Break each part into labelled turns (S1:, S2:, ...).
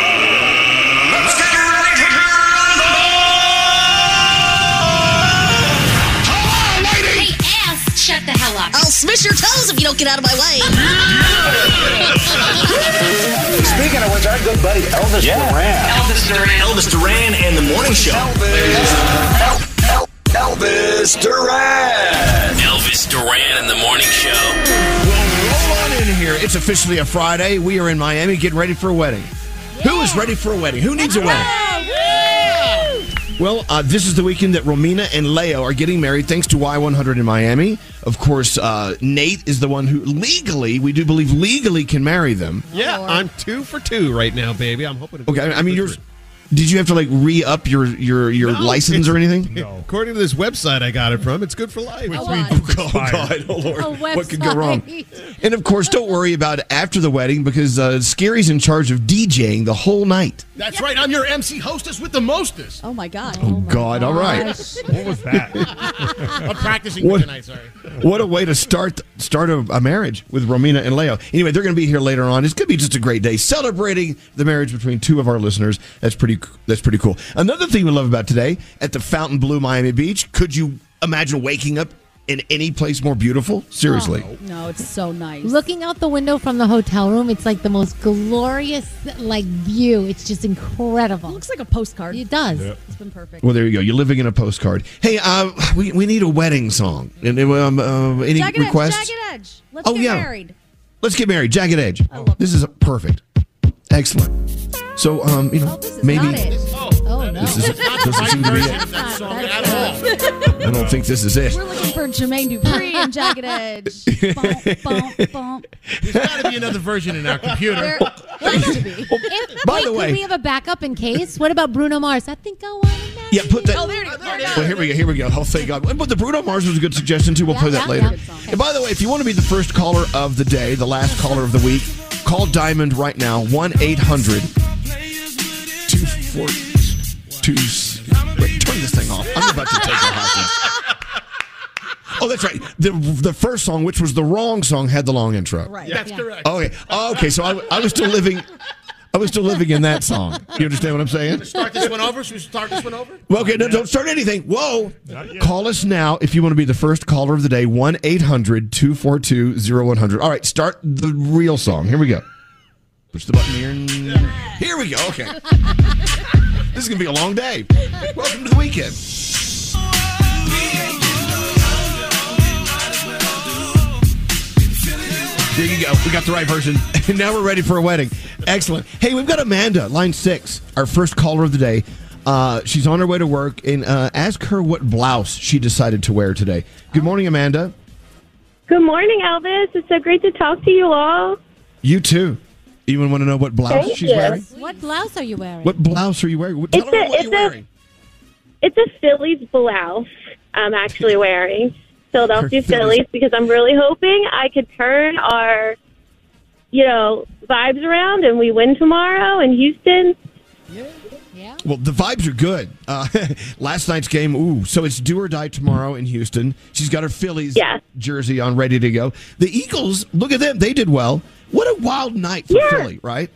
S1: Let's get ready to
S2: Hey, ass, shut the hell up.
S3: I'll smash your toes if you don't get out of my way.
S4: Speaking of which, our good buddy Elvis Duran.
S1: Elvis Duran. Elvis Duran and the Morning Show.
S4: Elvis Duran.
S1: Elvis Duran and the Morning Show.
S5: Well, roll on in here. It's officially a Friday. We are in Miami getting ready for a wedding.
S6: Who is ready for a wedding? Who needs a wedding?
S5: Well, uh, this is the weekend that Romina and Leo are getting married thanks to Y100 in Miami. Of course, uh, Nate is the one who legally, we do believe legally, can marry them.
S6: Yeah, I'm two for two right now, baby. I'm hoping. To
S5: Okay, I mean, yours. Did you have to like re up your your your
S6: No.
S5: license or anything?
S6: According to this website I got it from, it's good for life.
S7: Which means it's
S5: Oh God, oh Lord,
S7: A
S5: what could go wrong?
S7: website.
S5: And of course, don't worry about it after the wedding because uh, Scary's in charge of DJing the whole night.
S6: That's right. I'm your MC hostess with the mostest.
S8: Oh my God.
S5: Oh, God, all right,
S9: What was that?
S6: I'm practicing
S5: What-
S6: tonight. Sorry.
S5: what a way to start start a, a marriage with Romina and Leo. Anyway, they're going to be here later on. It's going to be just a great day celebrating the marriage between two of our listeners. That's pretty that's pretty cool. Another thing we love about today at the Fountain Blue Miami Beach. Could you imagine waking up in any place more beautiful? Seriously.
S8: Oh, No, it's so nice.
S7: Looking out the window from the hotel room, it's like the most glorious like view. It's just incredible.
S8: looks like a postcard.
S7: It does.
S8: It's been perfect.
S5: Well, there you go. You're living in a postcard. Hey, uh, we, we need a wedding song. And um, uh, any
S8: Jagged
S5: requests?
S8: Edge, Jagged Edge. Let's
S5: Oh,
S8: get
S5: yeah.
S8: married.
S5: Let's get married. Jagged Edge. This is perfect. Excellent. So, um, you know,
S7: this is
S5: maybe
S7: not it. Oh, no.
S5: this is, doesn't seem to be it. I don't think this is it.
S8: We're looking for Jermaine Dupri and Jagged Edge. bump, bump, bump.
S6: There's got to be another version in our computer.
S8: There, there has to be.
S7: If-
S5: By
S7: wait,
S5: the way-
S7: could we have a backup in case? What about Bruno Mars? I think I want to marry
S5: Yeah, put that.
S8: Oh, there it is. There it
S5: Well, here we go. Here we go. Oh, thank God. But the Bruno Mars was a good suggestion too. We'll play that
S7: yeah,
S5: later.
S7: yeah.
S5: And by the way, if you want to be the first caller of the day, the last caller of the week, call Diamond right now. One 800 Two. Wait, turn this thing off. I'm about to take a hostage. Oh, that's right. The the first song, which was the wrong song, had the long intro.
S8: Right.
S6: That's correct.
S5: Okay. Oh, Okay. So I, I was still living. I was still living in that song. You understand what I'm saying?
S6: Start this one over. Should we start this one over?
S5: Well, okay, no, don't start anything. Whoa.
S9: Not yet.
S5: Call us now if you want to be the first caller of the day 1 800 242 0100. All right, start the real song. Here we go. Push the button here. And... Here we go. Okay. This is going to be a long day. Welcome to the weekend. There you go. We got the right version. And now we're ready for a wedding. Excellent. Hey, we've got Amanda, line six, our first caller of the day. Uh, she's on her way to work, and uh, ask her what blouse she decided to wear today. Good morning, Amanda.
S10: Good morning, Elvis. It's so great to talk to you all.
S5: You too. You want to know what blouse
S10: Thank
S5: she's
S10: you.
S5: wearing?
S7: What blouse are you wearing?
S5: What blouse are you wearing? What,
S10: It's
S5: tell her
S10: a-
S5: what
S10: it's
S5: you're
S10: a-
S5: wearing.
S10: It's a Phillies blouse I'm actually wearing. Philadelphia
S5: Her Phillies.
S10: Phillies because I'm really hoping I could turn our, you know, vibes around and we win tomorrow in Houston.
S5: Well, the vibes are good. Uh, last night's game, ooh, so it's do or die tomorrow in Houston. She's got her Phillies jersey on, ready to go. The Eagles, look at them; they did well. What a wild night for Philly, right?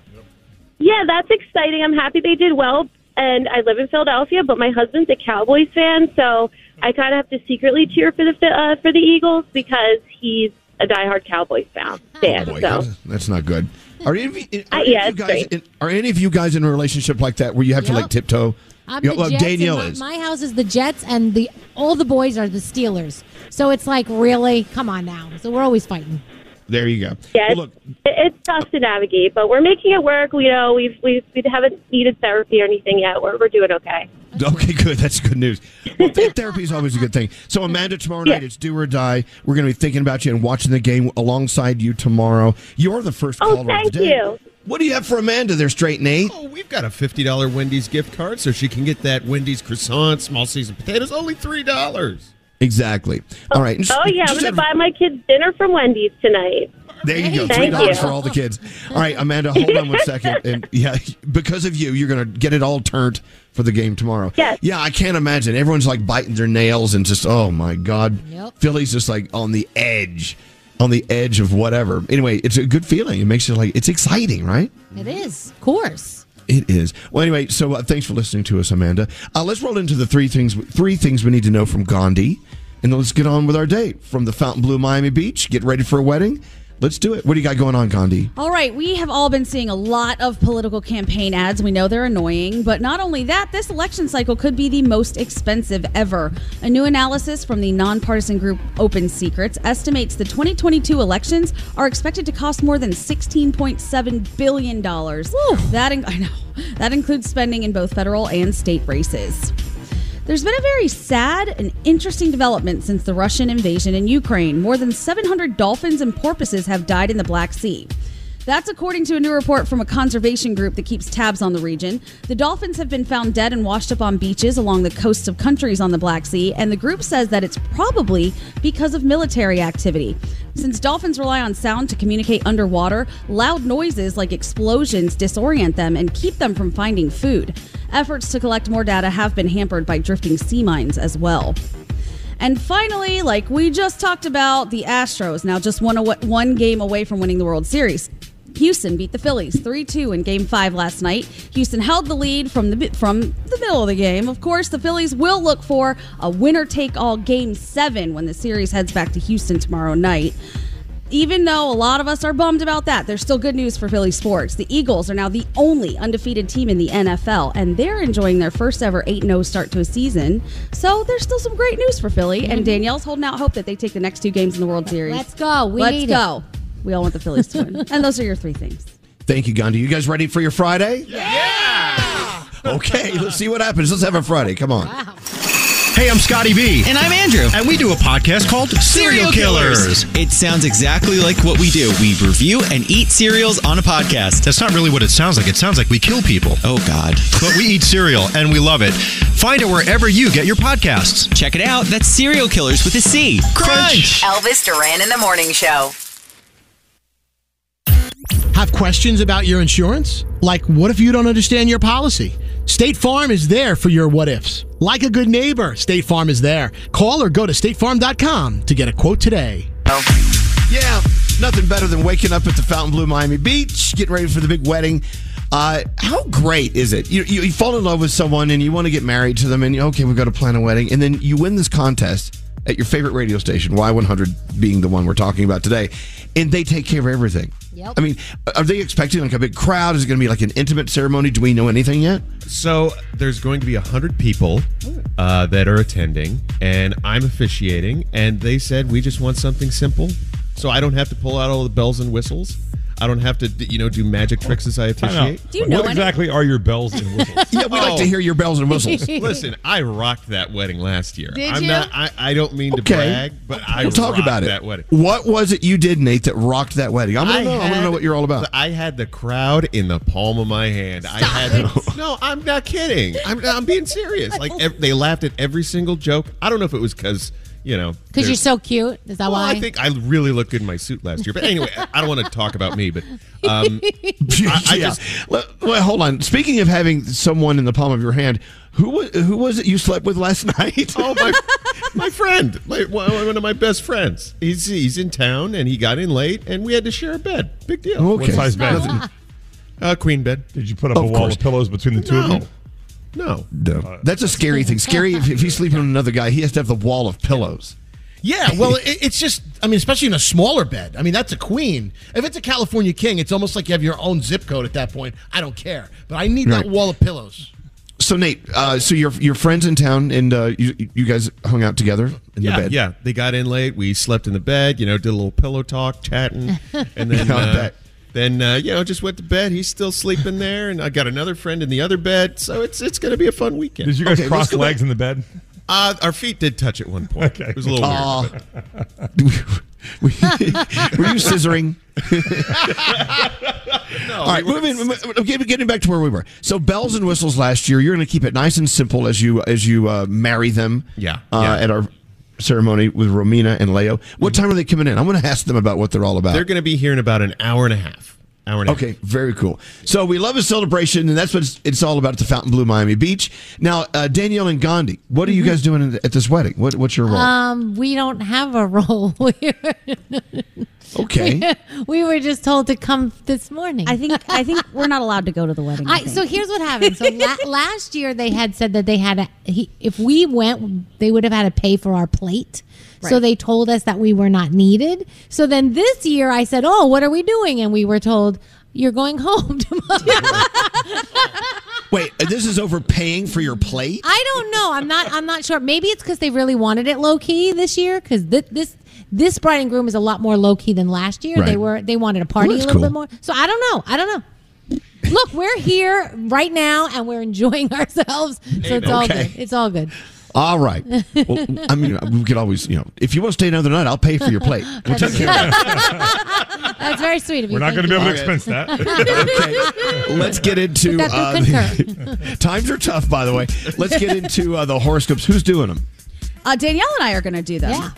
S10: Yeah, that's exciting. I'm happy they did well. And I live in Philadelphia, but my husband's a Cowboys fan, so I kind of have to secretly cheer for the uh, for the Eagles because he's a diehard Cowboys fan. fan
S5: Oh, Boy,
S10: so.
S5: that's- that's not good. Are any, of you- are
S10: Uh,
S5: any
S10: yeah,
S5: of
S10: it's
S5: you guys
S10: great.
S5: in, are any of you guys in a relationship like that where you have to like tiptoe?
S7: I'm
S5: You
S7: the
S5: know, well,
S7: Jets and
S5: Danielle
S7: my,
S5: is.
S7: my house is the Jets, and the all the boys are the Steelers. So it's like, really, come on now. So we're always fighting.
S5: There you go.
S10: Yeah, it's, it- it's tough to navigate, but we're making it work. You know, we've we've we haven't needed therapy or anything yet. We're we're doing okay.
S5: Okay, good. That's good news. Well, th- therapy is always a good thing. So, Amanda, tomorrow night it's do or die. We're going to be thinking about you and watching the game alongside you tomorrow. You're the first
S10: Oh,
S5: caller of
S10: thank
S5: the day.
S10: you.
S5: What do you have for Amanda there, straight Nate?
S11: Oh, We've got a $50 Wendy's gift card so she can get that Wendy's croissant, small seasoned potatoes, only $3.
S5: Exactly. All right.
S10: Oh yeah, I'm gonna buy my kids dinner from Wendy's tonight.
S5: There you go. Three
S10: Thank
S5: dollars
S10: you.
S5: for all the kids. All right, Amanda, hold on one second. And yeah, because of you, you're gonna get it all turned for the game tomorrow. Yes. Yeah, I can't imagine. Everyone's like biting their nails and just oh my god.
S12: Yep.
S5: Philly's just like on the edge. On the edge of whatever. Anyway, it's a good feeling. It makes you like it's exciting, right?
S7: It is, of course.
S5: It is. Well, anyway, so uh, thanks for listening to us, Amanda. Uh, let's roll into the three things three things we need to know from Gandhi, and then let's get on with our day from the Fountain Blue, Miami Beach. Get ready for a wedding. Let's do it. What do you got going on, Gandhi?
S8: All right, we have all been seeing a lot of political campaign ads. We know they're annoying, but not only that, this election cycle could be the most expensive ever. A new analysis from the nonpartisan group Open Secrets estimates the 2022 elections are expected to cost more than 16.7 billion dollars. That in- I know. That includes spending in both federal and state races. There's been a very sad and interesting development since the Russian invasion in Ukraine. More than 700 dolphins and porpoises have died in the Black Sea. That's according to a new report from a conservation group that keeps tabs on the region. The dolphins have been found dead and washed up on beaches along the coasts of countries on the Black Sea, and the group says that it's probably because of military activity. Since dolphins rely on sound to communicate underwater, loud noises like explosions disorient them and keep them from finding food. Efforts to collect more data have been hampered by drifting sea mines as well. And finally, like we just talked about, the Astros now just one, awa- one game away from winning the World Series. Houston beat the Phillies 3-2 in game 5 last night. Houston held the lead from the from the middle of the game. Of course, the Phillies will look for a winner take all game 7 when the series heads back to Houston tomorrow night. Even though a lot of us are bummed about that, there's still good news for Philly sports. The Eagles are now the only undefeated team in the NFL, and they're enjoying their first ever 8 0 start to a season. So there's still some great news for Philly, and Danielle's holding out hope that they take the next two games in the World Series.
S7: Mm-hmm. Let's go. We
S8: Let's
S7: need it.
S8: go. We all want the Phillies to win. And those are your three things.
S5: Thank you, Gandhi. You guys ready for your Friday? Yeah. Okay, let's see what happens. Let's have a Friday. Come on.
S13: Hey, I'm Scotty B. And I'm Andrew. And we do a podcast called Serial Killers. It sounds exactly like what we do. We review and eat cereals on a podcast.
S11: That's not really what it sounds like. It sounds like we kill people.
S13: Oh, God.
S11: But we eat cereal and we love it. Find it wherever you get your podcasts.
S13: Check it out. That's Serial Killers with a C. Crunch.
S14: Elvis Duran in the morning show.
S6: Have questions about your insurance? Like, what if you don't understand your policy? State Farm is there for your what ifs. Like a good neighbor, State Farm is there. Call or go to statefarm.com to get a quote today.
S5: Yeah, nothing better than waking up at the Fountain Blue Miami Beach, getting ready for the big wedding. Uh, how great is it? You, you, you fall in love with someone and you want to get married to them, and okay, we've got to plan a wedding, and then you win this contest at your favorite radio station, Y100 being the one we're talking about today, and they take care of everything.
S7: Yep.
S5: I mean, are they expecting like a big crowd? Is it going to be like an intimate ceremony? Do we know anything yet?
S11: So there's going to be 100 people uh, that are attending, and I'm officiating, and they said we just want something simple, so I don't have to pull out all the bells and whistles. I don't have to, d- you know, do magic tricks as I
S15: Time out.
S11: officiate.
S15: Do you know What any- exactly
S11: are your bells and whistles?
S15: Yeah, we like to hear
S5: your bells
S15: and whistles.
S11: Listen, I rocked that wedding last year.
S15: Did
S11: I'm
S15: you?
S11: Not, I, I don't mean to
S5: Okay.
S11: brag, but I
S5: we'll talk
S11: rocked
S5: about it.
S11: that wedding.
S5: What was it you did, Nate, that rocked that wedding? I'm
S11: I
S5: going to know. I want to
S11: had-
S5: know what you're all about.
S11: I had the crowd in the palm of my hand. I had no. I'm not kidding. I'm, I'm being serious. Like ev- they laughed at every single joke. I don't know if it was because you know
S7: Because
S11: they're-
S7: you're so cute. Is that
S11: well,
S7: why?
S11: I think I really looked good in my suit last year. But anyway, I don't want to talk about me. But um, I, I
S5: yeah.
S11: just
S5: Le- well, hold on. Speaking of having someone in the palm of your hand, who was who was it you slept with last night?
S11: Oh my! my friend, like one one of my best friends. He's he's in town and he got in late and we had to share a bed. Big deal.
S15: What size bed?
S11: Uh, queen bed.
S15: Did you put up a wall of pillows between the two of you? Uh,
S11: No.
S5: No. That's a scary thing. Scary if, if he's sleeping with another guy, he has to have the wall of pillows.
S6: Yeah, well, it, it's just, I mean, especially in a smaller bed. I mean, that's a queen. If it's a California king, it's almost like you have your own zip code at that point. I don't care. But I need
S5: Right.
S6: that wall of pillows.
S5: So Nate, uh, so your your friends in town and uh, you you guys hung out together in
S11: yeah,
S5: the bed.
S11: yeah. They got in late. We slept in the bed. You know, did a little pillow talk, chatting, and then
S5: Yeah, I
S11: uh,
S5: bet.
S11: then uh, you know just went to bed. He's still sleeping there, and I got another friend in the other bed. So it's it's going to be a fun weekend.
S15: Did you guys cross legs in the bed?
S11: Uh, our feet did touch at one point. It was a little
S15: Aw.
S11: weird. but-
S5: Were you scissoring?
S11: No,
S5: All right,
S11: we were-
S5: moving. Getting getting back to where we were. So bells and whistles last year. You're going to keep it nice and simple as you as you uh, marry them.
S11: Yeah,
S5: Uh,
S11: yeah.
S5: At our ceremony with Romina and Leo. What time are they coming in? I'm going to ask them about what they're all about.
S11: They're going to be here in about an hour and a half. Hour and a half.
S5: Okay, very cool. So we love a celebration, and that's what it's, it's all about at the Fountain Blue Miami Beach. Now, uh, Danielle and Gandhi, what are you guys doing in- at this wedding? What, what's your role?
S7: Um, we don't have a role.
S5: okay.
S7: we were just told to come this morning. I think I think we're not allowed to go to the wedding.
S16: I
S7: so here's what happened. So la- last year they had said that they had a he, if we went they would have had to pay for our plate. So
S16: Right.
S7: they told us that we were not needed. So then this year I said, "Oh, what are we doing?" and we were told, "You're going home tomorrow."
S5: Wait, uh, this is overpaying for your plate?
S7: I don't know. I'm not. I'm not sure. Maybe it's because they really wanted it low key this year. Because this, this this bride and groom is a lot more low key than last year. They
S16: Right.
S7: were they wanted a party
S16: Well,
S7: a
S16: that's
S7: little
S16: cool.
S7: bit more. So I don't know. I don't know. Look, we're here right now and we're enjoying ourselves. So it's all
S5: Okay.
S7: good. It's all good.
S5: All right. Well, I mean, we could always, you know, if you want to stay another night, I'll pay for your plate. We'll take care of that.
S7: That's very sweet of you.
S15: We're not
S7: Thank you.
S15: going to be able to expense that.
S5: Let's get into.
S7: But
S5: Uh,
S7: that we
S5: times are tough, by the way. Let's get into uh, the horoscopes. Who's doing them?
S8: Uh, Danielle and I are going to do them.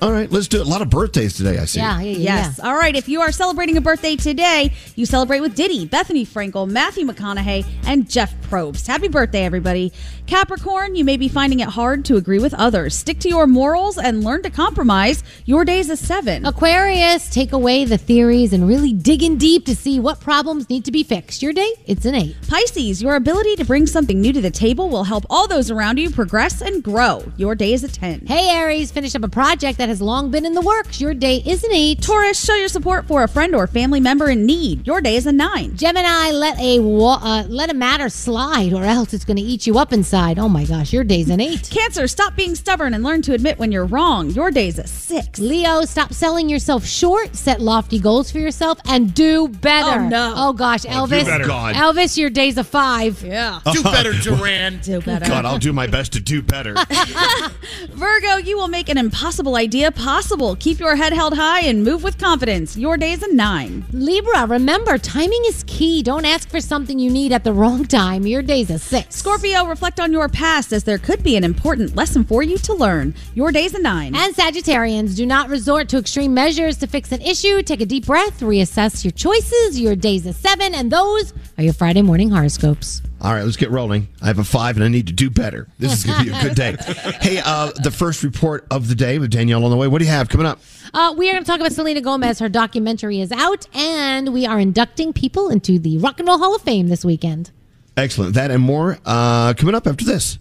S5: All right, let's do it. A lot of birthdays today, I see.
S8: Yeah, yes. All right. If you are celebrating a birthday today, you celebrate with Diddy, Bethany Frankel, Matthew McConaughey, and Jeff Probst. Happy birthday, everybody. Capricorn, you may be finding it hard to agree with others. Stick to your morals and learn to compromise. Your day's a seven.
S7: Aquarius, take away the theories and really dig in deep to see what problems need to be fixed. Your day, it's an eight.
S8: Pisces, your ability to bring something new to the table will help all those around you progress and grow. Your day is a 10.
S7: Hey, Aries, finish up a project that has long been in the works. Your day is an 8.
S8: Taurus, show your support for a friend or family member in need. Your day is a 9.
S7: Gemini, let a wa- uh, let a matter slide, or else it's going to eat you up inside. Oh my gosh, your day's an eight.
S8: Cancer, stop being stubborn and learn to admit when you're wrong. Your day's a 6.
S7: Leo, stop selling yourself short. Set lofty goals for yourself and do better.
S8: Oh, no.
S7: Oh gosh,
S5: Oh, do
S7: Elvis.
S5: better. God.
S7: Elvis, your day's a five.
S8: Yeah.
S5: Do better, Duran.
S8: Do better.
S5: God, I'll do my best to do better.
S8: Virgo, you will make an impossible idea possible. Keep your head held high and move with confidence. Your day's a 9.
S7: Libra, remember timing is key. Don't ask for something you need at the wrong time. Your day's a six.
S8: Scorpio, reflect on your past as there could be an important lesson for you to learn. Your day's a 9.
S7: And Sagittarians, do not resort to extreme measures to fix an issue. Take a deep breath, reassess your choices. Your day's a seven, and those are your Friday morning horoscopes.
S5: All right, let's get rolling. I have a five and I need to do better. This is going to be a good day. hey, uh, the first report of the day with Danielle on the way. What do you have coming up?
S7: Uh, we are going to talk about Selena Gomez. Her documentary is out, and we are inducting people into the Rock and Roll Hall of Fame this weekend.
S5: Excellent. That and more uh, coming up after this.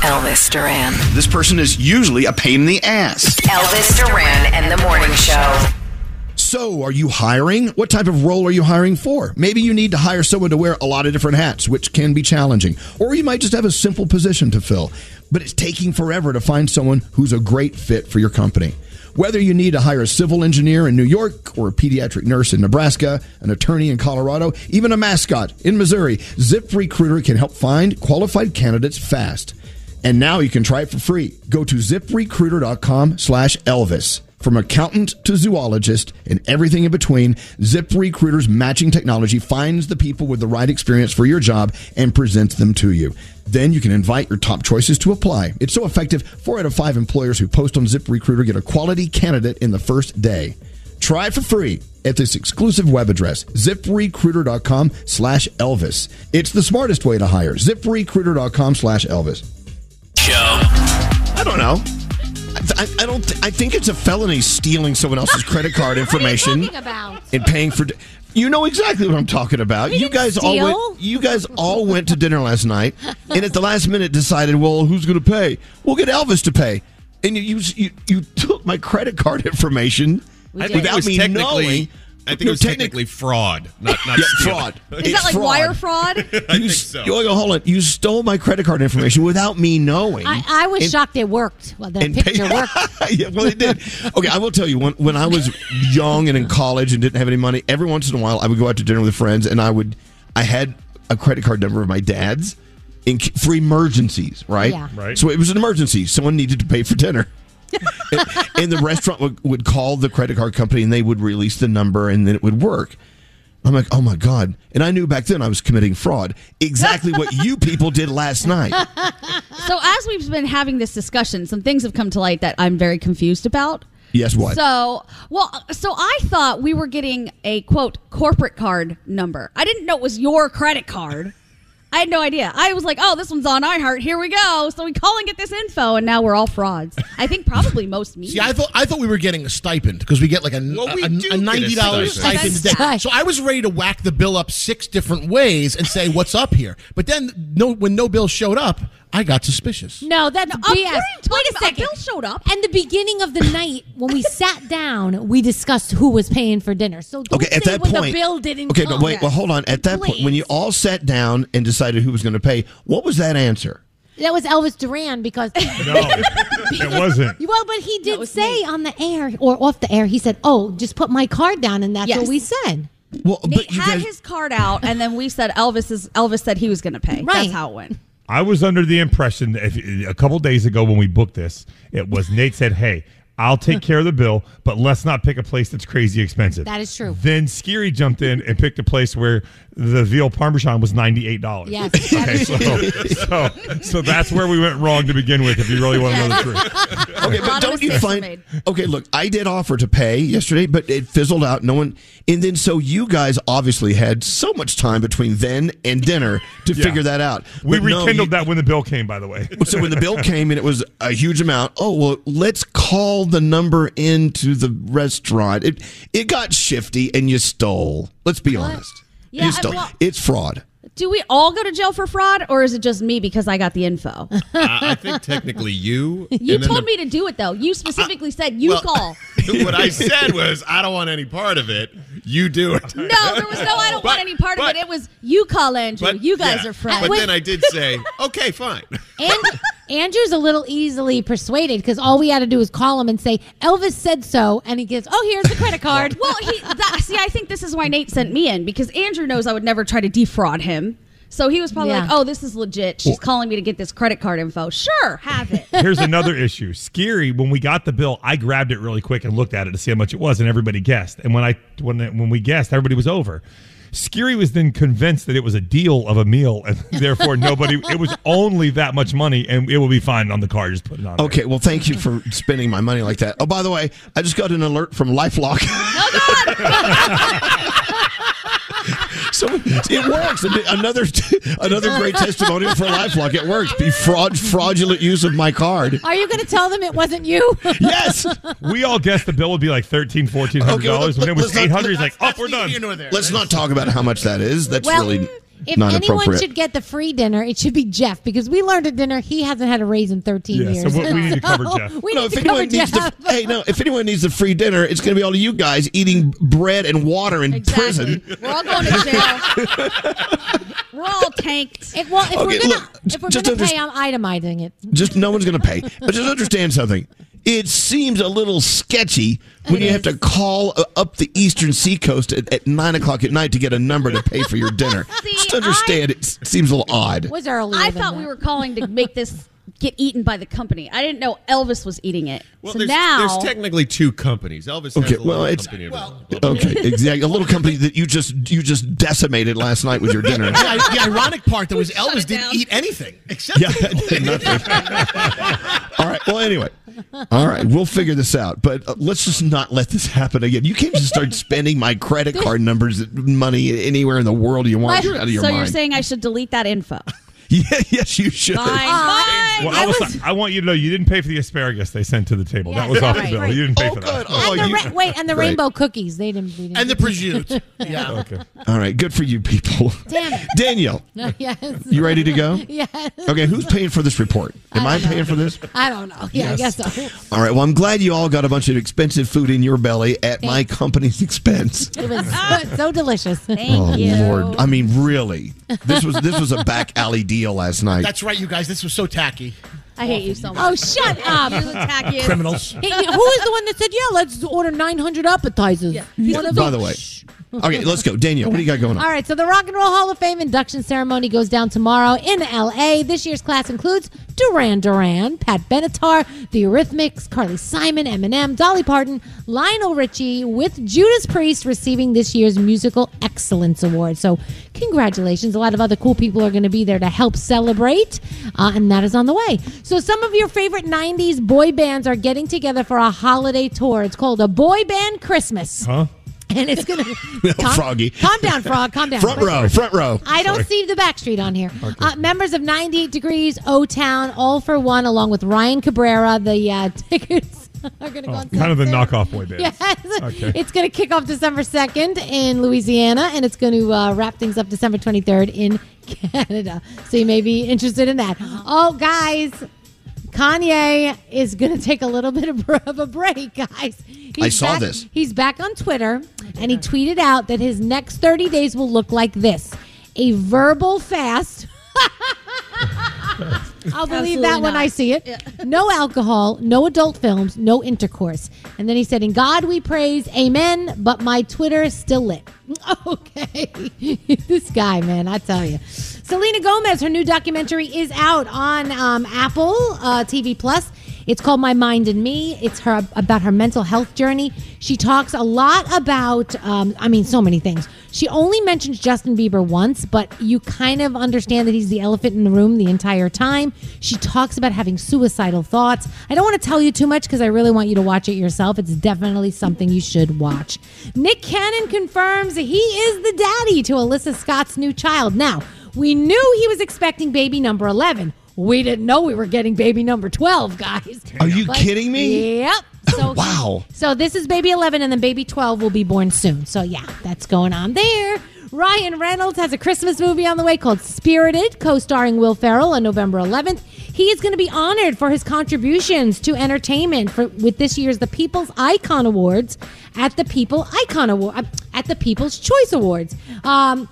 S14: Elvis Duran.
S17: This person is usually a pain in the ass.
S14: Elvis Duran and the Morning Show.
S5: So, are you hiring? What type of role are you hiring for? Maybe you need to hire someone to wear a lot of different hats, which can be challenging. Or you might just have a simple position to fill, but it's taking forever to find someone who's a great fit for your company. Whether you need to hire a civil engineer in New York or a pediatric nurse in Nebraska, an attorney in Colorado, even a mascot in Missouri, ZipRecruiter can help find qualified candidates fast. And now you can try it for free. Go to ziprecruiter.com slash Elvis. From accountant to zoologist and everything in between, ZipRecruiter's matching technology finds the people with the right experience for your job and presents them to you. Then you can invite your top choices to apply. It's so effective, four out of five employers who post on ZipRecruiter get a quality candidate in the first day. Try it for free at this exclusive web address, ziprecruiter.com slash Elvis. It's the smartest way to hire, ziprecruiter.com slash Elvis.
S18: Show.
S5: I don't know. I, I- I don't. Th- I think it's a felony stealing someone else's credit card information
S7: talking about?
S5: and paying for. d- You know exactly what I'm talking about.
S7: We
S5: you
S7: didn't
S5: guys all
S7: steal.
S5: went. You guys all went to dinner last night, and at the last minute decided, well, who's going to pay? We'll get Elvis to pay. And you you you, you took my credit card information
S11: I think it
S5: without
S11: was
S5: me
S11: technically.
S5: knowing.
S11: I think
S5: No,
S11: it was
S5: technic-
S11: technically fraud, not not
S5: Yeah,
S11: stealing.
S5: fraud.
S19: Is that like wire fraud?
S11: I think so.
S5: You go, hold on. You stole my credit card information without me knowing.
S7: I, I was
S5: And-
S7: shocked it worked. Well, the
S5: pay-
S7: picture worked.
S5: yeah, well, it did. Okay, I will tell you, when, when I was young and in college and didn't have any money, every once in a while I would go out to dinner with friends and I would, I had a credit card number of my dad's in, c- for emergencies, right?
S20: Yeah. Right.
S5: So it was an emergency. Someone needed to pay for dinner. and, and the restaurant would, would call the credit card company and they would release the number and then it would work. I'm like, oh my God. And I knew back then I was committing fraud. Exactly what you people did last night.
S8: so as we've been having this discussion, some things have come to light that I'm very confused about.
S5: Yes, what?
S8: So, well, so I thought we were getting a quote corporate card number. I didn't know it was your credit card. I had no idea. I was like, "Oh, this one's on iHeart. Here we go." So we call and get this info, and now we're all frauds. I think probably most me.
S4: See, I thought I thought we were getting a stipend because we get like a,
S8: we
S4: a, a
S8: do get a
S4: ninety dollars
S8: stipend.
S4: stipend a day. So I was ready to whack the bill up six different ways and say what's up here. But then no, when no bill showed up, I got suspicious.
S7: No, that's
S8: I'm
S7: BS. Wait a second. Bill
S8: showed up.
S7: And the beginning of the night, when we sat down, we discussed who was paying for dinner. So don't
S5: Okay, at
S7: say
S5: that
S7: when
S5: point,
S7: the bill didn't.
S5: Okay,
S7: come.
S5: but wait, well, hold on. At that point, when you all sat down and decided who was going to pay, what was that answer?
S7: That was Elvis Duran because
S15: it wasn't.
S7: Well, but he did say on the air or off the air, he said, "Oh, just put my card down," and that's what we said.
S5: Well,
S8: Nate had his card out, and then we said Elvis is Elvis said he was going to pay. That's how it went.
S15: I was under the impression that if, a couple days ago when we booked this, it was Nate said, "Hey, I'll take care of the bill, but let's not pick a place that's crazy expensive."
S7: That is true.
S15: Then Skiri jumped in and picked a place where the veal parmesan was ninety eight dollars.
S7: Yes.
S15: Okay, so, so so that's where we went wrong to begin with. If you really want to know the truth,
S5: Okay, but don't you find? Okay, look, I did offer to pay yesterday, but it fizzled out. No one, and then so you guys obviously had so much time between then and dinner to
S15: Yeah.
S5: figure that out.
S15: we
S5: But no,
S15: rekindled that when the bill came. By the way,
S5: you- so when the bill came and it was a huge amount, oh well, let's call the number into the restaurant. It it got shifty, and you stole. Let's be honest,
S8: Yeah, I-
S5: you stole.
S8: well-
S5: it's fraud.
S8: Do we all go to jail for fraud, or is it just me because I got the info?
S11: I, I think technically you.
S8: You
S11: and then
S8: told
S11: the-
S8: me to do it though. You specifically said you
S11: well-
S8: call.
S11: what I said was, I don't want any part of it. You do it.
S8: No, there was no. I don't want any part of it. It was you call Andrew. you guys
S11: yeah,
S8: are friends.
S11: But then I did say, okay, fine.
S7: And Andrew's a little easily persuaded because all we had to do was call him and say Elvis said so, and he gives, "Oh, here's the credit card."
S8: well, he that, see. I think this is why Nate sent me in because Andrew knows I would never try to defraud him. So he was probably
S7: Yeah.
S8: like, "Oh, this is legit. She's
S15: Well-
S8: calling me to get this credit card info. Sure, have it."
S15: Here's another issue. Scary. When we got the bill, I grabbed it really quick and looked at it to see how much it was, and everybody guessed. And when I when when we guessed, everybody was over. Scary was then convinced that it was a deal of a meal, and therefore nobody. It was only that much money, and it will be fine on the card. Just put it on.
S5: Okay, well, thank you for spending my money like that. Oh, by the way, I just got an alert from LifeLock. so it works. Another another great testimonial for LifeLock. It works. The fraud, fraudulent use of my card.
S7: Are you going to tell them it wasn't you?
S5: Yes.
S15: We all guessed the bill would be like thirteen, fourteen hundred
S5: Okay, well,
S15: dollars, when it was
S5: let's not-
S15: eight hundred. He's like, "Oh, we're
S5: Let's not talk about how much that is. That's
S7: well,
S5: really
S7: If
S5: not
S7: anyone
S5: appropriate.
S7: should get the free dinner, it should be Jeff because we learned at dinner he hasn't had a raise in 13
S5: Yeah, so
S7: years.
S5: what we need to cover
S7: So
S5: Jeff.
S7: We
S5: No,
S7: need
S5: if
S7: to cover
S5: anyone needs
S7: Jeff.
S5: the- hey, no, if anyone needs the free dinner, it's going to be all of you guys eating bread and water in prison.
S8: We're all going to jail. We're all tanked.
S7: If, well, if
S5: Okay,
S7: we're gonna,
S5: look,
S7: if we're
S5: just
S7: gonna
S5: underst-
S7: pay, I'm itemizing it.
S5: Just no one's going to pay. But just understand something. It seems a little sketchy when you have to call uh, up the eastern seacoast at, at 9 o'clock at night to get a number to pay for your dinner. just understand it s- seems a little odd.
S7: Was earlier.
S8: I
S7: than
S8: thought we were calling to make this get eaten by the company. I didn't know Elvis was eating it. so
S11: there's,
S8: now
S11: there's technically two companies. Elvis
S5: Okay,
S11: has a
S5: well,
S11: well,
S5: it's-
S11: company. of-
S5: Okay, exactly. A little company that you just you just decimated last night with your dinner.
S4: the, the ironic part though is Elvis didn't eat anything except
S5: Yeah, I did nothing. All right. Well, anyway. All right. We'll figure this out. But uh, let's just not let this happen again. You can't just start spending my credit card numbers, uh, money anywhere in the world you want. You're out of your
S8: so
S5: mind.
S8: you're saying I should delete that info?
S5: yeah, yes, you should.
S8: Fine, fine.
S15: Well,
S8: I
S15: I, was,
S8: was-
S15: I want you to know you didn't pay for the asparagus they sent to the table. that was off
S7: right,
S15: the bill.
S7: right.
S15: You didn't pay for that.
S5: Oh,
S7: and the ra- wait, and the
S5: Right.
S7: rainbow cookies. They didn't. We didn't
S4: And the prosciutto.
S7: yeah.
S15: Okay.
S5: All right. Good for you people.
S7: Damn it.
S5: Danielle,
S7: No, yes.
S5: you ready to go?
S7: Yes.
S5: Okay. Who's paying for this report? Am I paying for this?
S7: I don't know. Yeah,
S5: Yes.
S7: I guess so.
S5: All right. Well, I'm glad you all got a bunch of expensive food in your belly at my company's expense.
S7: It was so, so delicious.
S5: oh Lord! I mean, really, this was this was a back alley deal last night.
S4: That's right, you guys. This was so tacky.
S8: I hate you so much.
S7: Oh, shut up.
S8: You're the tackiest.
S4: Criminals.
S7: Hey, who is the one that said, yeah, let's order 900 appetizers? One of
S5: By
S7: them-
S5: the way, okay, let's go, Daniel. What do you got going on?
S7: All right, so the Rock and Roll Hall of Fame induction ceremony goes down tomorrow in LA. This year's class includes Duran Duran, Pat Benatar, The Eurythmics, Carly Simon, Eminem, Dolly Parton, Lionel Richie, with Judas Priest receiving this year's Musical Excellence Award. So, congratulations. A lot of other cool people are going to be there to help celebrate, uh, and that is on the way. So, some of your favorite 90s boy bands are getting together for a holiday tour. It's called a Boy Band Christmas.
S15: Huh?
S7: And it's going to.
S5: Froggy.
S7: Calm down, Frog. Calm down.
S5: Front
S7: Wait.
S5: row, front row.
S7: I don't
S5: oh, Sorry.
S7: see the Backstreet on here. Uh, members of 98 Degrees, O Town, All for One, along with Ryan Cabrera. The uh, tickets are going to go on sale
S15: Oh. Kind of the
S7: soon.
S15: knockoff boy band.
S7: Yes.
S15: Okay.
S7: It's going to kick off December 2nd in Louisiana, and it's going to uh, wrap things up December 23rd in Canada. So you may be interested in that. Oh, guys. Kanye is going to take a little bit of of a break, guys. He's
S5: saw
S7: back-
S5: this.
S7: He's back on Twitter, and he tweeted out that his next 30 days will look like this a verbal fast. I'll believe
S8: Absolutely
S7: that when
S8: not.
S7: I see it. No alcohol, no adult films, no intercourse. And then he said, In God we praise, amen, but my Twitter is still lit. Okay. this guy, man, I tell you. Selena Gomez, her new documentary is out on um, Apple uh, TV Plus. It's called My Mind and Me. It's her about her mental health journey. She talks a lot about, um, I mean, so many things. She only mentions Justin Bieber once, but you kind of understand that he's the elephant in the room the entire time. She talks about having suicidal thoughts. I don't want to tell you too much because I really want you to watch it yourself. It's definitely something you should watch. Nick Cannon confirms he is the daddy to Alyssa Scott's new child. Now, we knew he was expecting baby number 11. We didn't know we were getting baby number 12, guys.
S5: Are you kidding me?
S7: Yep. So
S5: Wow.
S7: so this is baby 11, and then baby 12 will be born soon. So yeah, that's going on there. Ryan Reynolds has a Christmas movie on the way called Spirited, co-starring Will Ferrell on November 11th. He is going to be honored for his contributions to entertainment for, with this year's the People's Icon Awards at the People Icon Award at the People's Choice Awards. Um,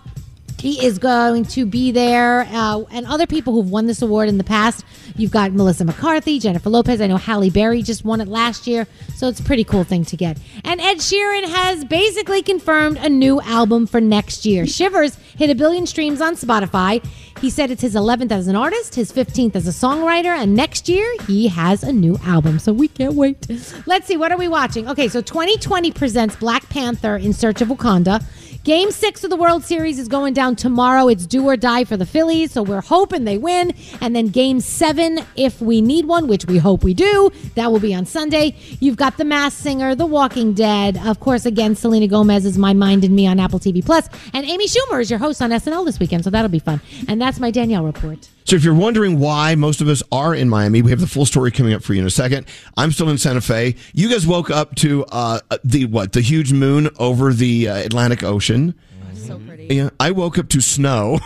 S7: he is going to be there. Uh, and other people who've won this award in the past. You've got Melissa McCarthy, Jennifer Lopez. I know Halle Berry just won it last year. So it's a pretty cool thing to get. And Ed Sheeran has basically confirmed a new album for next year. Shivers hit a billion streams on Spotify. He said it's his 11th as an artist, his 15th as a songwriter, and next year he has a new album. So we can't wait. Let's see, what are we watching? Okay, so 2020 presents Black Panther in Search of Wakanda. Game six of the World Series is going down tomorrow. It's do or die for the Phillies, so we're hoping they win. And then game seven, if we need one, which we hope we do, that will be on Sunday. You've got The Masked Singer, The Walking Dead. Of course, again, Selena Gomez is My Mind and Me on Apple TV Plus, And Amy Schumer is your host on SNL this weekend, so that'll be fun. And that's my Danielle report.
S5: So, if you're wondering why most of us are in Miami, we have the full story coming up for you in a second. I'm still in Santa Fe. You guys woke up to uh, the what? The huge moon over the uh, Atlantic Ocean.
S8: so pretty.
S5: Yeah, I woke up to snow.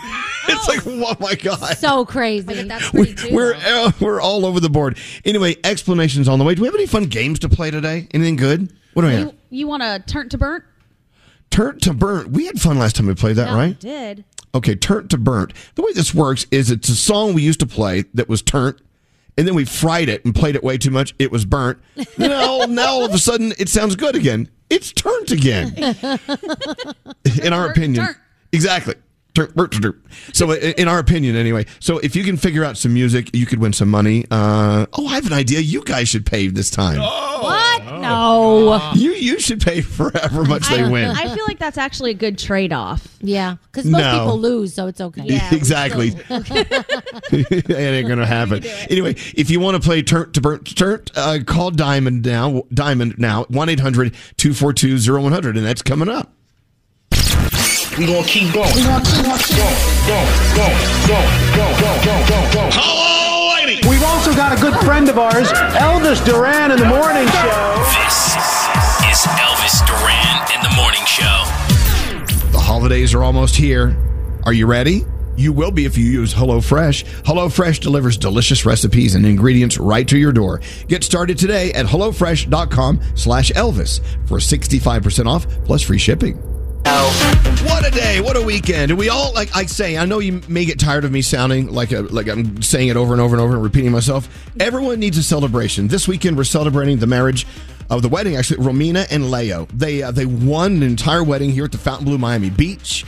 S5: it's like, oh my god,
S7: so crazy.
S8: that's
S5: we, are uh, we're all over the board. Anyway, explanations on the way. Do we have any fun games to play today? Anything good? What do we have?
S8: You, you want to turn to burnt?
S5: Turn to burnt. We had fun last time we played that,
S8: Yeah, we
S5: right?
S8: Did
S5: Okay, turnt to burnt. The way this works is it's a song we used to play that was turnt, and then we fried it and played it way too much. It was burnt. Now, now all of a sudden, it sounds good again. It's turnt again, in our opinion. Exactly. Turnt, burnt, turnt, turnt. So, i- in our opinion, anyway. So, if you can figure out some music, you could win some money. Uh, oh, I have an idea. You guys should pay this time.
S8: what?
S5: Oh.
S8: No.
S5: You you should pay forever much they
S8: I,
S5: win.
S8: I feel like that's actually a good trade off.
S7: Yeah, because
S5: most No. people
S7: lose, so it's okay.
S5: exactly. it ain't gonna happen. Anyway, if you want to play turnt to burnt turnt, uh, call Diamond now. Diamond now. 1-800-242-0100. and that's coming up.
S18: We gonna keep going. We gonna keep going. Go, go,
S5: Uh,
S18: go, go, go, go, go, go. Hello, lady.
S21: We've also got a good friend of ours, Elvis Duran, in the morning show.
S18: This is Elvis Duran and the Morning Show.
S5: The holidays are almost here. Are you ready? You will be if you use HelloFresh. HelloFresh delivers delicious recipes and ingredients right to your door. Get started today at HelloFresh.com slash Elvis for 65% off plus free shipping. What a day! What a weekend! And we all like I say. I know you may get tired of me sounding like a, like I'm saying it over and over and over and repeating myself. Everyone needs a celebration. This weekend we're celebrating the marriage of the wedding. Actually, Romina and Leo. They uh, they won an entire wedding here at the Fontainebleau Miami Beach.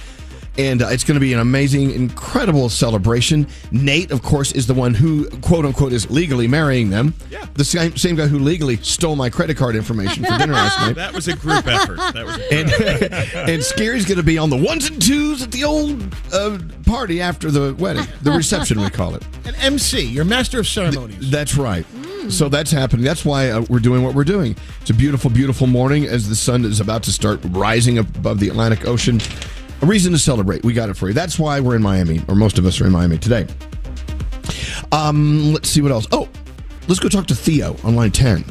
S5: And uh, it's going to be an amazing, incredible celebration. Nate, of course, is the one who, quote unquote, is legally marrying them. Yeah. The same, same guy who legally stole my credit card information for dinner last night
S11: That was a group effort. That was a group
S5: and
S11: effort.
S5: and Scary's going to be on the ones and twos at the old uh, party after the wedding, the reception we call it.
S4: An MC, your master of ceremonies.
S5: That's right. So that's happening. That's why uh, we're doing what we're doing. It's a beautiful, beautiful morning as the sun is about to start rising above the Atlantic Ocean. A reason to celebrate. We got it for you. That's why we're in Miami, or most of us are in Miami today. Um, let's see what else. Oh, let's go talk to Theo on line ten.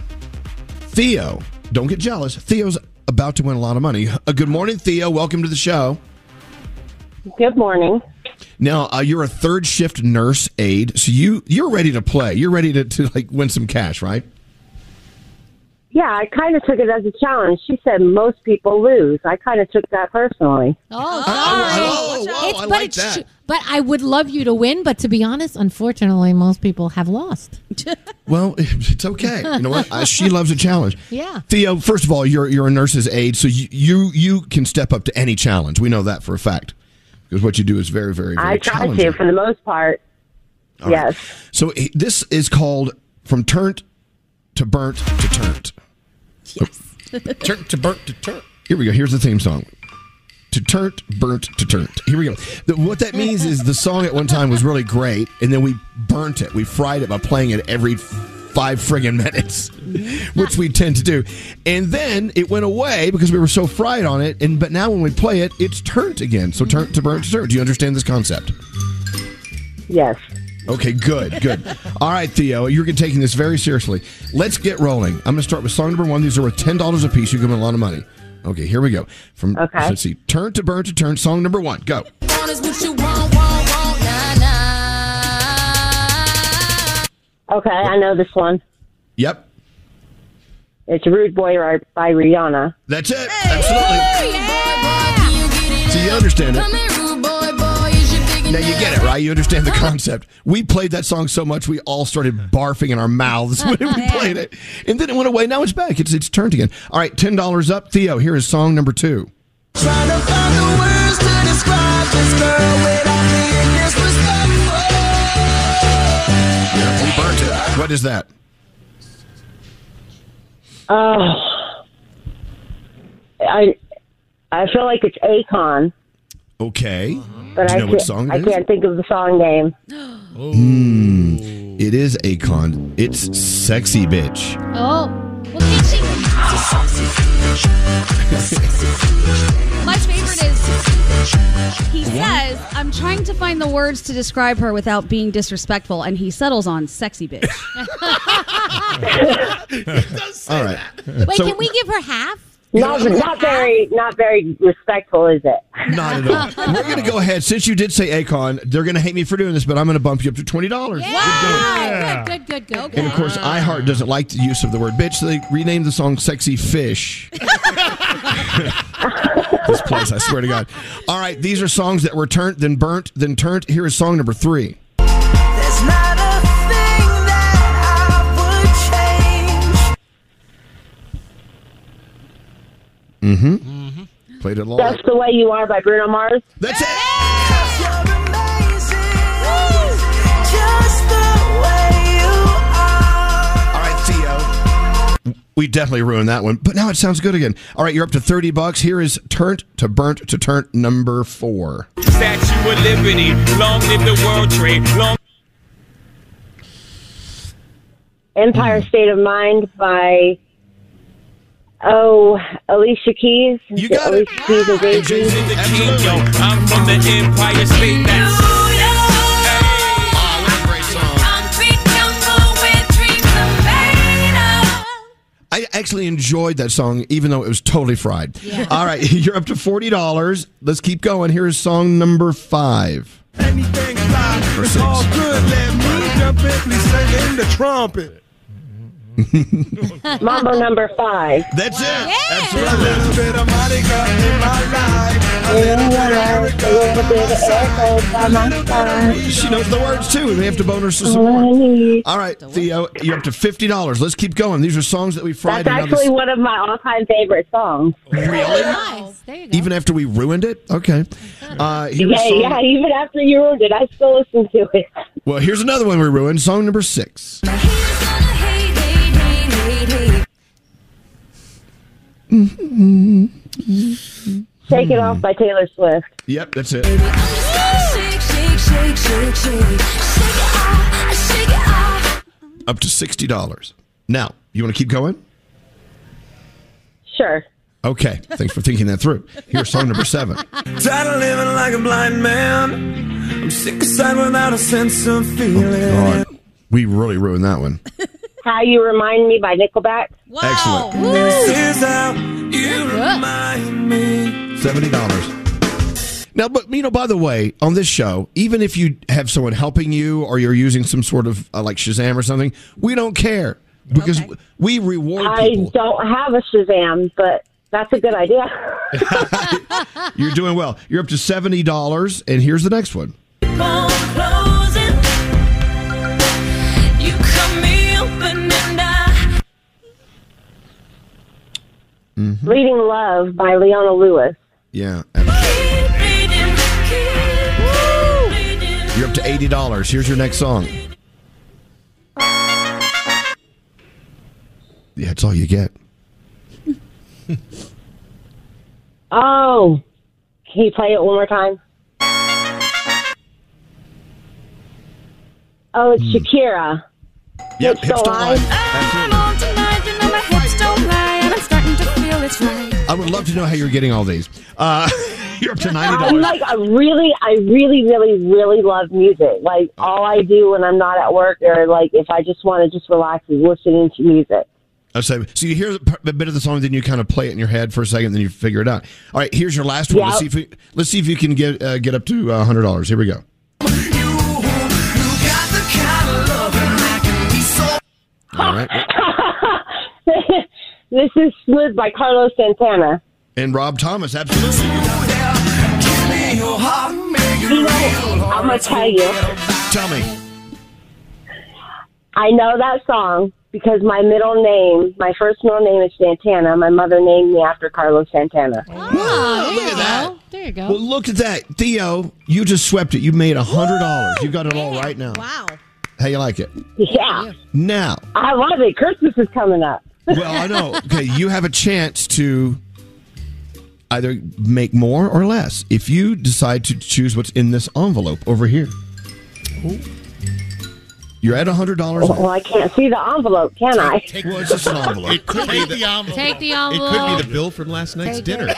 S5: Theo, don't get jealous. Theo's about to win a lot of money. Uh, good morning, Theo. Welcome to the show.
S20: Good morning.
S5: Now uh, you're a third shift nurse aide, so you you're ready to play. You're ready to, to like win some cash, right?
S20: Yeah, I kind of took it as a challenge. She said most people lose. I kind of took that personally.
S7: Oh, sorry. it's, but it's tr- But I would love you to win, but to be honest, unfortunately, most people have lost.
S5: Well, it's okay. You know what? Uh, she loves a challenge.
S7: yeah.
S5: Theo, first of all, you're you're a nurse's aide, so you you, you can step up to any challenge. We know that for a fact because what you do is very very very
S20: I tried
S5: challenging.
S20: to for the most part.
S5: All right. So eh, this is called from turnt to burnt to turnt.
S4: Turnt to burnt to turnt.
S5: Here we go. Here's the theme song. To turnt, burnt to turnt. Here we go. The- what that means is the song at one time was really great, and then we burnt it. We fried it by playing it every five friggin' minutes, which we tend to do. And then it went away because we were so fried on it. And but now when we play it, it's turnt again. So turnt to burnt to turnt. Do you understand this concept?
S20: Yes.
S5: Okay, good, good. All right, Theo, you're taking this very seriously. Let's get rolling. I'm going to start with song number one. These are worth ten dollars a piece. You give them a lot of money. Okay, here we go. From let's see, turn to burn to turn. Song number one, go.
S20: Okay, I know this one.
S5: Yep.
S20: It's Rude Boy ri- by Rihanna.
S5: That's it. Absolutely. So you understand it. Now you get it, right? You understand the concept. We played that song so much, we all started barfing in our mouths when we played it, and then it went away. Now it's back. It's it's turned again. All right, ten dollars up, Theo. Here is song number two. We burnt it. What is that?
S20: Oh, I I feel like it's Akon,
S5: Okay.
S20: Uh-huh. but
S5: Do you
S20: I
S5: know
S20: can't,
S5: what song it
S20: I
S5: is?
S20: can't think of the song name.
S5: Hmm. It is Akon. It's sexy bitch.
S8: Oh. My favorite is he says, I'm trying to find the words to describe her without being disrespectful, and he settles on sexy bitch.
S5: All right.
S7: Wait,
S5: So-
S7: can we give her half?
S20: Not, not very, not very respectful, is it?
S5: Not at all. We're going to go ahead. Since you did say Akon, they're going to hate me for doing this, but I'm going to bump you up to $20.
S7: Wow. Good, good, good, good.
S5: And of course, iHeart doesn't like the use of the word bitch, so they renamed the song Sexy Fish. this place, I swear to God. All right, these are songs that were turned, then burnt, then turned. Here is song number three.
S18: There's not a thing that I would change.
S5: Mm
S21: Mm-hmm.
S5: hmm.
S6: Mm-hmm.
S5: Played it a lot.
S20: That's the way you are by Bruno Mars.
S5: That's it.
S18: You're amazing. Just the way you are.
S5: All right, Theo. We definitely ruined that one, but now it sounds good again. All right, you're up to 30 bucks. Here is Turnt to Burnt to Turnt number four.
S18: Statue of Liberty. Long live the world trade. Long.
S20: Empire State of Mind by oh Alicia Keys. You got Alicia Keys and Jay-Z.
S18: The king, yo. I'm from the Empire State. That's
S5: I actually enjoyed that song, even though it was totally fried. All right, you're up to $40. Let's keep going. Here is song number five.
S18: Anything's fine. It's all good. Let me jump in. Please sing in the trumpet.
S20: Mambo number five.
S5: That's it.
S18: That's a little bit of Monica in my life. A little bit of Erica by my side. A little bit of
S5: She knows the words too. We have to bonus this award. All right, Theo, you're up to fifty dollars. Let's keep going. These are songs that we fried.
S20: That's actually one of my all-time favorite songs.
S5: even after we ruined it. Okay. Uh, here's
S20: Yeah,
S5: song-
S20: yeah. Even after you ruined it, I still listen to it.
S5: Well, here's another one we ruined. Song number six.
S20: Take it off by Taylor Swift.
S5: Yep, that's it. Up to sixty dollars. Now, you want to keep going?
S20: Sure.
S5: Okay. Thanks for thinking that through. Here's song number seven.
S18: Tired of living like a blind man. I'm sick aside without a sense of feeling.
S5: God, we really ruined that one.
S20: How You Remind Me by Nickelback.
S5: Excellent.
S18: This is how you remind me.
S5: Seventy dollars. Now, but you know, by the way, on this show, even if you have someone helping you or you're using some sort of uh, like Shazam or something, we don't care because we reward
S20: I
S5: people.
S20: don't have a Shazam, but that's a good idea.
S5: You're doing well. You're up to seventy dollars, and here's the next one.
S18: You cut me open and I.
S20: Leading Love by Leona Lewis.
S5: Yeah, and you're up to eighty dollars. Here's your next song. Yeah, that's all you get.
S20: Oh, can you play it one more time? Oh, it's Shakira.
S5: Yep,
S20: Hips Don't Lie.
S5: I would love to know how you're getting all these. Uh, you're up to ninety
S20: I'm
S5: dollars.
S20: like, I really, I really, really, really love music. Like, all I do when I'm not at work or like if I just want to just relax is listening to music.
S5: I say, so you hear the p- a bit of the song, then you kind of play it in your head for a second, then you figure it out. All right, here's your last one. Let's see
S20: Yep.
S5: if we, let's see if you can get uh, get up to uh, hundred dollars. Here we go.
S18: Got the kind of love and I can be so.
S5: All right,
S20: this is Smooth by Carlos Santana.
S5: and Rob Thomas, absolutely.
S18: Give me your heart, make it
S20: You know,
S18: real
S20: I'm gonna
S18: hard
S20: tell
S18: to
S20: you.
S18: get about.
S5: Tell me.
S20: I know that song because my middle name, my first middle name is Santana. My mother named me after Carlos Santana.
S7: Oh, there you go. There you
S5: Well,
S7: go.
S5: look at that, Theo. You just swept it. You made hundred dollars. You got it all right now. Wow. How you like it?
S20: Yeah,
S5: Now,
S20: I love it. Christmas is coming up.
S5: well, I know. Okay, you have a chance to either make more or less if you decide to choose what's in this envelope over here. You're at hundred dollars.
S20: Well, I can't see the envelope, can I?
S5: Well, it's just an envelope.
S11: It could be the
S7: Take the
S11: It
S7: envelope.
S11: could be the bill from last night's
S7: Take
S11: dinner.
S7: it.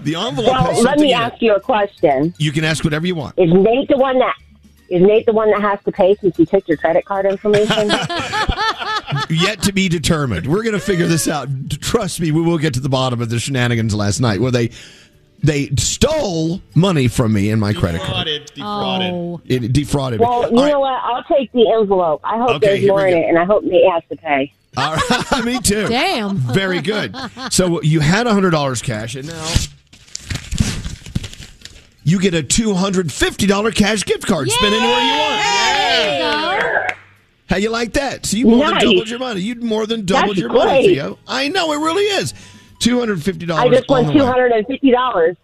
S5: the envelope has
S20: Well, let
S5: something
S20: me
S5: in
S20: ask you a question.
S5: it. You can ask whatever you want.
S20: Is Nate the one that is Nate the one that has to pay since you took your credit card information?
S5: yet to be determined. We're going to figure this out. Trust me, we will get to the bottom of the shenanigans last night where they they stole money from me and my credit card.
S11: Defrauded.
S5: It defrauded me.
S20: Well, you know what? I'll take the envelope. I hope
S5: Okay,
S20: there's
S5: here
S20: more
S5: we
S20: in
S5: go.
S20: it, and I hope Nate has to pay.
S5: All right, me too.
S7: Damn.
S5: Very good. So you had hundred dollars cash, and now you get a two hundred fifty dollar cash gift card. Spend anywhere you want. How you like that? So you more
S18: Nice.
S5: than doubled your money. You more than doubled
S18: That's
S5: your money,
S18: great.
S5: Theo. I know it really is. Two hundred fifty dollars.
S20: I just won two hundred and fifty dollars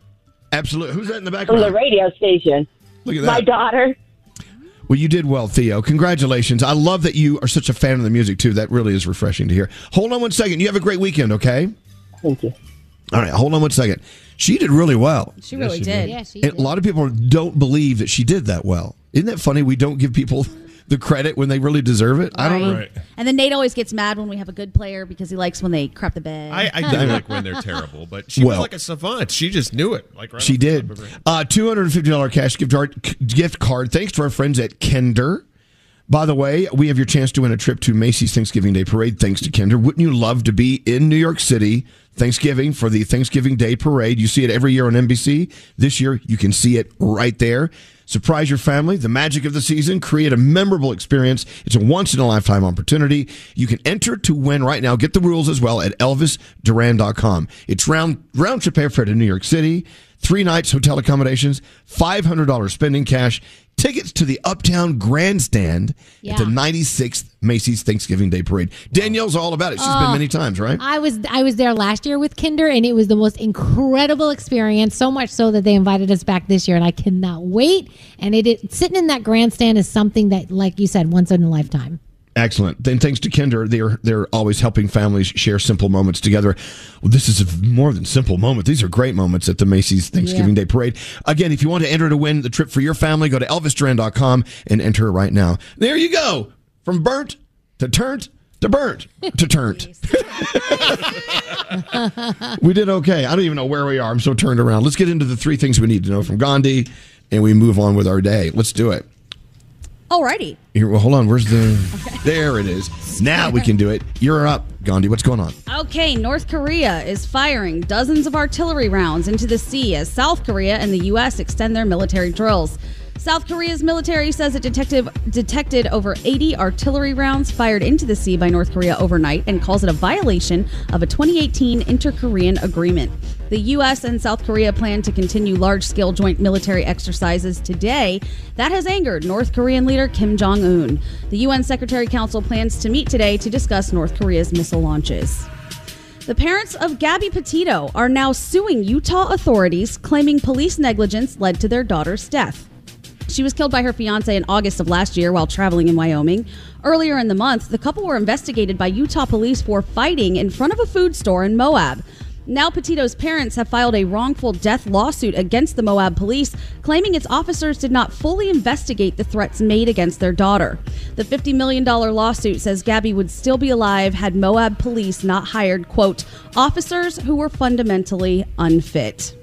S5: Absolutely. Who's that in the
S20: from
S5: background?
S20: the radio station.
S5: Look at that.
S20: My daughter.
S5: Well, you did well, Theo. Congratulations. I love that you are such a fan of the music, too. That really is refreshing to hear. Hold on one second. You have a great weekend, okay?
S20: Thank you.
S5: All right, hold on one second. She did really well.
S8: She really Yes, she did. did. Yeah, she
S5: and A lot of people don't believe that she did that well. Isn't that funny? We don't give people the credit when they really deserve it. I don't know.
S8: And then Nate always gets mad when we have a good player because he likes when they crap the bed.
S11: I, I do like when they're terrible, but she was
S5: Well.
S11: like a savant. She just knew it. Like right
S5: She
S11: off the
S5: did.
S11: top of her head.
S5: Uh, Two hundred and fifty dollars cash gift card, c- gift card. Thanks to our friends at Kinder. By the way, we have your chance to win a trip to Macy's Thanksgiving Day Parade. Thanks to Kinder. Wouldn't you love to be in New York City Thanksgiving for the Thanksgiving Day Parade? You see it every year on NBC. This year, you can see it right there. Surprise your family, the magic of the season, create a memorable experience. It's a once in a lifetime opportunity. You can enter to win right now. Get the rules as well at elvisduran.com. It's round round trip airfare to New York City, three nights hotel accommodations, $500 spending cash, tickets to the Uptown Grandstand at the
S7: Yeah.
S5: 96th Macy's Thanksgiving Day Parade. Danielle's all about it. She's been
S7: Oh.
S5: many times, right?
S7: I was I was there last year with Kinder, and it was the most incredible experience. So much so that they invited us back this year, and I cannot wait. And it, it sitting in that grandstand is something that, like you said, once in a lifetime.
S5: Excellent. Then thanks to Kinder, they're they're always helping families share simple moments together. Well, this is a more than simple moment. These are great moments at the Macy's Thanksgiving
S18: Yeah.
S5: Day Parade. Again, if you want to enter to win the trip for your family, go to elvisduran.com and enter right now. There you go. From burnt to turnt to burnt to turnt. we did okay. I don't even know where we are. I'm so turned around. Let's get into the three things we need to know from Gandhi and we move on with our day. Let's do it.
S8: Alrighty.
S5: Here, well, hold on. Where's the? There it is. Now we can do it. You're up, Gandhi. What's going on?
S8: Okay, North Korea is firing dozens of artillery rounds into the sea as South Korea and the U.S. extend their military drills. South Korea's military says it detective detected over 80 artillery rounds fired into the sea by North Korea overnight and calls it a violation of a 2018 inter-Korean agreement. The U.S. and South Korea plan to continue large-scale joint military exercises today. That has angered North Korean leader Kim Jong Un. The UN Secretary Council plans to meet today to discuss North Korea's missile launches. The parents of Gabby Petito are now suing Utah authorities, claiming police negligence led to their daughter's death. She was killed by her fiance in August of last year while traveling in Wyoming. Earlier in the month, the couple were investigated by Utah police for fighting in front of a food store in Moab. Now, Petito's parents have filed a wrongful death lawsuit against the Moab police, claiming its officers did not fully investigate the threats made against their daughter. The $50 million lawsuit says Gabby would still be alive had Moab police not hired, quote, officers who were fundamentally unfit.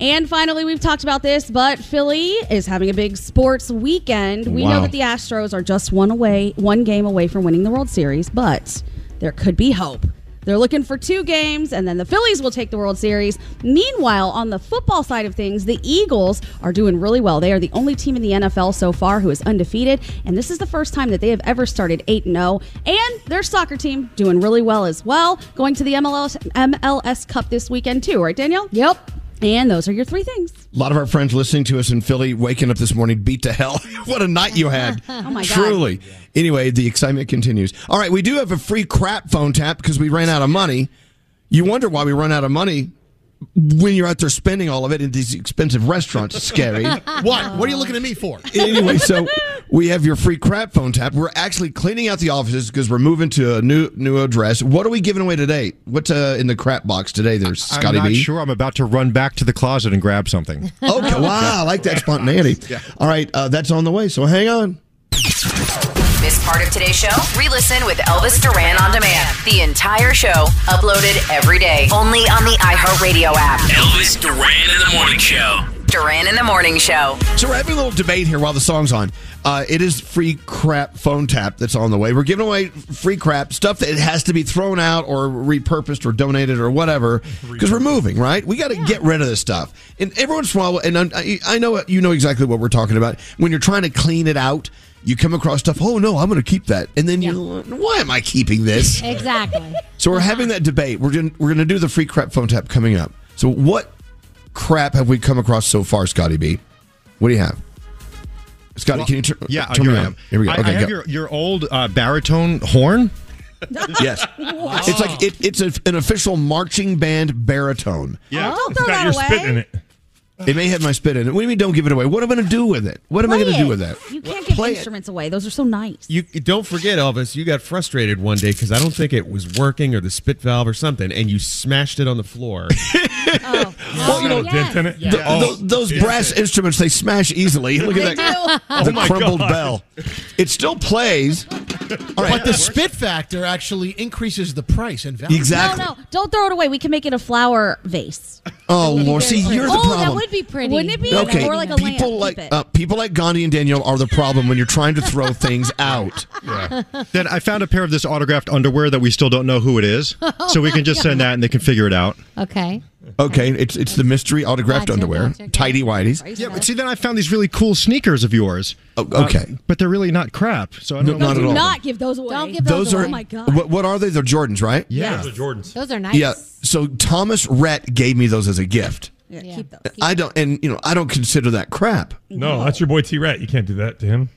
S8: And finally, we've talked about this, but Philly is having a big sports weekend. We
S6: Wow.
S8: know that the Astros are just one away, one game away from winning the World Series, but there could be hope. They're looking for two games, and then the Phillies will take the World Series. Meanwhile, on the football side of things, the Eagles are doing really well. They are the only team in the NFL so far who is undefeated, and this is the first time that they have ever started 8 0. And their soccer team doing really well as well, going to the MLS, MLS Cup this weekend, too, right, Danielle? Yep. And those are your three things.
S5: A lot of our friends listening to us in Philly waking up this morning beat to hell. what a night you had.
S8: Oh, my God.
S5: Truly. Anyway, the excitement continues. All right, we do have a free crap phone tap because we ran out of money. You wonder why we run out of money when you're out there spending all of it in these expensive restaurants. It's scary.
S4: What? What are you looking at me for?
S5: anyway, so we have your free crap phone tap. We're actually cleaning out the offices because we're moving to a new new address. What are we giving away today? What's uh, in the crap box today? There's
S13: I'm
S5: Scotty
S13: not
S5: B.
S13: sure. I'm about to run back to the closet and grab something.
S5: Okay, wow, I like that spontaneity.
S13: Yeah.
S5: All right, uh, that's on the way. So hang on.
S14: Miss part of today's show? Re-listen with Elvis Duran on demand. The entire show uploaded every day, only on the iHeartRadio app.
S18: Elvis Duran in the Morning Show.
S14: Duran in the Morning Show.
S5: So we're having a little debate here while the song's on. Uh, it is free crap phone tap that's on the way. We're giving away free crap stuff that has to be thrown out or repurposed or donated or whatever because we're moving, right? We got to get rid of this stuff. And every once in a while, and I'm- I, I know you know exactly what we're talking about. When you're trying to clean it out, you come across stuff. Oh no, I'm going to keep that, and then you, why am I keeping this?
S7: Exactly.
S5: So we're having that debate. We're going we're going to do the free crap phone tap coming up. So what crap have we come across so far, Scotty B? What do you have? Scotty,
S13: Well,
S5: can you tur-
S13: yeah,
S5: turn
S13: here I
S5: around?
S13: am.
S5: Here we go.
S13: I,
S5: okay,
S13: I have
S5: go.
S13: your, your old uh, baritone horn.
S5: yes. It's like it, it's a, an official marching band baritone.
S15: Yeah, it's got your spit in it.
S5: It may have my spit in it. What do you mean? Don't give it away. What am I going to do with it? What am I going to do with that?
S8: You can't give instruments away. Those are so nice.
S11: You don't forget, Elvis. You got frustrated one day because I don't think it was working or the spit valve or something, and you smashed it on the floor.
S15: Oh,
S5: Well, you know, th-
S11: Yeah.
S5: th- those
S11: Yeah.
S5: brass instruments they smash easily. Look
S6: They
S5: at that.
S6: do.
S5: The
S6: Oh my
S5: crumbled
S6: God.
S5: bell. It still plays. All right.
S6: But the spit factor actually increases the price and value.
S5: Exactly.
S8: No, no, don't throw it away. We can make it a flower vase.
S5: Oh Lord, see you're the problem.
S8: be pretty. Wouldn't it be?
S5: okay,
S8: Or like a
S5: people
S8: lamp.
S5: like
S8: Keep it.
S5: uh, people like Gandhi and Daniel are the problem when you're trying to throw things out.
S13: Then I found a pair of this autographed underwear that we still don't know who it is, so we can just send that and they can figure it out.
S7: Okay.
S5: Okay, it's it's the mystery autographed
S13: Gotcha,
S5: underwear, tidy whities.
S13: Yeah, but see, then I found these really cool sneakers of yours. Uh,
S5: Oh, okay.
S13: but they're really not crap. So I
S5: No,
S13: don't know.
S5: not
S8: Do
S5: at all.
S8: not give those away. Don't give
S5: Those are
S8: Oh my god.
S5: What, what are they? They're Jordans, right?
S15: Those are Jordans.
S7: Those are nice.
S5: Yeah. So Thomas Rhett gave me those as a gift.
S8: Yeah. Keep those.
S5: I don't, and you know, I don't consider that crap.
S15: No, that's your boy T Rat. You can't do that to him.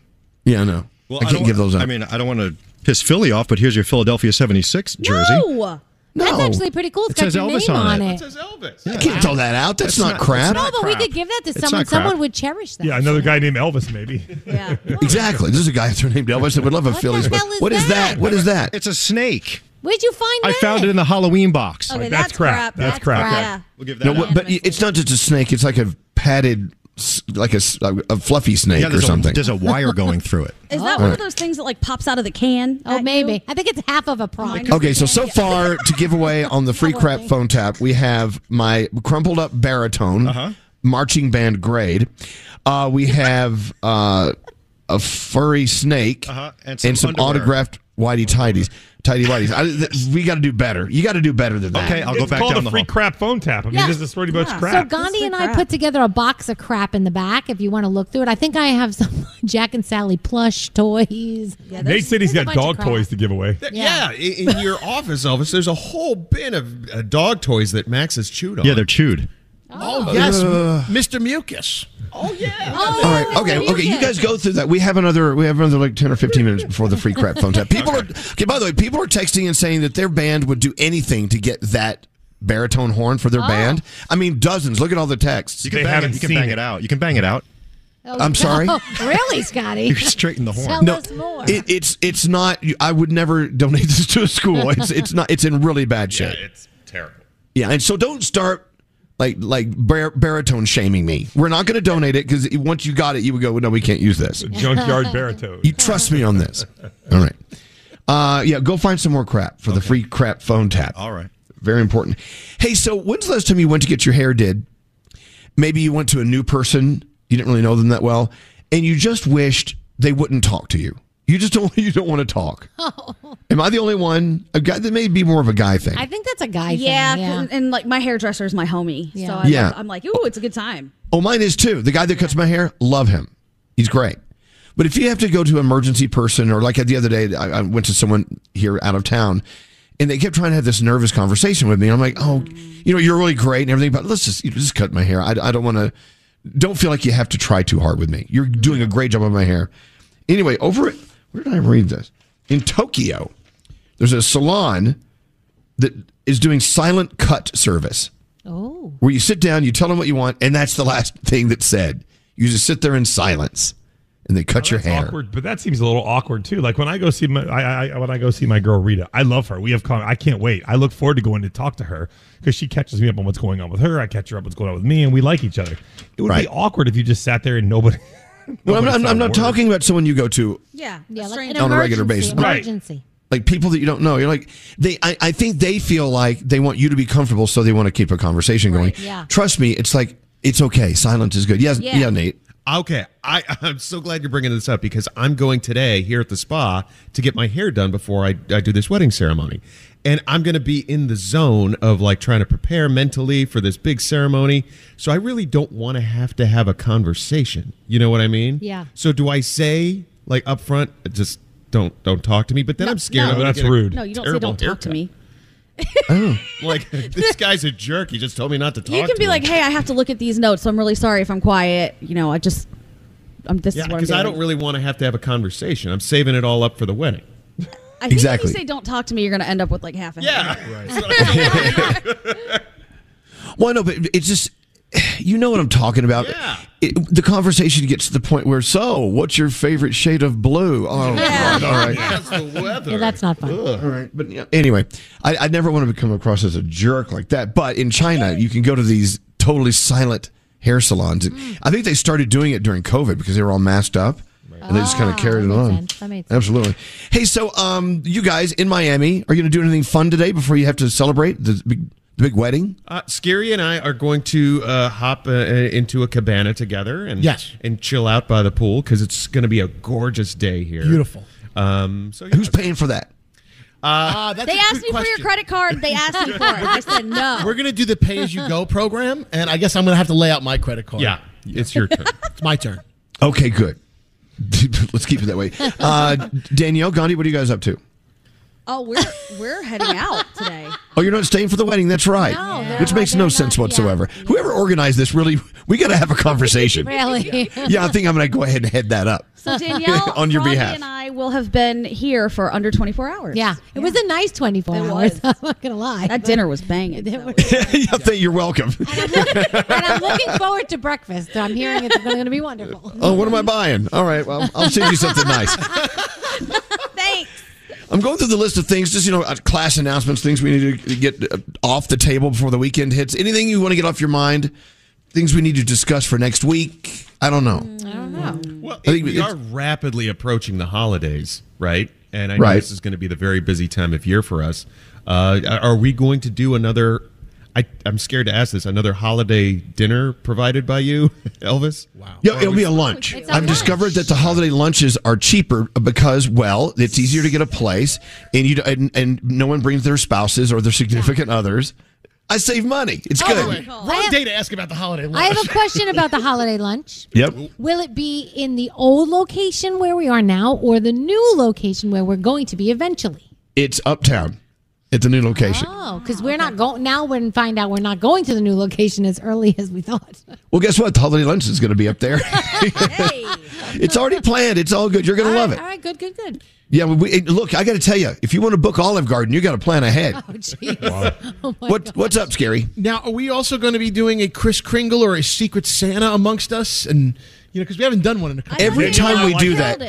S5: Yeah, I know.
S13: Well,
S5: I can't
S13: don't-
S5: give those up.
S13: I mean, I don't want to piss Philly off, but here's your Philadelphia 76 jersey.
S7: No. That's actually pretty cool. It's
S13: It
S7: got
S13: says
S7: your
S13: Elvis
S7: name
S13: on
S7: on
S13: it.
S7: it.
S13: It
S7: says
S5: Elvis. I can't throw that out. That's, not, crap.
S7: No, but we could give that to
S5: It's
S7: someone.
S5: not crap.
S7: Someone would cherish that.
S15: Yeah, another guy named Elvis, maybe.
S7: Yeah.
S5: Exactly. There's a guy out there named Elvis that would love a Phillies.
S7: hell is What is that? that?
S5: What is that?
S13: It's a snake.
S7: Where'd you find
S13: I
S7: that?
S13: found it in the Halloween box.
S7: Okay, Like, that's that's crap. crap. That's That's crap. crap. Yeah.
S13: We'll give that.
S5: No,
S13: up.
S5: what- but it's not just a snake. It's like a padded, s- like a, s- a- a fluffy snake
S13: Yeah,
S5: or
S13: there's a-
S5: something.
S13: there's a wire going through it.
S8: Is that
S5: Oh.
S8: one of those things that like pops out of the can? Oh
S7: Oh, maybe. I think it's half of a prime.
S5: Okay, so so far to give away on the free crap phone tap, we have my crumpled up baritone,
S13: Uh-huh.
S5: marching band grade. Uh, we have uh, a furry snake
S13: Uh-huh, and some underwear.
S5: autographed whitey tidies, tidy whities. I, th- we got to do better. You got to do better than that.
S13: Okay, I'll go
S15: It's back called down a the free hall. crap phone tap. I mean, this is story about
S7: So
S15: crap.
S7: Gandhi and I put together a box of crap in the back. If you want to look through it, I think I have some Jack and Sally plush toys.
S15: Nate said he's got dog toys to give away.
S11: Yeah, i- in your office, Elvis, there's a whole bin of uh, dog toys that Max has chewed on.
S13: Yeah, they're chewed.
S11: Oh,
S5: yes,
S21: Uh.
S11: Mr. Mucus.
S5: Oh, All right. Okay. Okay. You guys go through that. We have another. We have another like ten or fifteen minutes before the free crap phone tap. People are. Okay. By the way, people are texting and saying that their band would do anything to get that baritone horn for their
S7: Oh.
S5: band. I mean, dozens. Look at all the texts.
S13: You can bang, it, you can bang it out. You can bang it out.
S7: Oh,
S5: I'm sorry?
S7: really, Scotty?
S13: You can straighten the horn.
S7: Tell
S5: No,
S7: us more.
S5: it, it's it's not. you- I would never donate this to a school. It's it's not. It's in really bad shape. Yeah,
S11: it's terrible.
S5: and so don't start like like bar- baritone shaming me. We're not going to donate it because once you got it, you would go. No, we can't use this.
S15: Junkyard baritone.
S5: You trust me on this. All right. Uh, yeah, go find some more crap for the free crap phone tap. All
S13: right.
S5: Very important. Hey, so when's the last time you went to get your hair did? Maybe you went to a new person, you didn't really know them that well, and you just wished they wouldn't talk to you. You just don't you don't want to talk. Am I the only one? A guy that may be more of a guy thing.
S7: Oh. I think that's a guy
S8: Yeah,
S7: thing.
S8: And, and, like my hairdresser is my homie, so I'm,
S5: Yeah.
S8: I'm like, ooh, it's a good time.
S5: Oh, mine is too. The guy that cuts my hair, love him. He's great. But if you have to go to emergency person or like the other day, I, I went to someone here out of town and they kept trying to have this nervous conversation with me. I'm like, oh, you know, you're really great and everything, but let's just, you know, just cut my hair. I, I don't want to, don't feel like you have to try too hard with me. You're doing a great job on my hair. Anyway, over it, where did I read this? In Tokyo, there's a salon that is doing silent cut service
S7: Oh.
S5: where you sit down, you tell them what you want, and that's the last thing that's said. You just sit there in silence, and they cut your hair.
S15: awkward, but that seems a little awkward too. Like when I go see my, I, I when I go see my girl Rita, I love her. We have, con- I can't wait. I look forward to going to talk to her because she catches me up on what's going on with her. I catch her up what's going on with me, and we like each other. It would be awkward if you just sat there and nobody.
S5: Well, I'm
S15: nobody
S5: not,
S15: said
S5: I'm
S15: a
S5: not
S15: word.
S5: talking about someone you go to
S8: Yeah,
S7: yeah, like an
S5: on a regular basis,
S7: emergency, Emergency.
S5: Like people that you don't know, you're like they. I, I think they feel like they want you to be comfortable, so they want to keep a conversation going.
S7: yeah.
S5: Trust me, it's like It's okay. Silence is good. Yes, yeah,
S11: Yeah.
S5: Nate.
S11: Okay, I, I'm so glad you're bringing this up because I'm going today here at the spa to get my hair done before I, I do this wedding ceremony. And I'm going to be in the zone of like trying to prepare mentally for this big ceremony. So I really don't want to have to have a conversation. You know what I mean?
S18: Yeah.
S11: So do I say like up front, just don't don't talk to me? But then I'm scared.
S8: No.
S11: I'm gonna
S8: That's
S11: get a
S8: rude. No, you don't say
S11: terrible
S8: don't talk to me.
S11: haircut. like this guy's a jerk. He just told me not to talk.
S8: you can
S11: to
S8: be
S11: him.
S8: like, hey, I have to look at these notes, so I'm really sorry if I'm quiet. You know, I just, I'm, this
S11: yeah,
S8: is what I'm
S11: because
S8: doing.
S11: I don't really want to have to have a conversation. I'm saving it all up for the wedding.
S8: I think
S11: Exactly.
S8: If you say don't talk to me, you're going to end up with like half a Yeah.
S5: Well, no, but it's just you know what I'm talking about. Yeah. the conversation gets to the point where, so, what's your favorite shade of blue? Oh, God, all right.
S7: Yeah, that's not fun.
S5: All right, but yeah. Anyway, I, I never want to come across as a jerk like that. But in China, you can go to these totally silent hair salons. And
S7: Mm.
S5: I think they started doing it during COVID because they were all masked up. And they just kind of carried it on.
S7: Ah, That made sense.
S5: Absolutely. Hey, so um, you guys in Miami, are you going to do anything fun today before you have to celebrate the big, the big wedding?
S11: Uh, Scary and I are going to uh, hop uh, into a cabana together and
S5: Yes.
S11: and chill out by the pool because it's going to be a gorgeous day here.
S5: Beautiful.
S11: Um, so
S5: Who's paying for that?
S15: Ah,
S11: Uh,
S8: they asked me for your credit card. They asked me for it. I said no.
S6: We're gonna do the pay as you go program, and I guess I'm gonna have to lay out my credit card.
S11: Yeah, it's your turn.
S6: it's my turn.
S5: Okay, good. Let's keep it that way. Uh, Danielle, Gandhi, what are you guys up to?
S8: Oh, we're we're heading out today.
S5: Oh, you're not staying for the wedding. That's right.
S8: No, they're-
S5: Which makes no sense whatsoever. Whoever organized this, really, we got to have a conversation.
S8: Really?
S5: yeah, I think I'm going to go ahead and head that up.
S8: So Danielle,
S5: on your
S8: Rodney
S5: behalf.
S8: and I will have been here for under 24 hours. Yeah,
S7: It was a nice 24 hours. I'm not going to lie.
S8: That dinner was banging.
S5: yeah, thank- you're welcome.
S7: and I'm looking forward to breakfast. I'm hearing it's going to be wonderful.
S5: Oh, what am I buying? All right, well, I'll send you something nice.
S8: Thanks.
S5: I'm going through the list of things, just you know, uh, class announcements, things we need to get uh, off the table before the weekend hits. Anything you want to get off your mind? Things we need to discuss for next week? I don't know.
S8: Mm,
S11: Well,
S5: I think
S11: we
S5: it's-
S11: are rapidly approaching the holidays, right? And I know
S5: Right.
S11: this is going to be the very busy time of year for us. Uh, are we going to do another? I, I'm scared to ask this. Another holiday dinner provided by you, Elvis? Wow.
S5: Yeah, it'll be a lunch.
S11: It's a
S5: I've
S11: lunch.
S5: discovered that the holiday lunches are cheaper because, well, it's easier to get a place, and you and, and no one brings their spouses or their significant others. I save money. It's
S6: Oh.
S8: Oh,
S5: good.
S6: Wrong day to ask about the holiday lunch.
S7: I have a question about the holiday lunch.
S5: Yep.
S7: Will it be in the old location where we are now or the new location where we're going to be eventually?
S5: It's uptown at the new location.
S7: Oh, because we're not going now. We're find out we're not going to the new location as early as we thought.
S5: Well, guess what? The holiday lunch is going to be up there. It's already planned. It's all good. You're going to love it.
S7: All right, good, good, good.
S5: Yeah. We, it- look, I got to tell you, if you want to book Olive Garden, you got to plan ahead.
S7: Oh, jeez.
S6: Oh my
S5: what What's up, Scary?
S6: Now, are we also going to be doing a Chris Kringle or a Secret Santa amongst us? And you know, because we haven't done one in a couple.
S5: Every time we do that,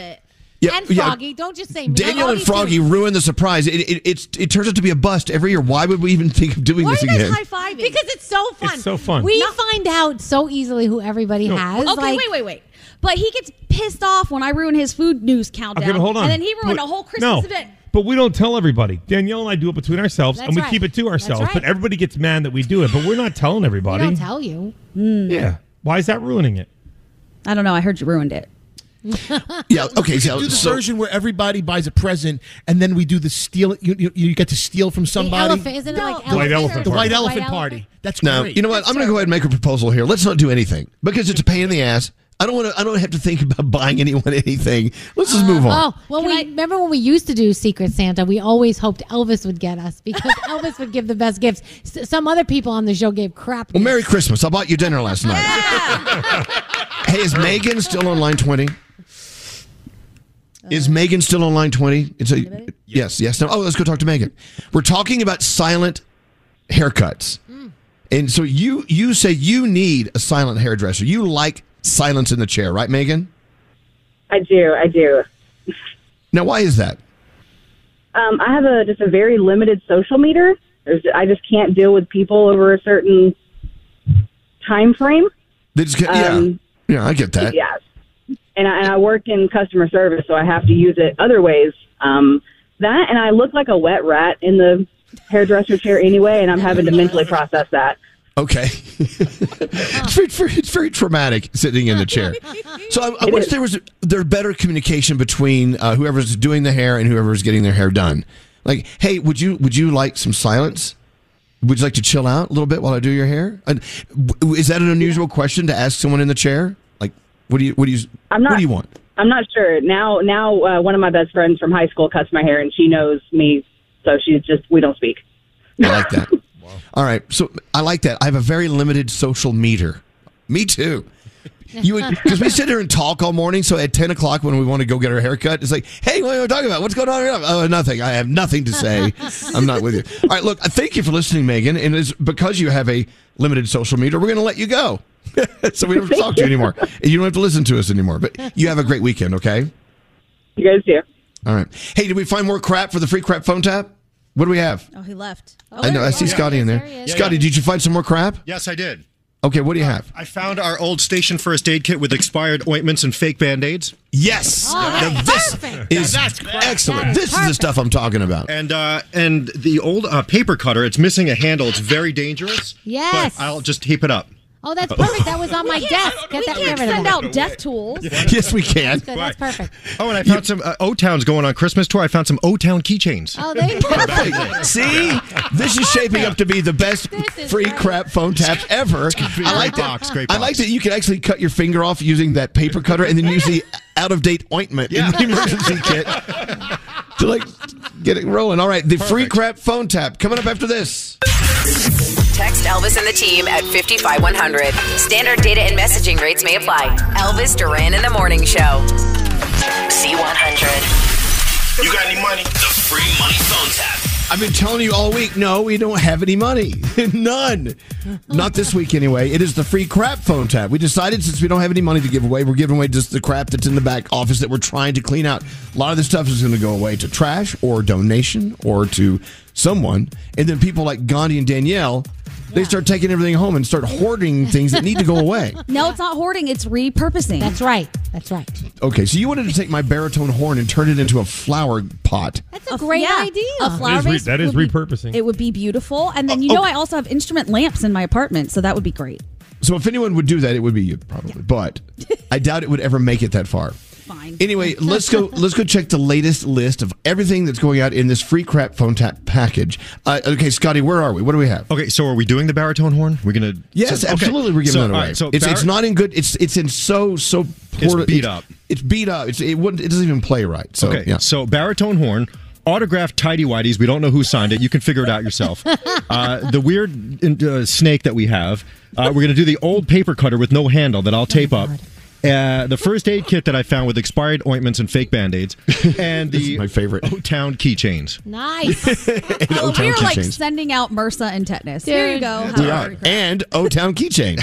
S5: yeah,
S7: and
S5: yeah.
S7: Froggy, don't just say me.
S5: Daniel and
S7: Froggy,
S5: Froggy ruin the surprise. It, it, it's, it turns out to be a bust every year. Why would we even think of doing
S7: Why
S5: this
S7: are you guys
S5: again?
S7: high fiving? Because it's so fun.
S5: It's so fun.
S7: We find out so easily who everybody has.
S8: Okay,
S7: like-
S8: wait, wait, wait. But he gets pissed off when I ruin his food news countdown.
S15: Okay, but hold on.
S8: And then he ruined
S15: But-
S8: a whole Christmas
S15: no,
S8: event.
S15: But we don't tell everybody. Danielle and I do it between ourselves,
S8: That's
S15: and we
S8: right.
S15: keep it to
S8: That's
S15: ourselves.
S8: right.
S15: But everybody gets mad that we do it. But we're not telling
S7: We
S15: everybody.
S7: don't tell you.
S8: Hmm.
S15: Yeah. Why is that ruining it?
S8: I don't know. I heard you ruined it.
S5: yeah. Okay.
S6: So, do the version where everybody buys a present, and then we do the steal. You, you, you get to steal from somebody.
S7: elephant- isn't it like
S6: the
S7: White elephant elephant or-
S6: The
S7: party.
S6: white
S7: White
S6: elephant
S7: elephant?
S6: party. That's
S5: No,
S6: great.
S5: you know what? I'm going to go ahead and make a proposal here. Let's not do anything because it's a pain in the ass. I don't want to. I don't have to think about buying anyone anything. Let's just move on.
S7: Oh, well, we remember when we used to do Secret Santa, we always hoped Elvis would get us because Elvis would give the best gifts. S- some other people on the show gave crap.
S5: Well, Merry Christmas. I bought you dinner last night. hey, is Megan still on line 20?
S22: Uh,
S5: Is Megan still on line 20? It's a yes, yes. No. Oh, let's go talk to Megan. We're talking about silent haircuts.
S22: Hmm.
S5: And so you you say you need a silent hairdresser. You like silence in the chair, right, Megan?
S22: I do. I do.
S5: Now, why is that?
S22: Um, I have a just a very limited social meter. There's, I just can't deal with people over a certain time frame.
S5: They just get,
S22: Um,
S5: yeah. Yeah, I get that.
S22: Yeah. And I, and I work in customer service, so I have to use it other ways. Um, that and I look like a wet rat in the hairdresser chair anyway, and I'm having to mentally process that.
S5: Okay. it's, very, very- it's very traumatic sitting in the chair. So I, I
S18: It
S5: wish
S18: is.
S5: there was there better communication between uh, whoever's doing the hair and whoever's getting their hair done. Like, hey, would you would you like some silence? Would you like to chill out a little bit while I do your hair? And w- is that an unusual question to ask someone in the chair? Like, what do you what do you
S22: I'm not-
S5: what do you want?
S22: I'm not sure now. Now, uh, one of my best friends from high school cuts my hair, and she knows me, so she's just we don't speak.
S5: I like that. All right. So I like that. I have a very limited social meter. Me too. You would because we sit here and talk all morning. So at ten o'clock when we want to go get our haircut, it's like, hey, what are you talking about? What's going on? Here? Oh, nothing. I have nothing to say. I'm not with you. All right, look. I Thank you for listening, Megan. And it's because you have a limited social meter, we're going to let you go. so we don't have to talk to you anymore. And you don't have to listen to us anymore. But you have a great weekend. Okay.
S22: You guys do.
S5: All right. Hey, did we find more crap for the free crap phone tap? What do we have?
S8: Oh, he left.
S5: I know. I see Scotty in there. Scotty, did you find some more crap?
S13: Yes, I did.
S5: Okay, what do you have?
S13: I found our old station first aid kit with expired ointments and fake band aids.
S8: Oh,
S5: Yes. Now this is excellent. This is the stuff I'm talking about.
S13: And uh, and the old uh, paper cutter, it's missing a handle. It's very dangerous.
S7: Yes.
S13: But I'll just tape it up.
S7: Oh, that's perfect. That was on my desk. Get that
S8: can't
S7: rid of
S8: send
S7: that.
S8: out death tools.
S5: Yes, we can.
S7: That's good. That's perfect.
S13: Oh, and I found some uh, O Town's going on Christmas tour. I found some O Town keychains.
S7: Oh, there you go.
S5: See, this is shaping up to be the best free crap phone tap ever. I like that.
S13: box, great
S5: I like that you can actually cut your finger off using that paper cutter and then use the out of date ointment in the emergency kit to like get it rolling. All right, the free crap phone tap coming up after this.
S14: Text Elvis and the team at 55100. Standard data and messaging rates may apply. Elvis Duran in the Morning Show. C100.
S18: You got any money? The free money phone tap.
S5: I've been telling you all week, no, we don't have any money. None. Not this week, anyway. It is the free crap phone tap. We decided since we don't have any money to give away, we're giving away just the crap that's in the back office that we're trying to clean out. A lot of this stuff is going to go away to trash or donation or to someone. And then people like Gandhi and Danielle, they start taking everything home and start hoarding things that need to go away.
S8: No, it's not hoarding. It's repurposing. That's
S7: right. That's right.
S5: Okay, so you wanted to take my baritone horn and turn it into a flower pot.
S8: That's a, great idea. A flower
S5: is re-
S8: vase
S5: that is
S8: would be-
S5: repurposing.
S8: It would be beautiful, and then you know I also have instrument lamps in my apartment, so that would be great.
S5: So if anyone would do that, it would be you probably, but I doubt it would ever make it that far. Fine. Anyway, let's go. Let's go check the latest list of everything that's going out in this free crap phone tap package. Uh, okay, Scotty, where are we? What do we have?
S13: Okay, so are we doing the baritone horn? We're gonna
S5: Yes,
S13: so- okay.
S5: absolutely. We're giving
S13: So,
S5: that away.
S13: all right, so
S5: it's, it's
S13: bar-
S5: not in good. It's it's in so so
S13: It's
S5: poor.
S13: beat up.
S5: It's beat up. It's, it wouldn't. It doesn't even play right. So
S13: okay,
S5: yeah.
S13: so baritone horn, autographed tidy whities. We don't know who signed it. You can figure it out yourself. uh, the weird uh, snake that we have. Uh, we're gonna do the old paper cutter with no handle that I'll tape up. Uh, the first aid kit that I found with expired ointments and fake band aids, and the my
S5: favorite
S13: O Town keychains.
S8: Nice. oh,
S13: Old-town
S8: we're like
S13: keychains.
S8: sending out MRSA and tetanus. There you
S13: Dude.
S8: go.
S5: We are. And O Town keychains.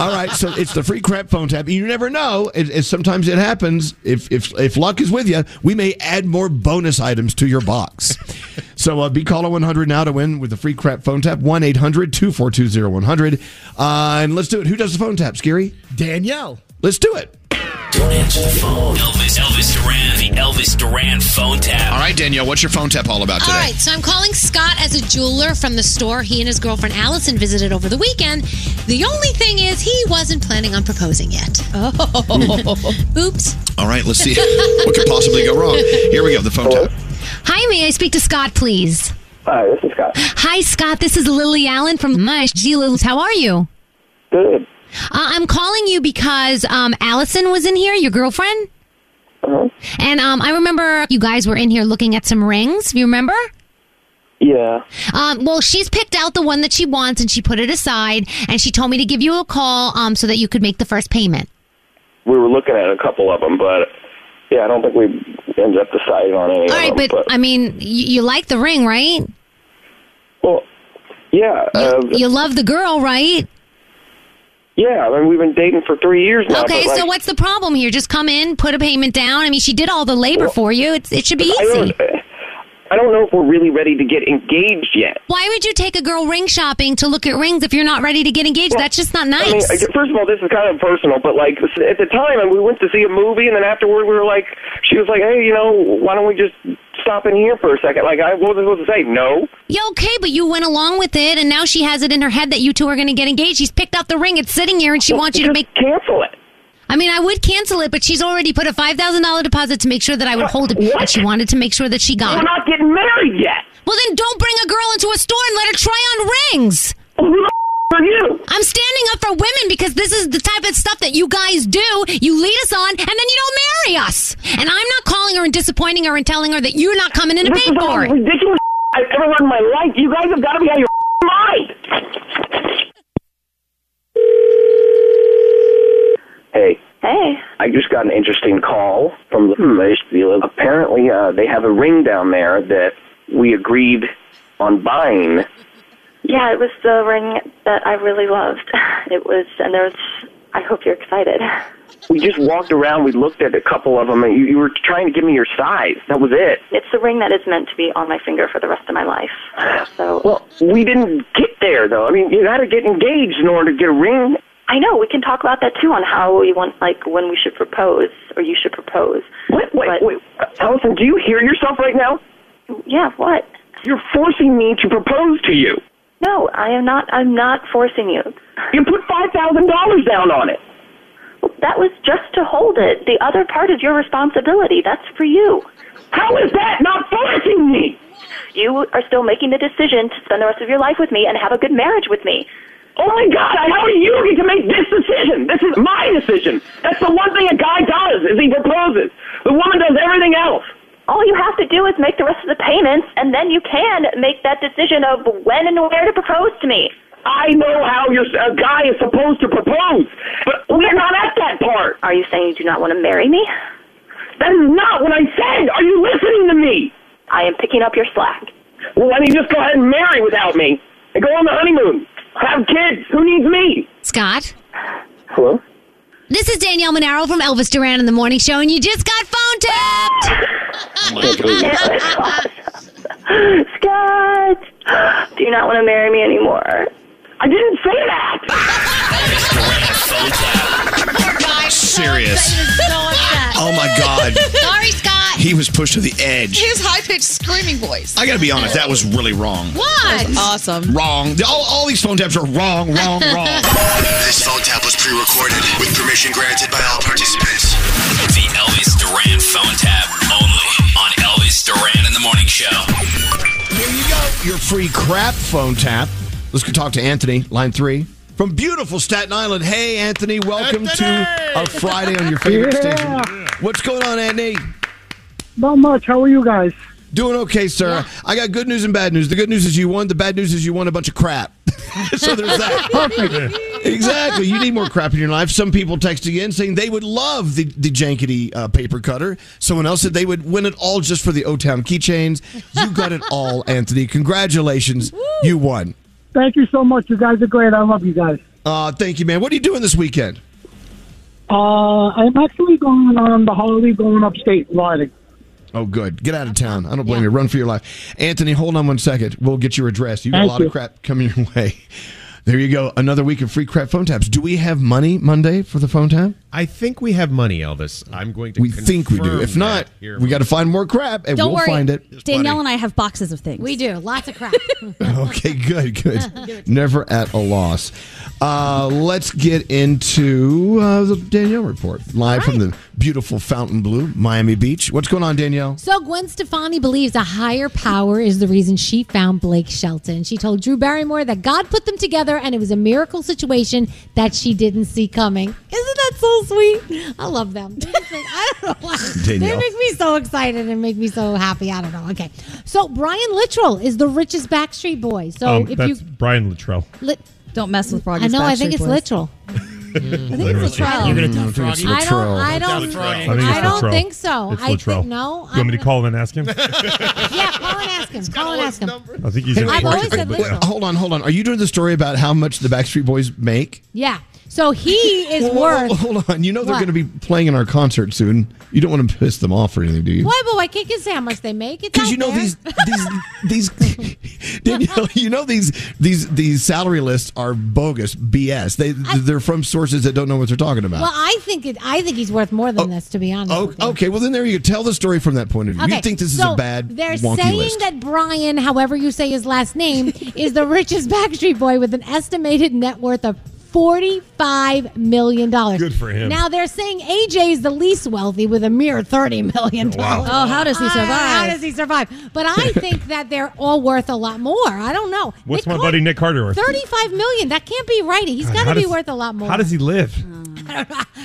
S5: All right, so it's the free crap phone tap. You never know. It, it- sometimes it happens. If, if if luck is with you, we may add more bonus items to your box. so uh, be caller 100 now to win with the free crap phone tap 1 800 242 100. Uh, And let's do it. Who does the phone tap, Scary?
S6: Danielle.
S5: Let's do it.
S18: Don't answer the phone. Elvis, Elvis Duran, the Elvis Duran phone tap.
S5: All right, Danielle, what's your phone tap all about
S7: All right, so I'm calling Scott as a jeweler from the store he and his girlfriend Allison visited over the weekend. The only thing is, he wasn't planning on proposing yet. Oh. Oops.
S16: All right, let's see what could possibly go wrong. Here we go, the phone tap.
S7: Hi, may I speak to Scott, please?
S23: Hi, this is Scott.
S7: Hi, Scott. This is Lily Allen from My Jewelers. How are you?
S23: Good.
S7: Uh, I'm calling you because um, Allison was in here, your girlfriend. And um, I remember you guys were in here looking at some rings. You remember?
S23: Yeah.
S7: Um, well, she's picked out the one that she wants and she put it aside. And she told me to give you a call um, so that you could make the first payment.
S23: We were looking at a couple of them, but yeah, I don't think we ended up deciding on any
S7: All
S23: of
S7: right,
S23: them.
S7: but I mean, y- you like the ring, right?
S23: well, yeah, uh,
S7: You love the girl, right?
S23: yeah. I mean, we've been dating for three years now.
S7: Okay,
S23: but, like,
S7: so what's the problem here? Just come in, put a payment down. I mean, she did all the labor for you. It's, it should be
S23: I
S7: easy.
S23: don't, I don't know if we're really ready to get engaged yet.
S7: Why would you take a girl ring shopping to look at rings if you're not ready to get engaged? That's just not
S23: I mean,
S7: nice.
S23: I- first of all, this is kind of personal, but like at the time, and we went to see a movie, and then afterward, we were like, she was like, hey, you know, why don't we just
S20: stop in here for a second? Like, I what was I supposed to say? No.
S7: Yeah, okay, but you went along with it, and now she has it in her head that you two are going to get engaged. She's picked out the ring; it's sitting here, and she wants you to make
S20: cancel it.
S7: I mean, I would cancel it, but she's already put a five thousand dollar deposit to make sure that I would hold it. But she wanted to make sure that she got.
S20: We're
S7: it.
S20: not getting married yet.
S7: Well, then don't bring a girl into a store and let her try on rings.
S20: Are you?
S7: I'm standing up for women because this is the type of stuff that you guys do. You lead us on, and then you don't marry us. And I'm not calling her and disappointing her and telling her that you're not coming in to
S20: this
S7: pay
S20: is the
S7: for
S20: most
S7: it.
S20: ridiculous I've ever heard in my life. You guys have got to be out of your mind. Hey.
S10: Hey.
S20: I just got an interesting call from the
S7: Hmm.
S20: place we live. Apparently, uh, they have a ring down there that we agreed on buying.
S10: Yeah, it was the ring that I really loved. It was, and there was. I hope you're excited.
S20: We just walked around. We looked at a couple of them, and you, you were trying to give me your size. That was it.
S10: It's the ring that is meant to be on my finger for the rest of my life. So.
S20: Well, we didn't get there though. I mean, you had to get engaged in order to get a ring.
S10: I know we can talk about that too on how we want, like when we should propose or you should propose.
S20: What? Wait,
S10: But-
S20: wait, Allison, do you hear yourself right now?
S10: Yeah. What?
S20: You're forcing me to propose to you.
S10: No, I am not. I'm not forcing you.
S20: You put five thousand dollars down on it.
S10: That was just to hold it. The other part is your responsibility. That's for you.
S20: How is that not forcing me?
S10: You are still making the decision to spend the rest of your life with me and have a good marriage with me.
S20: Oh my God! How do you get to make this decision? This is my decision. That's the one thing a guy does is he proposes. The woman does everything else.
S10: All you have to do is make the rest of the payments, and then you can make that decision of when and where to propose to me.
S20: I know how you're, a guy is supposed to propose, but we're not at that part.
S10: Are you saying you do not want to marry me?
S20: That is not what I said. Are you listening to me?
S10: I am picking up your slack.
S20: Well, why don't you just go ahead and marry without me and go on the honeymoon? Have kids. Who needs me?
S7: Scott,
S20: Hello?
S7: this is Danielle Monaro from Elvis Duran in the Morning Show, and you just got phone tapped.
S10: Scott, do you not want to marry me anymore?
S20: I didn't say that.
S2: Serious.
S5: Oh my God.
S19: Sorry, Scott.
S2: He was pushed to the edge.
S19: His high pitched screaming voice.
S2: I gotta be honest, that was really wrong.
S19: What?
S2: Awesome. Wrong. All, all these phone taps are wrong, wrong, wrong.
S1: This phone tap was pre-recorded with permission granted by all participants. The Elvis Duran phone tap only on Elvis Duran in the morning show.
S5: Here you go.
S24: Your free crap phone tap.
S5: Let's go talk to Anthony, line three. From beautiful Staten Island. Hey, Anthony, welcome to a Friday on your favorite
S25: Yeah.
S5: station. What's going on, Anthony?
S25: Not much. How are you guys?
S5: Doing okay, sir. I got good news and bad news. The good news is you won. The bad news is you won a bunch of crap. so there's that. Perfect. Exactly. You need more crap in your life. Some people texting in saying they would love the, the jankety uh, paper cutter. Someone else said they would win it all just for the O Town keychains. You got it all, Anthony. Congratulations. You won.
S25: Thank you so much. You guys are great. I love you guys.
S5: Uh, thank you, man. What are you doing this weekend?
S25: Uh, I'm actually going on the holiday going upstate riding.
S5: Oh, good. Get out of town. I don't blame you. Run for your life. Anthony, hold on one second. We'll get your address. You got a
S25: Thank
S5: lot
S25: you.
S5: of crap coming your way. There you go. Another week of free crap phone taps. Do we have money Monday for the phone tap?
S11: I think we have money, Elvis. I'm going to.
S5: We think we do. If not, we got to find more crap and
S8: Don't
S5: we'll
S8: worry.
S5: find it.
S8: Danielle and I have boxes of things. We
S7: do. Lots of crap.
S5: Okay, good, good. Never at a loss. Uh, let's get into uh, the Danielle report live from the beautiful Fountain Blue, Miami Beach. What's going on, Danielle?
S7: So Gwen Stefani believes a higher power is the reason she found Blake Shelton. She told Drew Barrymore that God put them together and it was a miracle situation that she didn't see coming. Isn't that so sweet? I love them. They just make- I don't know why.
S5: Danielle.
S7: They make me so excited and make me so happy. I don't know. Okay. So Brian Littrell is the richest Backstreet Boy. So
S15: um,
S7: if
S15: that's
S7: you
S15: Brian Latrell.
S7: lit,
S8: don't mess with Froggy's
S7: I know. I think
S8: Backstreet
S7: it's
S8: Boys.
S7: Littrell. Latrell.
S15: You're
S7: gonna
S15: tell Froggy?
S7: I don't. I don't.
S15: I, think it's
S7: I don't
S15: Latrell.
S7: think so.
S15: It's
S7: I think-
S15: Latrell.
S7: no.
S15: You want me to call him and ask him?
S7: Yeah, call and ask him. Call and ask him.
S15: I think he's.
S7: I've always said
S5: Wait,
S7: Littrell.
S5: Hold on, hold on. Are you doing the story about how much the Backstreet Boys make?
S7: Yeah. So he is
S5: Well,
S7: worth.
S5: well, Hold on. You know they're
S7: What?
S5: going to be playing in our concert soon. You don't want to piss them off or anything, do you?
S7: Why, but I can't say how much they make. It's
S5: Because you know these these these Danielle, you know these these these salary lists are bogus BS. They they're from sources that don't know what they're talking about.
S7: Well, I think it. I think he's worth more than this, to be honest.
S5: Uh, Oh, okay, well then there you go. Tell the story from that point of view.
S7: Okay,
S5: you think this is
S7: so
S5: a bad
S7: They're
S5: wonky
S7: saying
S5: list.
S7: that Brian, however you say his last name, is the richest Backstreet Boy with an estimated net worth of forty-five million dollars.
S18: Good for him.
S7: Now they're saying AJ is the least wealthy with a mere thirty million
S18: Wow.
S7: dollars.
S8: Oh, how does he
S7: Uh, How
S8: survive?
S7: does he survive? But I think that they're all worth a lot more. I don't know.
S15: What's my buddy Nick Carter worth?
S7: Thirty-five million. That can't be right. He's
S15: God,
S7: got
S15: how
S7: to be
S15: does-
S7: worth a lot more.
S15: How does he live?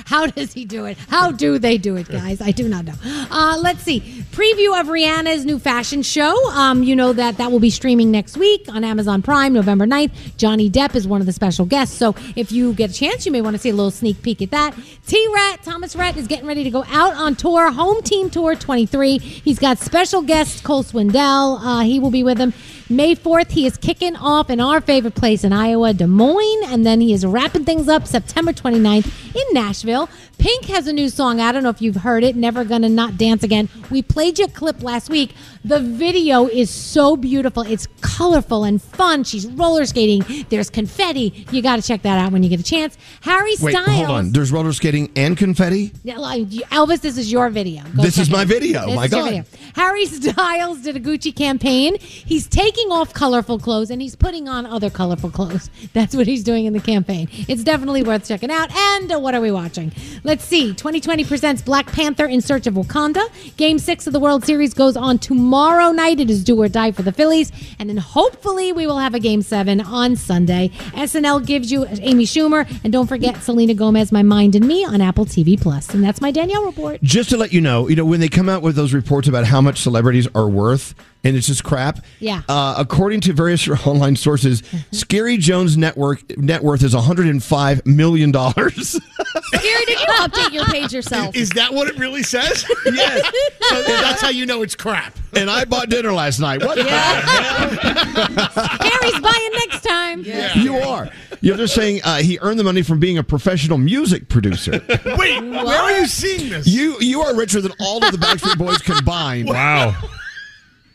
S7: How does he do it? How do they do it, guys? I do not know. Uh, let's see. Preview of Rihanna's new fashion show. Um, you know that that will be streaming next week on Amazon Prime, November 9th. Johnny Depp is one of the special guests. So if you get a chance, you may want to see a little sneak peek at that. T Rat, Thomas Rhett, is getting ready to go out on tour, Home Team Tour 23. He's got special guest Cole Swindell. Uh, he will be with him. May 4th, he is kicking off in our favorite place in Iowa, Des Moines, and then he is wrapping things up September 29th in Nashville. Pink has a new song. I don't know if you've heard it, Never Gonna Not Dance Again. We played you a clip last week. The video is so beautiful. It's colorful and fun. She's roller skating. There's confetti. You got to check that out when you get a chance. Harry
S5: Wait,
S7: Styles.
S5: hold on. There's roller skating and confetti?
S7: Yeah, like, you- Elvis, this is your video.
S5: This
S7: check
S5: is
S7: it
S5: my
S7: out.
S5: video.
S7: This
S5: My
S7: is your
S5: God.
S7: Harry Styles did a Gucci campaign. He's taking off colorful clothes and he's putting on other colorful clothes. That's what he's doing in the campaign. It's definitely worth checking out. And uh, what are we watching? Let's see. 2020 presents Black Panther in Search of Wakanda. Game six of the World Series goes on tomorrow night. It is do or die for the Phillies. And then hopefully we will have a game seven on Sunday. SNL gives you Amy Schumer. And don't forget Selena Gomez, My Mind and Me on Apple TV Plus. And that's my Danielle report.
S5: Just to let you know, you know when they come out with those reports about how much celebrities are worth and it's just crap.
S7: Yeah.
S5: Uh, according to various online sources, Scary Jones network net worth is 105 million dollars.
S8: Gary, did you update your page yourself?
S6: Is that what it really says?
S5: yes.
S6: So that's how you know it's crap.
S5: and I bought dinner last night. What? the-
S7: Harry's buying next time.
S5: You are. You're just saying uh, he earned the money from being a professional music producer.
S6: Wait, where are you seeing this?
S5: you you are richer than all of the Backstreet Boys combined.
S15: Wow.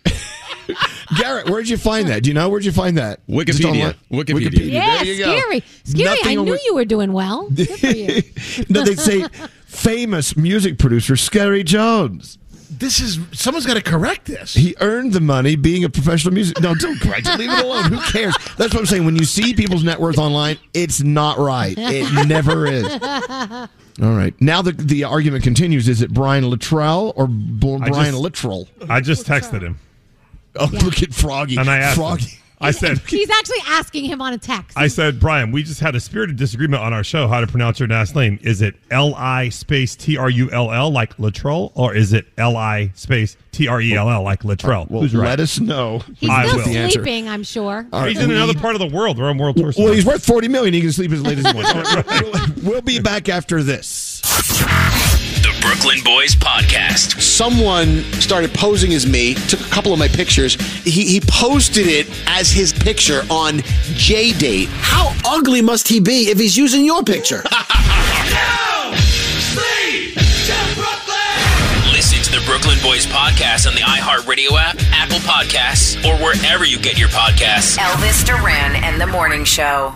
S5: Garrett, where'd you find that? Do you know where'd you find that? Just online?
S17: Wikipedia. Wikipedia.
S7: Yeah,
S5: There you go.
S7: scary. Scary. I
S5: Nothing on
S7: knew
S5: Wik-
S7: you were doing well. Good for you.
S5: no, they say famous music producer Scary Jones.
S6: This is someone's got to correct this.
S5: He earned the money being a professional music. No, don't correct it. Leave it alone. Who cares? That's what I'm saying. When you see people's net worth online, it's not right. It never is. All right. Now the the argument continues. Is it Brian Littrell or B-
S15: I
S5: Brian
S15: just-
S5: Littrell?
S15: I just texted him.
S5: Oh, look at Froggy.
S15: And I asked him.
S5: Froggy.
S15: I said,
S7: He's actually asking him on a text.
S15: I said, Brian, we just had a spirited disagreement on our show how to pronounce your last name. Is it L I space T R U L L like Latrell, or is it L I space T R E L L like Latrell?
S5: Well,
S15: Who's right?
S5: let us know.
S7: He's
S15: I
S7: still
S15: will. The answer.
S7: sleeping, I'm sure.
S5: All right. Mm-hmm.
S15: He's in another part of the world. We're on World Tour.
S5: Well, he's worth forty million. He can sleep as late as he wants. All right, we'll- we'll be back after this.
S1: The Brooklyn Boys Podcast.
S19: Someone started posing as me, took a couple of my pictures. He, he posted it as his picture on J Date. How ugly must he be if he's using your picture?
S1: Listen to the Brooklyn Boys Podcast on the iHeartRadio app, Apple Podcasts, or wherever you get your podcasts.
S14: Elvis Duran and the Morning Show.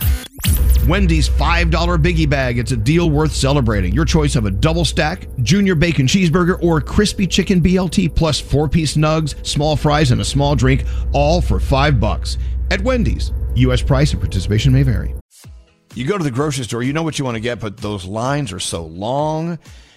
S5: Wendy's $5 biggie bag. It's a deal worth celebrating. Your choice of a double stack, junior bacon cheeseburger, or crispy chicken BLT plus four piece nugs, small fries, and a small drink, all for five bucks. At Wendy's, U.S. price and participation may vary. You go to the grocery store, you know what you want to get, but those lines are so long.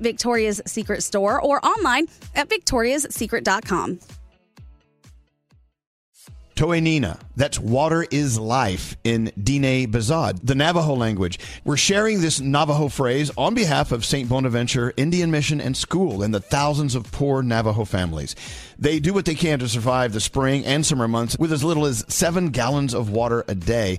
S8: Victoria's Secret store or online at victoriassecret.com.
S5: Toenina. That's water is life in Dine Bazad, the Navajo language. We're sharing this Navajo phrase on behalf of St. Bonaventure Indian Mission and School and the thousands of poor Navajo families. They do what they can to survive the spring and summer months with as little as seven gallons of water a day.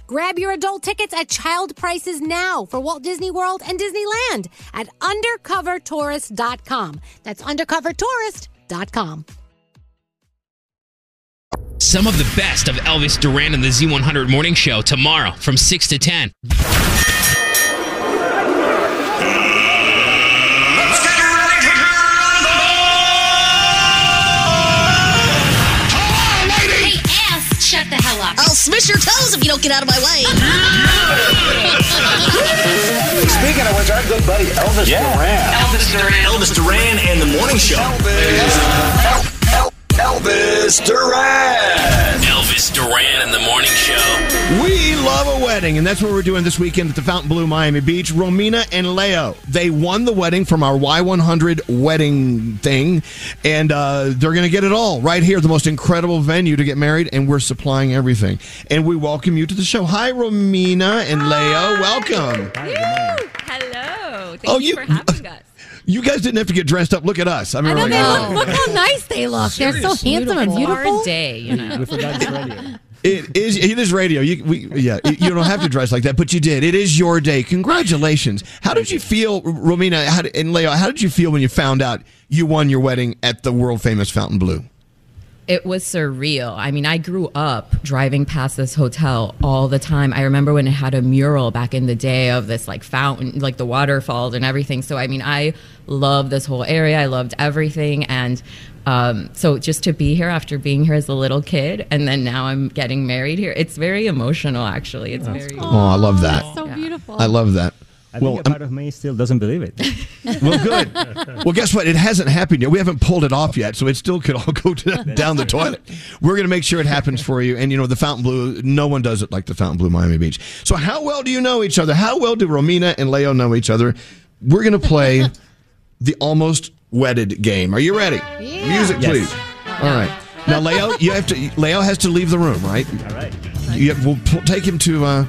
S7: Grab your adult tickets at child prices now for Walt Disney World and Disneyland at Undercover undercovertourist.com. That's undercovertourist.com.
S1: Some of the best of Elvis Duran and the Z100 Morning Show tomorrow from 6 to 10.
S26: Hey, ass, shut the hell up.
S2: I'll smash your toes if you don't get out of my way.
S4: Speaking of which, our good buddy Elvis Duran. Elvis Duran. Elvis Duran and the Morning Show. Elvis. Elvis Duran.
S27: Elvis Duran and the Morning Show.
S20: We love a wedding, and that's what we're doing this weekend at the Fontainebleau, Miami Beach. Romina and Leo, they won the wedding from our Y100 wedding thing, and uh, they're going to get it all right here, the most incredible venue to get married, and we're supplying everything. And we welcome you to the show. Hi, Romina and Leo. Welcome.
S28: Hello. Thank
S20: Oh,
S28: you,
S20: you-
S28: for having us.
S20: You guys didn't have to get dressed up. Look at us. I mean, oh
S28: know,
S20: we're
S28: they
S20: like-
S7: Look how nice they look. They're so
S28: Oh. Seriously.
S7: handsome and
S28: Beautiful.
S7: beautiful.
S28: Day, you know.
S20: It is. It is radio. You, we, yeah. You don't have to dress like that, but you did. It is your day. Congratulations. How did you feel, Romina? How did, and Leo? How did you feel when you found out you won your wedding at the world famous Fountain Blue?
S28: it was surreal. I mean, I grew up driving past this hotel all the time. I remember when it had a mural back in the day of this like fountain, like the waterfalls and everything. So, I mean, I love this whole area. I loved everything. And um, so, just to be here after being here as a little kid, and then now I'm getting married here, it's very emotional, actually. It's very.
S5: Oh, I love that.
S7: so beautiful.
S5: I love that.
S29: I
S5: well,
S29: think a part of me still doesn't believe it.
S5: well, good. Well, guess what? It hasn't happened yet. We haven't pulled it off yet, so it still could all go to, down the toilet. We're going to make sure it happens for you. And you know, the Fountain Blue, no one does it like the Fountain Blue Miami Beach. So, how well do you know each other? How well do Romina and Leo know each other? We're going to play the almost wedded game. Are you ready? Music,
S29: Yes.
S5: please. All right. Now, Leo, you have to. Leo has to leave the room, right? All right. You have, we'll pull, take him to. Uh,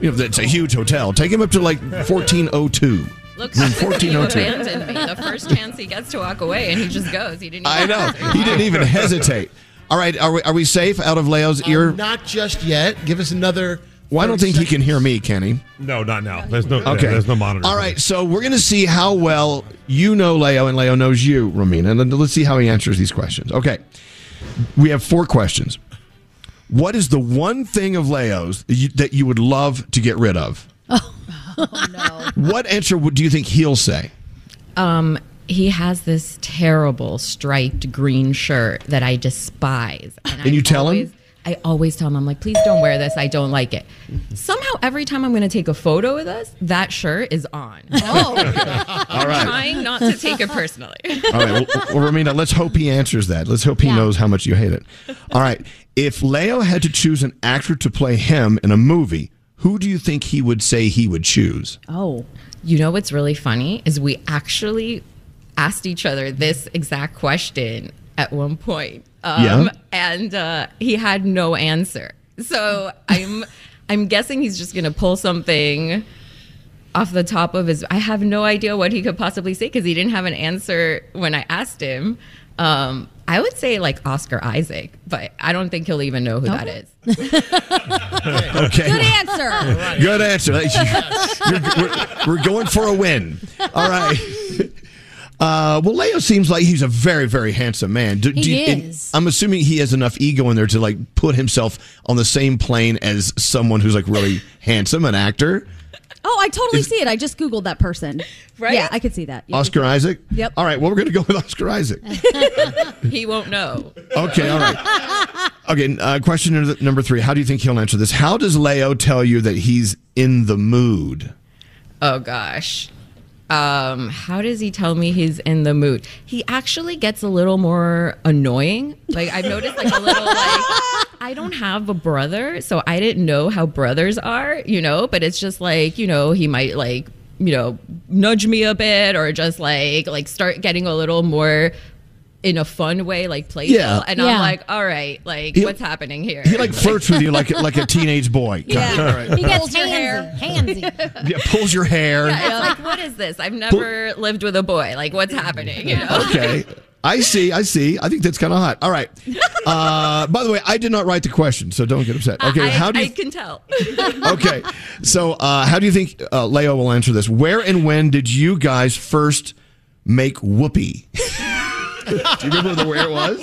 S5: you know, it's a huge hotel. Take him up to like 1402.
S28: Looks
S5: Room
S28: like he
S5: 1402.
S28: abandoned me the first chance he gets to walk away, and he just goes. He didn't. Even
S5: I know. He didn't even hesitate. All right, are we, are we safe out of Leo's ear?
S6: Um, Not just yet. Give us another.
S5: Well, I don't think he can hear me, can he?
S15: No, not now. There's no.
S5: Okay.
S15: There's no monitor.
S5: All right, so we're going to see how well you know Leo and Leo knows you, Romina. And then let's see how he answers these questions. Okay. We have four questions. What is the one thing of Leo's you, that you would love to get rid of? What answer would, do you think he'll say?
S28: Um, he has this terrible striped green shirt that I despise. And,
S5: you tell him?
S28: I always tell him, I'm like, please don't wear this. I don't like it. Somehow, every time I'm going to take a photo of this, that shirt is on.
S29: Oh,
S5: All right.
S28: Trying not to take it personally.
S5: All right, well, well, Romina, let's hope he answers that. Let's hope he knows how much you hate it. All right, if Leo had to choose an actor to play him in a movie, who do you think he would say he would choose?
S28: Oh. You know what's really funny is we actually asked each other this exact question at one point. um,
S4: Yeah.
S28: And uh, he had no answer. So I'm I'm guessing he's just gonna pull something off the top of his I have no idea what he could possibly say because he didn't have an answer when I asked him. Um, I would say like Oscar Isaac, but I don't think he'll even know who that is.
S5: Okay.
S28: Good answer.
S5: Good answer. You're- we're, we're going for a win. All right. Uh, well, Leo seems like he's a very, very handsome man. Do,
S7: He
S5: do you- and
S7: is.
S5: I'm assuming he has enough ego in there to like put himself on the same plane as someone who's like really handsome, an actor.
S8: Oh, I totally see it. I just Googled that person. Right? Yeah, I could see that.
S5: Oscar Isaac.
S8: Yep.
S5: All right. Well, we're gonna go with Oscar Isaac.
S28: he won't know.
S5: Okay, all right. Okay, uh, question number- number three. How do you think he'll answer this? How does Leo tell you that he's in the mood?
S28: Oh gosh. Um, how does he tell me he's in the mood? He actually gets a little more annoying. Like I've noticed like a little like I don't have a brother, so I didn't know how brothers are, you know, but it's just like, you know, he might like, you know, nudge me a bit or just like like start getting a little more in a fun way, like playful.
S5: Yeah.
S28: And
S5: Yeah.
S28: I'm like, all right, like
S5: He-
S28: what's happening here?
S5: He like flirts with you like like a teenage boy.
S28: Yeah.
S5: All right.
S28: He gets-
S7: Handsy,
S28: your hair.
S7: handsy.
S5: Yeah, pulls your hair.
S28: Yeah, it's like, what is this? I've never lived with a boy. Like, what's happening? You know?
S5: Okay. I see. I see. I think that's kind of hot. All right. Uh, by the way, I did not write the question, so don't get upset. Okay.
S28: I,
S5: how do
S28: I
S5: you?
S28: can tell.
S5: okay. So uh, how do you think uh, Leo will answer this? Where and when did you guys first make whoopee? do you remember the, where it was?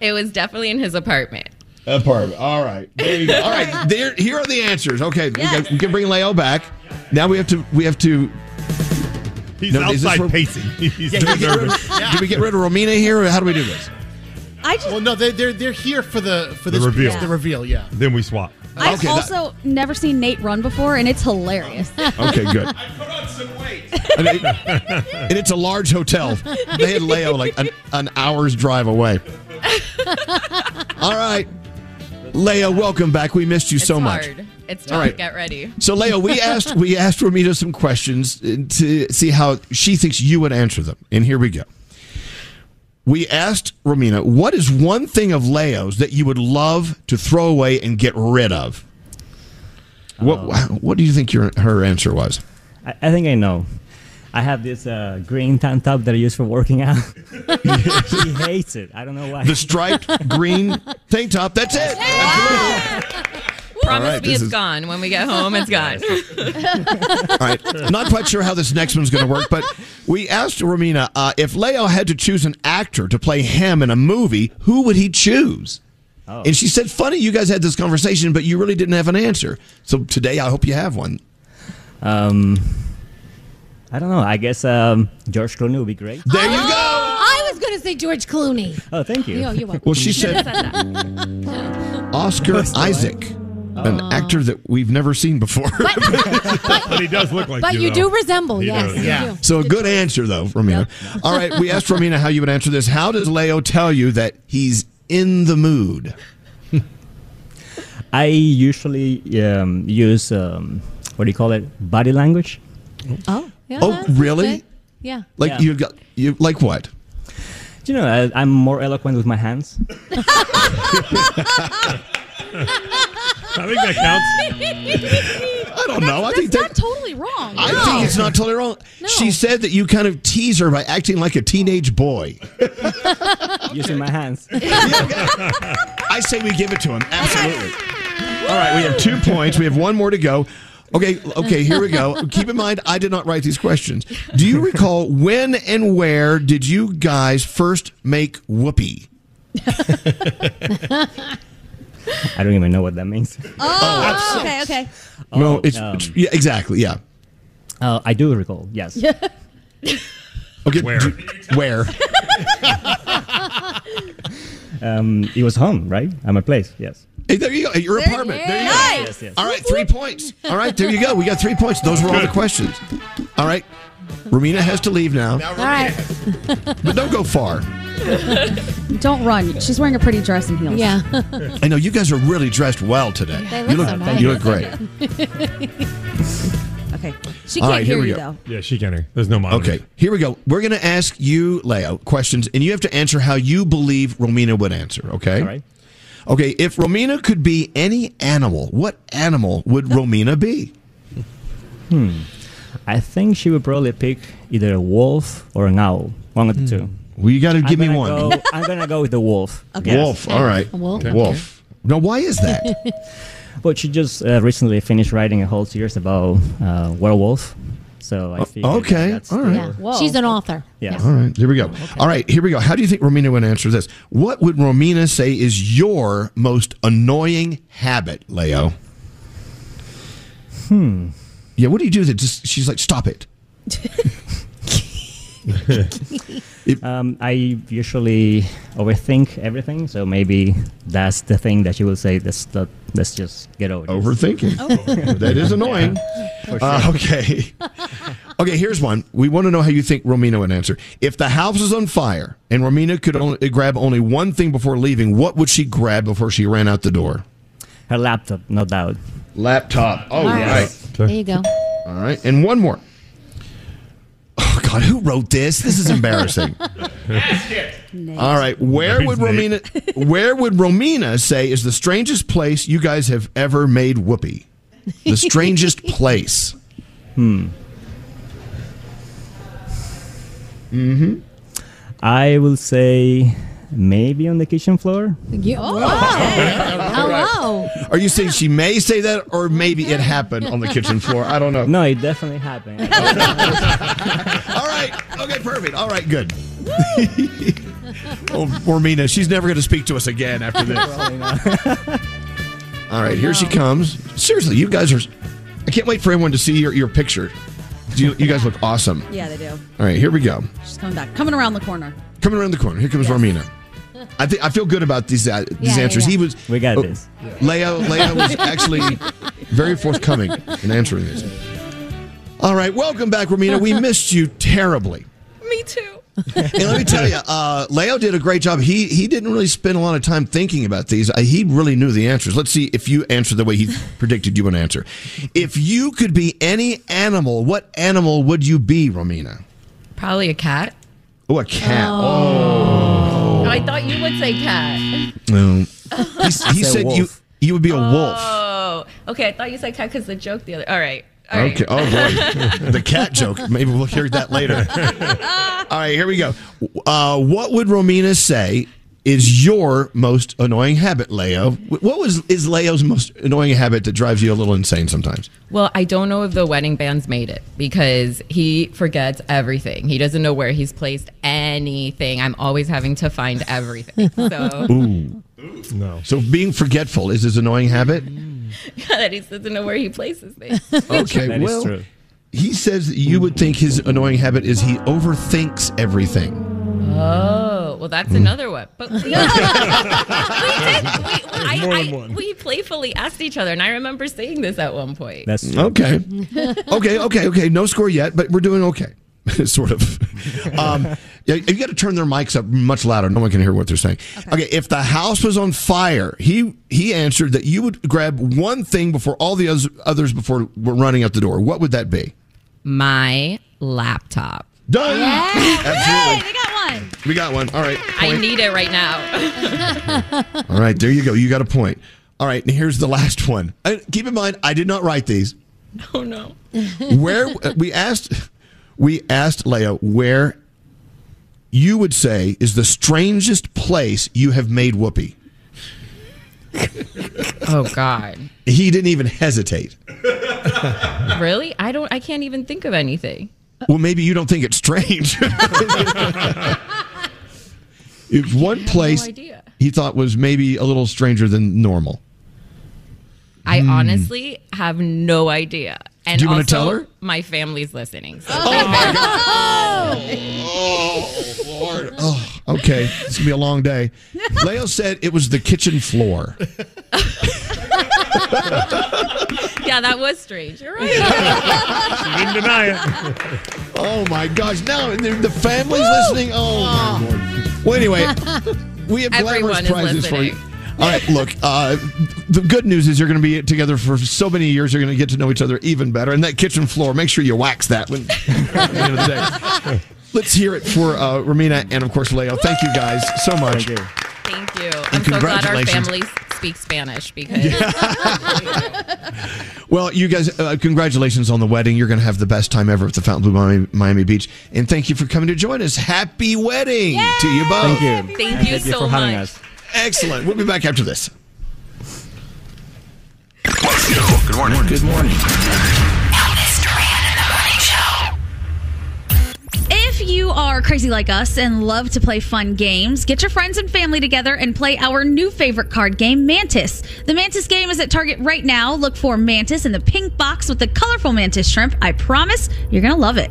S28: It was definitely in his apartment.
S5: Apartment. All right. There you go. All right. There. Here are the answers. Okay. We, can, we can bring Leo back. Now we have to. We have to.
S15: He's outside pacing. He's
S5: do, we get rid of,
S15: nervous.
S5: do we get rid of Romina here? Or how do we do this?
S8: I just
S6: well no they they're they're here for the for
S15: The
S6: this
S15: reveal.
S6: the reveal yeah
S15: Then we swap.
S8: I've also never seen Nate run before, and it's hilarious.
S5: Okay, good. I mean, and it's a large hotel. They had Leo like an, an hour's drive away. All right. Leo, welcome back. We missed you
S28: It's
S5: so much.
S28: hard. It's
S5: All
S28: tough.
S5: right.
S28: Get ready.
S5: So, Leo, we asked we asked Romita some questions uh, to see how she thinks you would answer them, and here we go. We asked Romina, "What is one thing of Leo's that you would love to throw away and get rid of?" What What do you think your her answer was?
S29: I, I think I know. I have this uh, green tank top that I use for working out. he hates it. I don't know why.
S5: The striped green tank top. That's it.
S28: Promise
S5: right,
S28: me
S5: this
S28: it's
S5: is-
S28: gone. When we get home, it's gone.
S5: All right. Not quite sure how this next one's going to work, but we asked Romina uh, if Leo had to choose an actor to play him in a movie, who would he choose? And she said, funny, you guys had this conversation, but you really didn't have an answer. So today, I hope you have one.
S29: Um, I don't know. I guess um, George Clooney would be great.
S5: There you go.
S7: Oh, I was going to say George Clooney.
S29: Oh, thank you.
S7: No, you're welcome.
S5: Well, she
S7: Should've
S5: said- Oscar Isaac, an actor that we've never seen before.
S15: but he does look like
S7: But
S5: you,
S7: you
S5: though.
S7: do resemble,
S5: He
S7: yes.
S5: does,
S7: you
S5: yeah.
S7: do.
S5: So a good answer though, Romina. All right, we asked Romina how you would answer this. How does Leo tell you that he's in the mood?
S29: I usually um, use um, what do you call it? Body language.
S7: Oh, yeah.
S5: Oh,
S7: that's
S5: really?
S7: okay. Yeah.
S5: Like
S29: Yeah.
S5: you got you like what?
S29: Do you know? I, I'm more eloquent with my hands.
S15: I think that counts.
S5: I don't know. I think
S8: that's
S5: that
S8: not totally wrong.
S5: I think it's not totally wrong. She said that you kind of tease her by acting like a teenage boy.
S29: Using my hands.
S5: I say we give it to him. Absolutely. All right, we have two points. We have one more to go. Okay, okay, here we go. Keep in mind, I did not write these questions. Do you recall when and where did you guys first make whoopee?
S29: I don't even know what that means. Oh, um,
S8: Oh, okay, okay.
S5: no, it's, it's- yeah, exactly, yeah.
S29: Uh, I do recall. Yes.
S5: Okay. Where? where?
S29: um, it was home, right? At my place. Yes.
S5: Hey, there you go. At your
S29: There-
S5: apartment.
S29: yeah.
S5: There you go.
S29: Nice. Yes, yes.
S5: All right, three points. All right, there you go. We got three points. Those were all the questions. All right. Romina has to leave now.
S7: All right.
S5: But don't go far.
S8: Don't run. She's wearing a pretty dress and heels.
S7: Yeah.
S5: I know you guys are really dressed well today.
S8: They
S5: you
S8: look
S5: look
S8: so nice.
S5: you look great.
S8: okay. She
S5: All
S8: can't
S5: right,
S8: hear
S5: here we
S8: you
S5: go.
S8: though.
S15: Yeah, she can hear. There's no monitor.
S5: Okay, here we go. We're going to ask you, Leo, questions, and you have to answer how you believe Romina would answer, okay?
S29: All right.
S5: Okay, if Romina could be any animal, what animal would Romina be?
S29: Hmm. I think she would probably pick either a wolf or an owl. One of the two.
S5: Well, you got to give me one.
S29: I'm gonna go with the wolf.
S5: Wolf, all right. Wolf. Now, why is that?
S29: But she just uh, recently finished writing a whole series about uh, werewolf. So I think
S5: Uh, okay, all right.
S7: Yeah. She's an author.
S29: Yeah.
S5: All right, here we go. All right, here we go. How do you think Romina would answer this? What would Romina say is your most annoying habit, Leo?
S29: Hmm.
S5: Yeah, what do you do that just, she's like, stop it?
S29: um, I usually overthink everything, so maybe that's the thing that you will say. Let's let, let's just get over this.
S5: Overthinking. that is annoying.
S29: For
S5: Uh,
S29: sure.
S5: okay. okay, here's one. We want to know how you think Romina would answer. If the house is on fire and Romina could only, uh, grab only one thing before leaving, what would she grab before she ran out the door?
S29: Her laptop, no doubt.
S5: Laptop. Oh,
S7: All
S5: right.
S7: There you go.
S5: All right. And one more. Oh, God, who wrote this? This is embarrassing. All right. Where would Romina where would Romina say is the strangest place you guys have ever made whoopee? The strangest place.
S29: Hmm.
S5: Mm-hmm.
S29: I will say maybe on the kitchen floor.
S8: Oh,
S7: You, whoa. Hello.
S5: Are you saying she may say that or maybe it happened on the kitchen floor? I don't know.
S29: No, it definitely happened.
S5: All right. Okay, perfect. All right, good. oh, Romina, she's never going to speak to us again after this. All right, here she comes. Seriously, you guys are. I can't wait for everyone to see your, your picture. You, you guys look awesome.
S8: Yeah, they do.
S5: All right, here we go.
S8: She's coming back. Coming around the corner.
S5: Coming around the corner. Here comes Romina. I think I feel good about these uh, these
S8: yeah,
S5: answers.
S8: yeah.
S5: He was we got this. Leo Leo was actually very forthcoming in answering this. All right, welcome back, Romina. We missed you terribly.
S28: Me too.
S5: And let me tell you, uh, Leo did a great job. He he didn't really spend a lot of time thinking about these. Uh, he really knew the answers. Let's see if you answer the way he predicted you would answer. If you could be any animal, what animal would you be, Romina?
S28: Probably a cat.
S5: Oh, a cat. Oh.
S28: I thought you would say cat.
S5: No. He, s- he
S28: Oh. I said
S5: said you
S28: wolf.
S5: you would be a wolf.
S28: Oh, okay. I thought you said cat because the joke the other. All right. All right.
S5: Okay. Oh boy, the cat joke. Maybe we'll hear that later. All right, here we go. Uh, what would Romina say is your most annoying habit, Leo? Wh- What was is Leo's most annoying habit that drives you a little insane sometimes?
S28: Well, I don't know if the wedding band's made it because he forgets everything. He doesn't know where he's placed anything. I'm always having to find everything. So
S5: Uh, Ooh. No. So being forgetful is his annoying habit.
S28: that he doesn't know where he places things.
S5: Okay, well, he says that you would think his annoying habit is he overthinks everything.
S28: Oh, well, that's another one. But we, we did. We, I,
S5: more than
S28: I-
S5: one.
S28: we playfully asked each other, and I remember saying this at one point.
S5: That's okay. Mm, okay, okay, okay. No score yet, but we're doing okay, sort of. Um, yeah, you got to turn their mics up much louder. No one can hear what they're saying. Okay. if the house was on fire, he he answered that you would grab one thing before all the others others before were running out the door. What would that be?
S28: My laptop.
S5: Done. Absolutely.
S28: they got one.
S5: We got one. All right.
S28: I need it right now.
S5: All right, there you go. You got a point. All right, and here's the last one. Uh, keep in mind, I did not write these.
S28: oh no.
S5: Where uh, we asked, we asked Leo where you would say is the strangest place you have made whoopee.
S28: Oh God.
S5: He didn't even hesitate.
S28: really? I don't. I can't even think of anything.
S5: Well, maybe you don't think it's strange. if one place
S28: idea.
S5: he thought was maybe a little stranger than normal.
S28: I
S5: Hmm.
S28: honestly have no idea. And
S5: Do you
S28: also,
S5: wanna tell her?
S28: My family's listening. So
S5: Oh, Lord. Oh, okay. It's going to be a long day. Leo said it was the kitchen floor.
S28: yeah, that was strange. You're right.
S5: She didn't deny it. oh, my gosh. Now, and the- the family's listening. Oh, my Lord. Well, anyway, we have
S28: Everyone
S5: glamorous
S28: is
S5: prizes for you.
S28: listening.
S5: All right, look, uh, the good news is you're going to be together for so many years, you're going to get to know each other even better. And that kitchen floor, make sure you wax that when, at the end of the day. Let's hear it for uh, Romina and, of course, Leo. Thank you guys so much.
S28: Thank you. I'm so glad our
S5: congratulations.
S28: families speak Spanish because
S5: Well, you guys, uh, congratulations on the wedding. You're going to have the best time ever at the Fountain Blue Miami, Miami Beach. And thank you for coming to join us. Happy wedding to you both.
S28: Thank you. Thank you Thank you so for having much. us.
S5: Excellent. We'll be back after this.
S1: Good morning. Good morning.
S8: If you are crazy like us and love to play fun games, get your friends and family together and play our new favorite card game, Mantis. The Mantis game is at Target right now. Look for Mantis in the pink box with the colorful Mantis shrimp. I promise you're going to love it.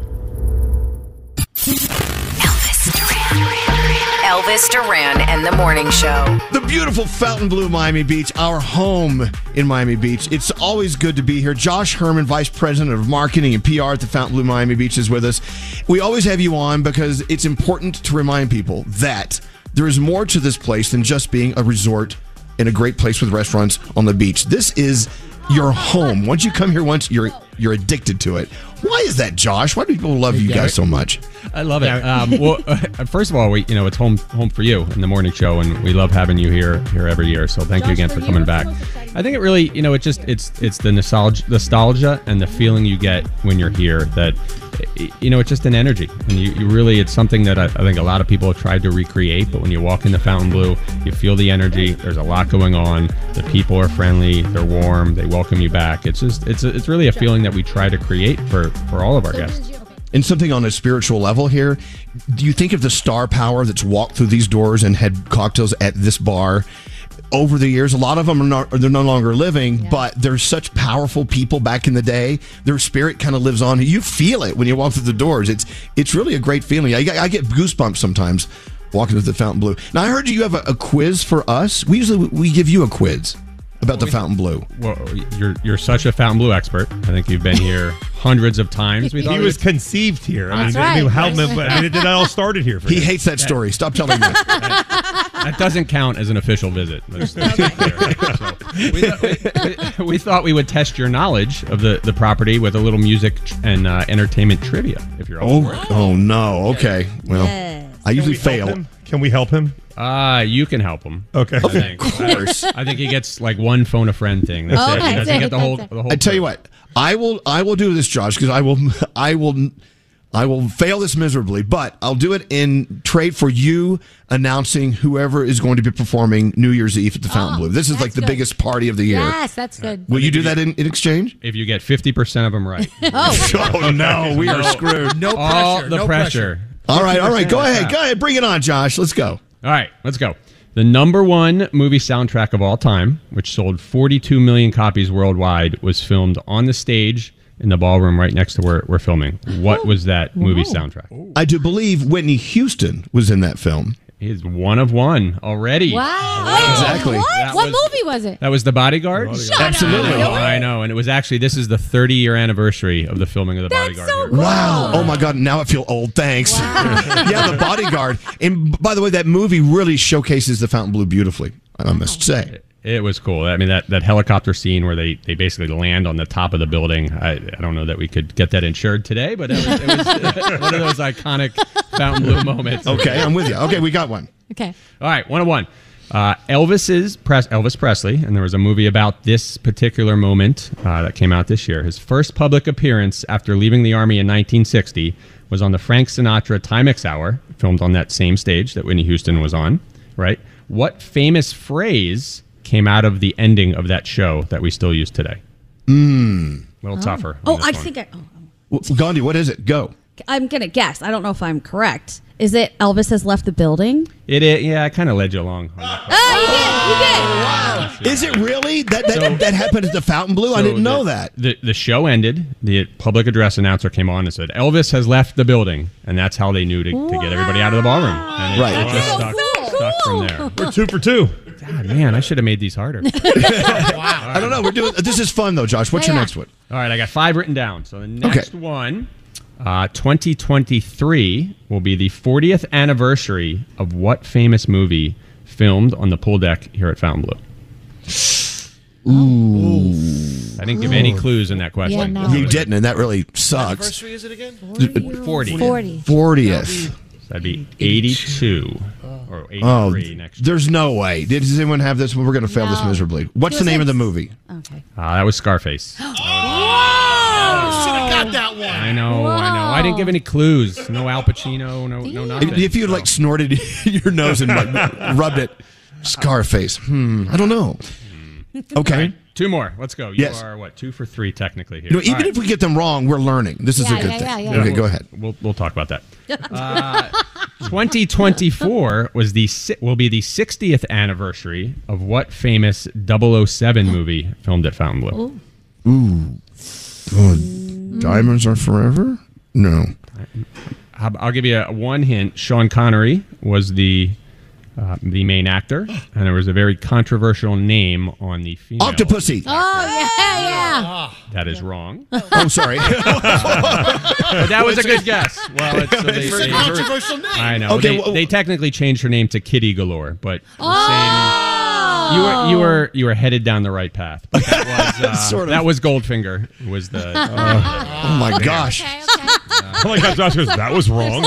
S14: Elvis Duran and the Morning Show.
S5: The beautiful Fontainebleau, Miami Beach, our home in Miami Beach. It's always good to be here. Josh Herman, Vice President of Marketing and PR at the Fontainebleau, Miami Beach, is with us. We always have you on because it's important to remind people that there is more to this place than just being a resort and a great place with restaurants on the beach. This is your home. Once you come here once, you're you're addicted to it. Why is that, Josh? Why do people love you guys so much?
S23: I love it. Um, well, first of all, we you know it's home home for you in the morning show, and we love having you here here every year. So thank you again for coming back. I think it really you know it just it's it's the nostalgia nostalgia and the feeling you get when you're here that eh, you know it's just an energy, and you, you really it's something that I, I think a lot of people have tried to recreate. But when you walk in the Fontainebleau, you feel the energy. There's a lot going on. The people are friendly. They're warm. They welcome you back. It's just it's it's really a feeling that we try to create for for all of our guests.
S5: and something on a spiritual level here. Do you think of the star power that's walked through these doors and had cocktails at this bar over the years? A lot of them are not, they're no longer living, but they're such powerful people back in the day. Their spirit kind of lives on. You feel it when you walk through the doors. It's it's really a great feeling. I, I get goosebumps sometimes walking through the Fountain Blue. Now I heard you have a, a quiz for us. We usually we give you a quiz about the Fountain Blue.
S23: Well, you're you're such a Fontainebleau expert. I think you've been here hundreds of times.
S15: He
S23: we
S15: was
S23: would-
S15: conceived here. I
S23: That's
S15: mean, I mean,
S23: right.
S15: how, I mean, it it all started here. For
S23: He
S15: him.
S23: hates that story.
S5: Stop telling me.
S23: that doesn't count as an official visit. Let's- let's be clear. So, we, thought, we, we thought we would test your knowledge of the, the property with a little music tr- and uh, entertainment trivia. If you're all
S5: Oh, oh no. Okay. Well, I usually fail.
S23: Can we help him? Uh, you can help him. Okay. I think.
S5: Of course.
S23: I think he gets like one phone a friend thing. Oh, That's it. He doesn't get the whole, the whole
S5: I tell you what, I will I will do this, Josh, because I will I will I will fail this miserably, but I'll do it in trade for you announcing whoever is going to be performing New Year's Eve at the
S23: Oh,
S5: Fountain Blue. This is like the
S7: good.
S5: biggest party of the year.
S7: Yes, that's good.
S5: Will you do that in, in exchange?
S23: If you get 50% of them right.
S7: Oh.
S5: Oh no, we are screwed.
S23: No All pressure, the no pressure. pressure.
S5: All right, all right. Go
S23: 50%
S5: ahead. Go ahead. Bring it on, Josh. Let's go.
S23: All right, let's go. The number one movie soundtrack of all time, which sold 42 million copies worldwide, was filmed on the stage in the ballroom right next to where we're filming. What was that movie soundtrack?
S5: I do believe Whitney Houston was in that film.
S23: He's one of one already.
S7: Wow.
S23: Exactly.
S7: What?
S23: That
S7: What
S23: was-
S7: movie was it?
S23: That was the bodyguard. Absolutely, I know, I know, and it was actually this is the 30 year anniversary of the filming of the bodyguard. here.
S5: Wow. Oh my God. Now I feel old. Thanks. yeah, the bodyguard. And by the way, that movie really showcases the Fountain Blue beautifully, I must say.
S23: It was cool. I mean, that, that helicopter scene where they, they basically land on the top of the building. I, I don't know that we could get that insured today, but it was, it was one of those iconic Fountain Blue moments.
S5: Okay, I'm with you. Okay, we got one.
S7: Okay.
S23: All right, one on one. Uh, Elvis's Pres- Elvis Presley, and there was a movie about this particular moment uh, that came out this year. His first public appearance after leaving the army in 1960 was on the Frank Sinatra Timex Hour, filmed on that same stage that Whitney Houston was on. Right? What famous phrase came out of the ending of that show that we still use today?
S5: Mm.
S23: A little tougher.
S8: Oh, I think I, oh,
S5: Well, Gandhi, what is it? Go.
S8: I'm gonna guess. I don't know if I'm correct. Is it Elvis has left the building?
S23: It, i- yeah, I kind of led you along. on that.
S5: Is it really? That that, that happened at the Fountain Blue? I
S23: So
S5: didn't know
S23: the-
S5: that.
S23: The, the show ended. The public address announcer came on and said, Elvis has left the building. And that's how they knew to, to get everybody out of the ballroom. And it
S5: Right.
S23: just
S5: That's so
S23: stuck, stuck from there.
S5: We're two for two.
S23: God, man, I should have made these harder.
S5: I don't know. We're doing this is fun though, Josh. What's your
S23: Yeah.
S5: next one?
S23: All right, I got five written down. So the next one, uh, 2023 will be the 40th anniversary of what famous movie filmed on the pool deck here at Fountain Blue?
S5: Ooh.
S23: I didn't give any clues in that question.
S5: Yeah, no. You didn't, and that really sucks.
S6: Anniversary is it again?
S23: 40.
S7: 40.
S5: 40th.
S23: That'd be 82 or 83
S5: Oh,
S23: next.
S5: there's no way. Did, does anyone have this one? We're going to fail this
S23: No.
S5: miserably. What's the
S23: Who's
S5: name of
S23: this?
S5: the movie?
S23: Uh, that was Scarface.
S6: Should have Oh, got that one.
S23: I know, I know. I didn't give any clues. No Al Pacino, no, no nothing.
S5: If, if you like snorted your nose and like, rubbed it, Scarface. Hmm. I don't know.
S23: All
S5: Okay.
S23: right, Hmm. two more. Let's go. You
S5: Yes.
S23: are what two for three technically here.
S5: You know,
S23: All
S5: even
S23: right.
S5: if we get them wrong, we're learning. This is
S23: Yeah,
S5: a good
S23: yeah,
S5: thing.
S23: yeah, yeah.
S5: Okay,
S23: Yeah.
S5: go ahead.
S23: We'll we'll talk about that. 2024 was the si- will be the 60th anniversary of what famous 007 movie filmed at Fountain Blue?
S5: Ooh. Oh,
S23: Mm.
S5: Diamonds are forever? No.
S23: How- I'll give you a, one hint. Sean Connery was the uh, the main actor, and there was a very controversial name on the female.
S5: Octopussy.
S7: Oh, yeah, yeah.
S23: That is wrong.
S5: Oh, sorry.
S23: But that was a good guess. Well, it's, so they,
S6: It's a
S23: they-
S6: controversial name.
S23: I know.
S6: Okay,
S23: they,
S6: well-
S23: they technically changed her name to Kitty Galore, but you
S7: Oh.
S23: were you were you were headed down the right path. But that was, uh,
S5: Sort of.
S23: that was Goldfinger. Was the
S5: oh my gosh.
S23: Oh my God, Josh goes. That was wrong.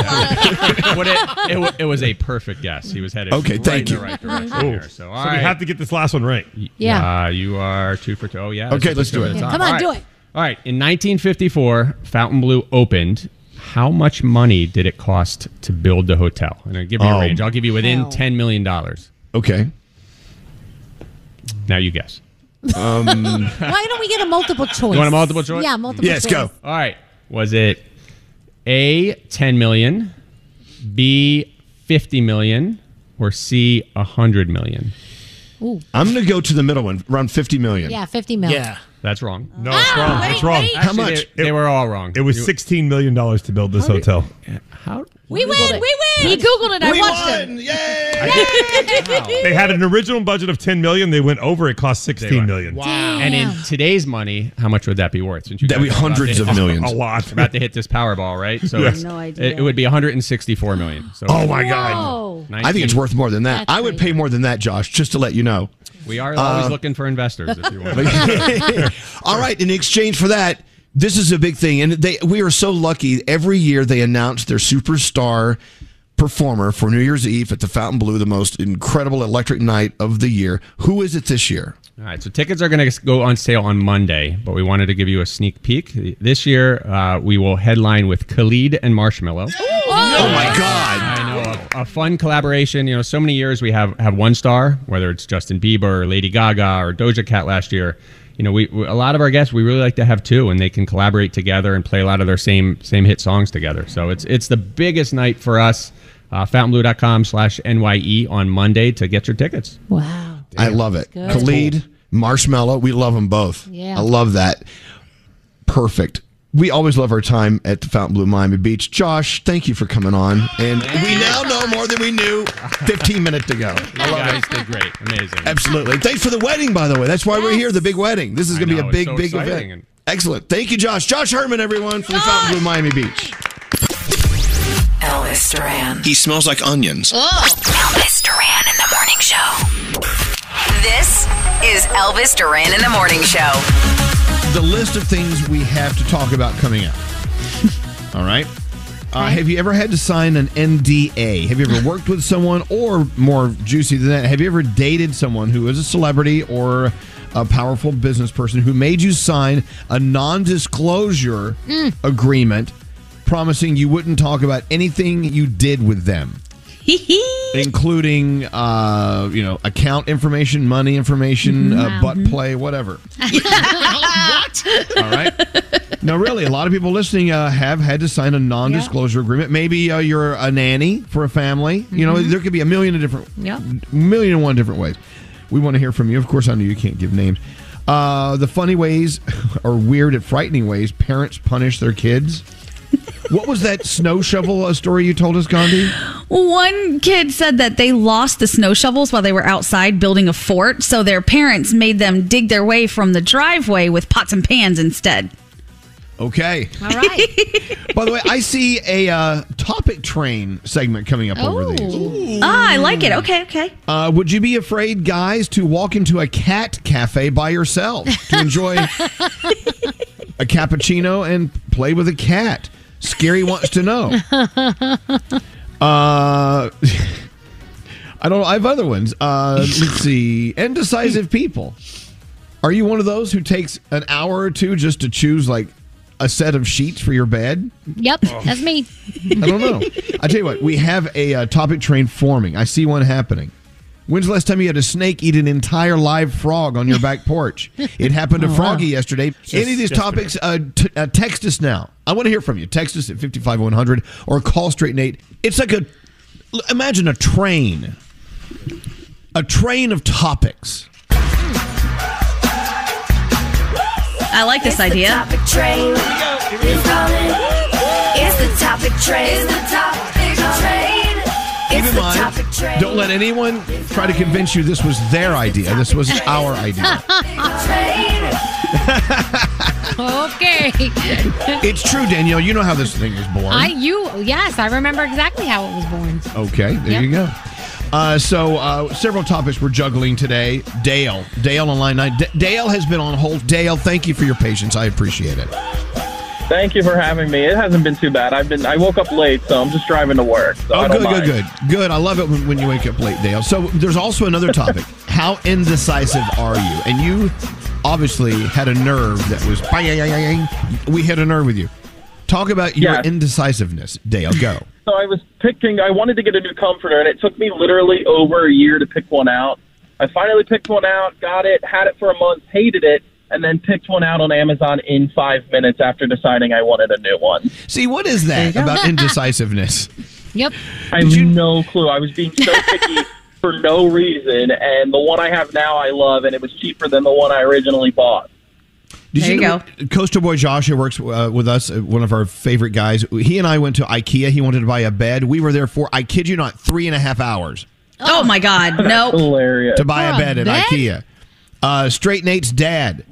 S23: what it, it, wa- it was a perfect guess. He was headed.
S5: Okay,
S23: right
S5: thank
S23: in
S5: you.
S23: The right direction
S15: Ooh.
S23: here. So, all
S15: So we
S23: right.
S15: have to get this last one right.
S23: Yeah. Uh, you are two for two. Oh, yeah.
S5: Okay,
S23: That's
S5: let's do
S23: over
S5: it.
S23: the top.
S7: Come on,
S23: All right.
S7: do it.
S23: All right. In 1954, Fountain Blue opened. How much money did it cost to build the hotel? And I'll give you
S5: Oh.
S23: a range. I'll give you within
S5: Hell.
S23: $10 million.
S5: Okay.
S23: Now you guess.
S5: Um,
S7: Why don't we get a multiple choice?
S23: You want a multiple choice?
S7: Yeah, multiple choice.
S23: All right. Was it A, 10 million, B, 50 million, or C, 100 million?
S7: Ooh.
S5: I'm going to go to the middle one, around 50 million.
S7: Yeah, 50 mil.
S23: That's wrong.
S15: No, it's wrong. it's wrong.
S5: How much?
S23: They, they were all wrong.
S15: It was
S23: You-
S15: sixteen million dollars to build this
S23: How did- uh,
S15: hotel.
S23: How?
S7: We win, we win.
S8: He Googled it. I
S7: We
S8: watched
S5: it. Yay!
S15: They had an original budget of ten million. They went over. It cost sixteen million.
S23: Wow. And in today's money, how much would that be worth? Since you
S5: That'd
S23: guys
S5: be
S23: are about
S5: hundreds
S23: to
S5: of
S23: hit-
S5: millions.
S15: A lot.
S23: About to hit this Powerball, right?
S5: Yes. I
S23: it's-
S5: have no
S23: it- It,
S5: idea.
S23: would be 164 million. So
S5: Oh my God. I think it's worth more than that.
S23: That's
S5: I would pay more than that, Josh, just to let you know.
S23: We are always
S5: Uh,
S23: looking for investors. If you want.
S5: All right. In exchange for that, this is a big thing, and they we are so lucky. Every year they announce their superstar performer for New Year's Eve at the Fountain Blue, the most incredible electric night of the year. Who is it this year?
S23: All right, so tickets are going to go on sale on Monday, but we wanted to give you a sneak peek. This year, uh, we will headline with Khalid and Marshmello.
S5: Oh my God!
S23: I know a, a fun collaboration. You know, so many years we have have one star, whether it's Justin Bieber or Lady Gaga or Doja Cat last year. You know, we, we a lot of our guests we really like to have two, and they can collaborate together and play a lot of their same same hit songs together. So it's it's the biggest night for us. Uh, fountainblue.com slash nye on Monday to get your tickets.
S5: Wow. I love it.
S7: Good.
S5: Khalid, Marshmallow, we love them both.
S7: Yeah.
S5: I love that. Perfect. We always love our time at the Fountain Blue Miami Beach. Josh, thank you for coming on. And we now know more than we knew 15 minutes ago.
S23: You guys did great. Amazing.
S5: Absolutely. Thanks for the wedding, by the way. That's why we're here, the big wedding. This is
S23: I
S5: going to be
S23: know,
S5: a
S23: it's
S5: big,
S23: so
S5: big
S23: exciting
S5: event.
S23: and-
S5: Excellent. Thank you, Josh. Josh Herman, everyone, from the Fountain Blue Miami Beach.
S14: Elvis Duran.
S17: He smells like onions.
S14: Elvis Duran in the morning show. This is Elvis Duran in the morning show.
S5: The list of things we have to talk about coming up. All right. Uh, have you ever had to sign an NDA? Have you ever worked with someone, or more juicy than that, have you ever dated someone who is a celebrity or a powerful business person who made you sign a non disclosure agreement promising you wouldn't talk about anything you did with them? including uh, you know account information money information uh, butt play whatever
S18: what?
S5: all right now really a lot of people listening uh, have had to sign a non-disclosure agreement maybe uh, you're a nanny for a family you know
S18: Mhm.
S5: there could be a million of different
S18: Yep.
S5: million and one different ways we want to hear from you of course i know you can't give names uh, the funny ways or weird and frightening ways parents punish their kids what was that snow shovel uh, story you told us gandhi
S8: One kid said that they lost the snow shovels while they were outside building a fort, so their parents made them dig their way from the driveway with pots and pans instead.
S5: Okay.
S8: All right.
S5: By the way, I see a uh, topic train segment coming up
S8: Oh.
S5: over these.
S8: ah, I like it. Okay, okay.
S5: Uh, would you be afraid, guys, to walk into a cat cafe by yourself to enjoy a cappuccino and play with a cat? Scary wants to know. Uh, I don't know. I have other ones. Uh, let's see. Indecisive people. Are you one of those who takes an hour or two just to choose like a set of sheets for your bed?
S7: Yep, that's me.
S5: I don't know. I tell you what, we have a uh, topic train forming. I see one happening. When's the last time you had a snake eat an entire live frog on your back porch? It happened to
S6: Oh, wow.
S5: Froggy yesterday.
S6: Just
S5: Any of these
S6: yesterday.
S5: topics, uh, t- uh, text us now. I want to hear from you. Text us at 55100 or call Straight Nate. It's like a, l- imagine a train, a train of topics.
S8: I like this idea.
S18: train. It's rolling. It's the topic train. It's the topic train.
S5: Keep in mind, don't let anyone try to convince you this was their idea. This was our idea.
S7: okay.
S5: It's true, Danielle. You know how this thing is born.
S7: I you yes, I remember exactly how it was born.
S5: Okay, there
S7: Yep.
S5: you go. Uh, so uh, several topics we're juggling today. Dale, Dale on line nine. D- Dale has been on hold. Dale, thank you for your patience. I appreciate it.
S4: Thank you for having me. It hasn't been too bad. I've been I woke up late, so I'm just driving to work. So I
S5: oh,
S4: don't
S5: good,
S4: mind.
S5: good, good, good. I love it when, when you wake up late, Dale. So there's also another topic. How indecisive are you? And you obviously had a nerve that was. We hit a nerve with you. Talk about your
S4: Yes.
S5: indecisiveness, Dale. Go.
S4: So I was picking. I wanted to get a new comforter, and it took me literally over a year to pick one out. I finally picked one out, got it, had it for a month, hated it, and then picked one out on Amazon in five minutes after deciding I wanted a new one.
S5: See what is that about indecisiveness?
S7: Yep.
S4: I have no clue. I was being so picky for no reason, and the one I have now I love, and it was cheaper than the one I originally bought.
S5: Did
S4: There you
S5: know Coaster Boy Josh, who works uh, with us, uh, one of our favorite guys. He and I went to IKEA. He wanted to buy a bed. We were there for, I kid you not, three and a half hours.
S8: Oh, my God. No.
S4: Hilarious.
S5: To buy
S8: For
S5: a
S8: a
S5: bed at
S8: bed?
S5: IKEA. Uh, Straight Nate's dad.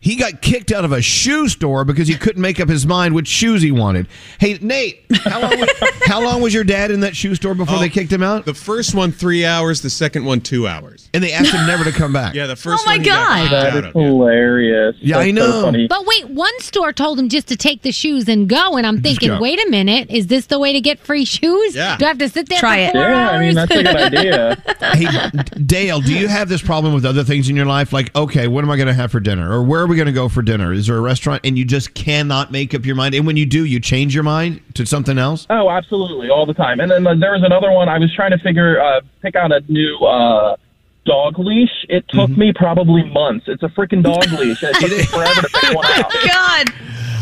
S5: He got kicked out of a shoe store because he couldn't make up his mind which shoes he wanted. Hey, Nate, how long was, how long was your dad in that shoe store before they kicked him out?
S11: Oh, The first one three hours, the second one two hours.
S5: And they asked him never to come back.
S4: Oh
S11: Yeah, the first
S7: my
S11: one he got
S7: God.
S11: kicked
S7: That
S11: out
S7: is
S11: of.
S4: Hilarious.
S5: Yeah, I know.
S7: But wait, one store told him just to take the shoes and go, and I'm thinking,
S4: go.
S7: wait a minute, is this the way to get free shoes?
S4: Yeah.
S7: Do I have to sit there for
S4: Try it.
S7: four
S4: Yeah, I mean,
S7: hours?
S4: that's a good idea.
S5: hey, Dale, do you have this problem with other things in your life? Like, okay, what am I going to have for dinner? Or where are we going to go for dinner? Is there a restaurant? And you just cannot make up your mind. And when you do, you change your mind to something else?
S4: Oh, absolutely, all the time. And then uh, there was another one. I was trying to figure uh, pick out a new uh, dog leash. It took
S5: Mm-hmm.
S4: me probably months. It's a freaking dog leash. and It took me forever to pick one out.
S30: God.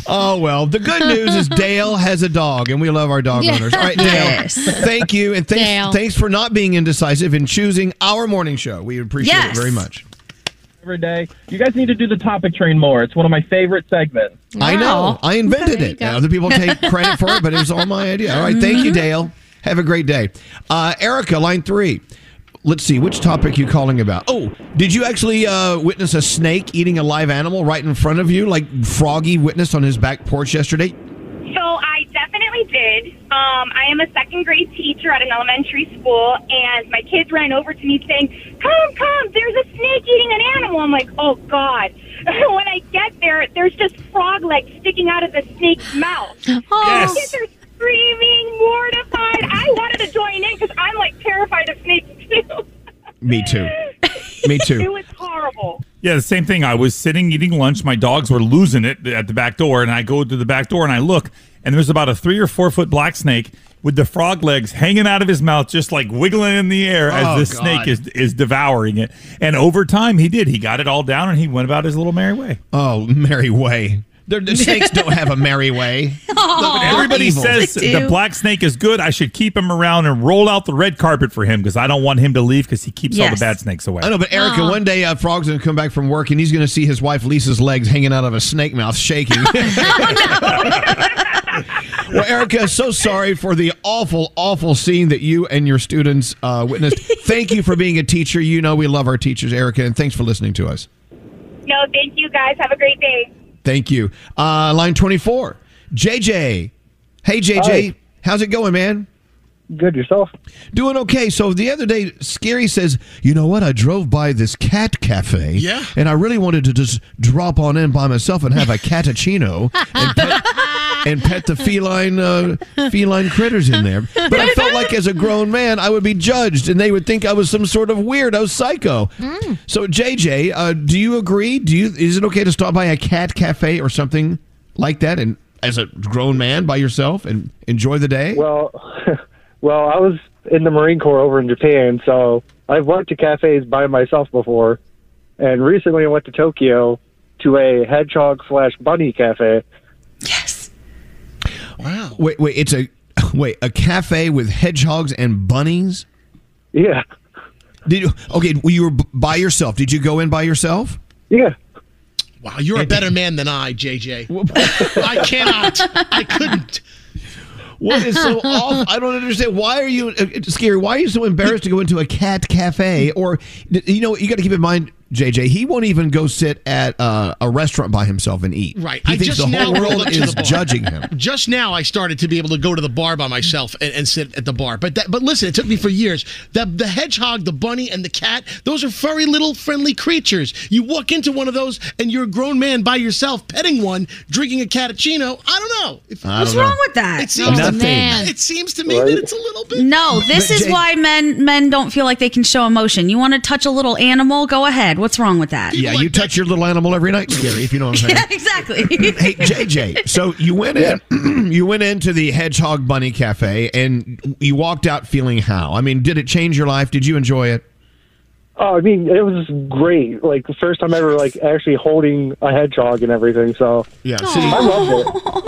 S5: Oh, well, the good news is Dale has a dog, and we love our dog
S20: Yes.
S5: owners. All right, Dale,
S20: Yes.
S5: thank you. And thanks,
S20: Dale.
S5: thanks for not being indecisive and choosing our morning show. We appreciate
S4: Yes.
S5: it very much.
S4: Every day, you guys need to do the topic train more. It's one of my favorite segments.
S5: I know. I invented it. Other people take credit for it, but it was all my idea. All right. Thank you, Dale. Have a great day. Uh, Erica, line three. Let's see. Which topic you calling about? Oh, did you actually uh, witness a snake eating a live animal right in front of you, like Froggy witnessed on his back porch yesterday?
S19: So I definitely did. Um, I am a second grade teacher at an elementary school, and my kids ran over to me saying, "Come, come! There's a snake eating an animal." I'm like, "Oh God!" when I get there, there's just frog legs sticking out of the snake's mouth.
S20: Yes.
S19: My kids are screaming, mortified. I wanted to join in because I'm like terrified of snakes too.
S5: Me too. Me
S19: it was horrible.
S15: Yeah, the same thing. I was sitting eating lunch. My dogs were losing it at the back door, and I go to the back door and I look, and there's about a three or four foot black snake with the frog legs hanging out of his mouth, just like wiggling in the air
S19: Oh,
S15: as the
S19: God.
S15: snake is is devouring it. And over time, he did. He got it all down, and he went about his little merry way.
S5: Oh, merry way. The snakes don't have a merry way.
S15: Look, everybody
S5: Evil.
S15: says the black snake is good. I should keep him around and roll out the red carpet for him because I don't want him to leave because he keeps all
S5: Yes.
S15: the bad snakes away.
S5: I know, but Erica,
S15: Uh-huh.
S5: one day uh, Frog's going to come back from work and he's going to see his wife Lisa's legs hanging out of a snake mouth shaking. well, Erica, so sorry for the awful, awful scene that you and your students uh, witnessed. Thank you for being a teacher. You know we love our teachers, Erica, and thanks for listening to us.
S19: No, thank you guys. Have a great day.
S5: Thank you. Uh, line 24, JJ. Hey, JJ.
S19: Hi.
S5: How's it going, man?
S31: Good. Yourself?
S5: Doing okay. So the other day, Scary says, You know what? I drove by this cat cafe.
S31: Yeah.
S5: And I really wanted to just drop on in by myself and have a catachino and pet, and pet the feline, uh, feline critters in there. But I felt like as a grown man, I would be judged and they would think I was some sort of weirdo psycho. So, JJ, uh, do you agree? Do you Is it okay to stop by a cat cafe or something like that? And as a grown man by yourself and enjoy the day?
S31: Well, well, I was in the Marine Corps over in Japan, so I've worked at cafes by myself before. And recently, I went to Tokyo to a hedgehog slash bunny cafe.
S5: Wow. Wait, wait, it's a wait, a cafe with hedgehogs and bunnies?
S31: Yeah.
S5: Did you Okay, well, you were b- by yourself. Did you go in by yourself?
S31: Yeah.
S5: Wow,
S6: you're a better
S5: man than I, JJ.
S6: I cannot. I couldn't.
S5: What is so off? I don't understand. Why are you uh, it's scary? Why are you so embarrassed to go into a cat cafe? Or you know, you got to keep in mind, JJ. He won't even go sit at uh, a restaurant by himself and eat.
S6: Right.
S5: He
S32: I
S5: thinks
S32: just
S5: the whole
S32: now rolled
S5: world
S32: up to the
S5: is
S32: bar.
S5: judging him.
S6: Just now, I started to be able to go to the bar by myself and, and sit at the bar. But that, but listen, it took me for years. The the hedgehog, the bunny, and the cat; those are furry little friendly creatures. You walk into one of those, and you're a grown man by yourself, petting one, drinking a cappuccino. I don't know. If,
S5: I What's don't know. wrong
S31: with that?
S6: It seems
S5: Nothing. man.
S31: It seems to me Right. that it's a little bit.
S8: No, this
S31: But
S8: is
S31: Jay-
S8: why men men don't feel like they can show emotion. You want to touch a little animal? Go ahead. What's wrong with that?
S5: Yeah, you touch your little animal every night, scary. If you know what I'm saying.
S8: Yeah, exactly.
S5: hey JJ, so you went in, you went into the Hedgehog Bunny Cafe, and you walked out feeling how? I mean, did it change your life? Did you enjoy it?
S31: Oh, I mean, it was great. Like the first time ever, like actually holding a hedgehog and everything. So
S5: yeah,
S31: see, I loved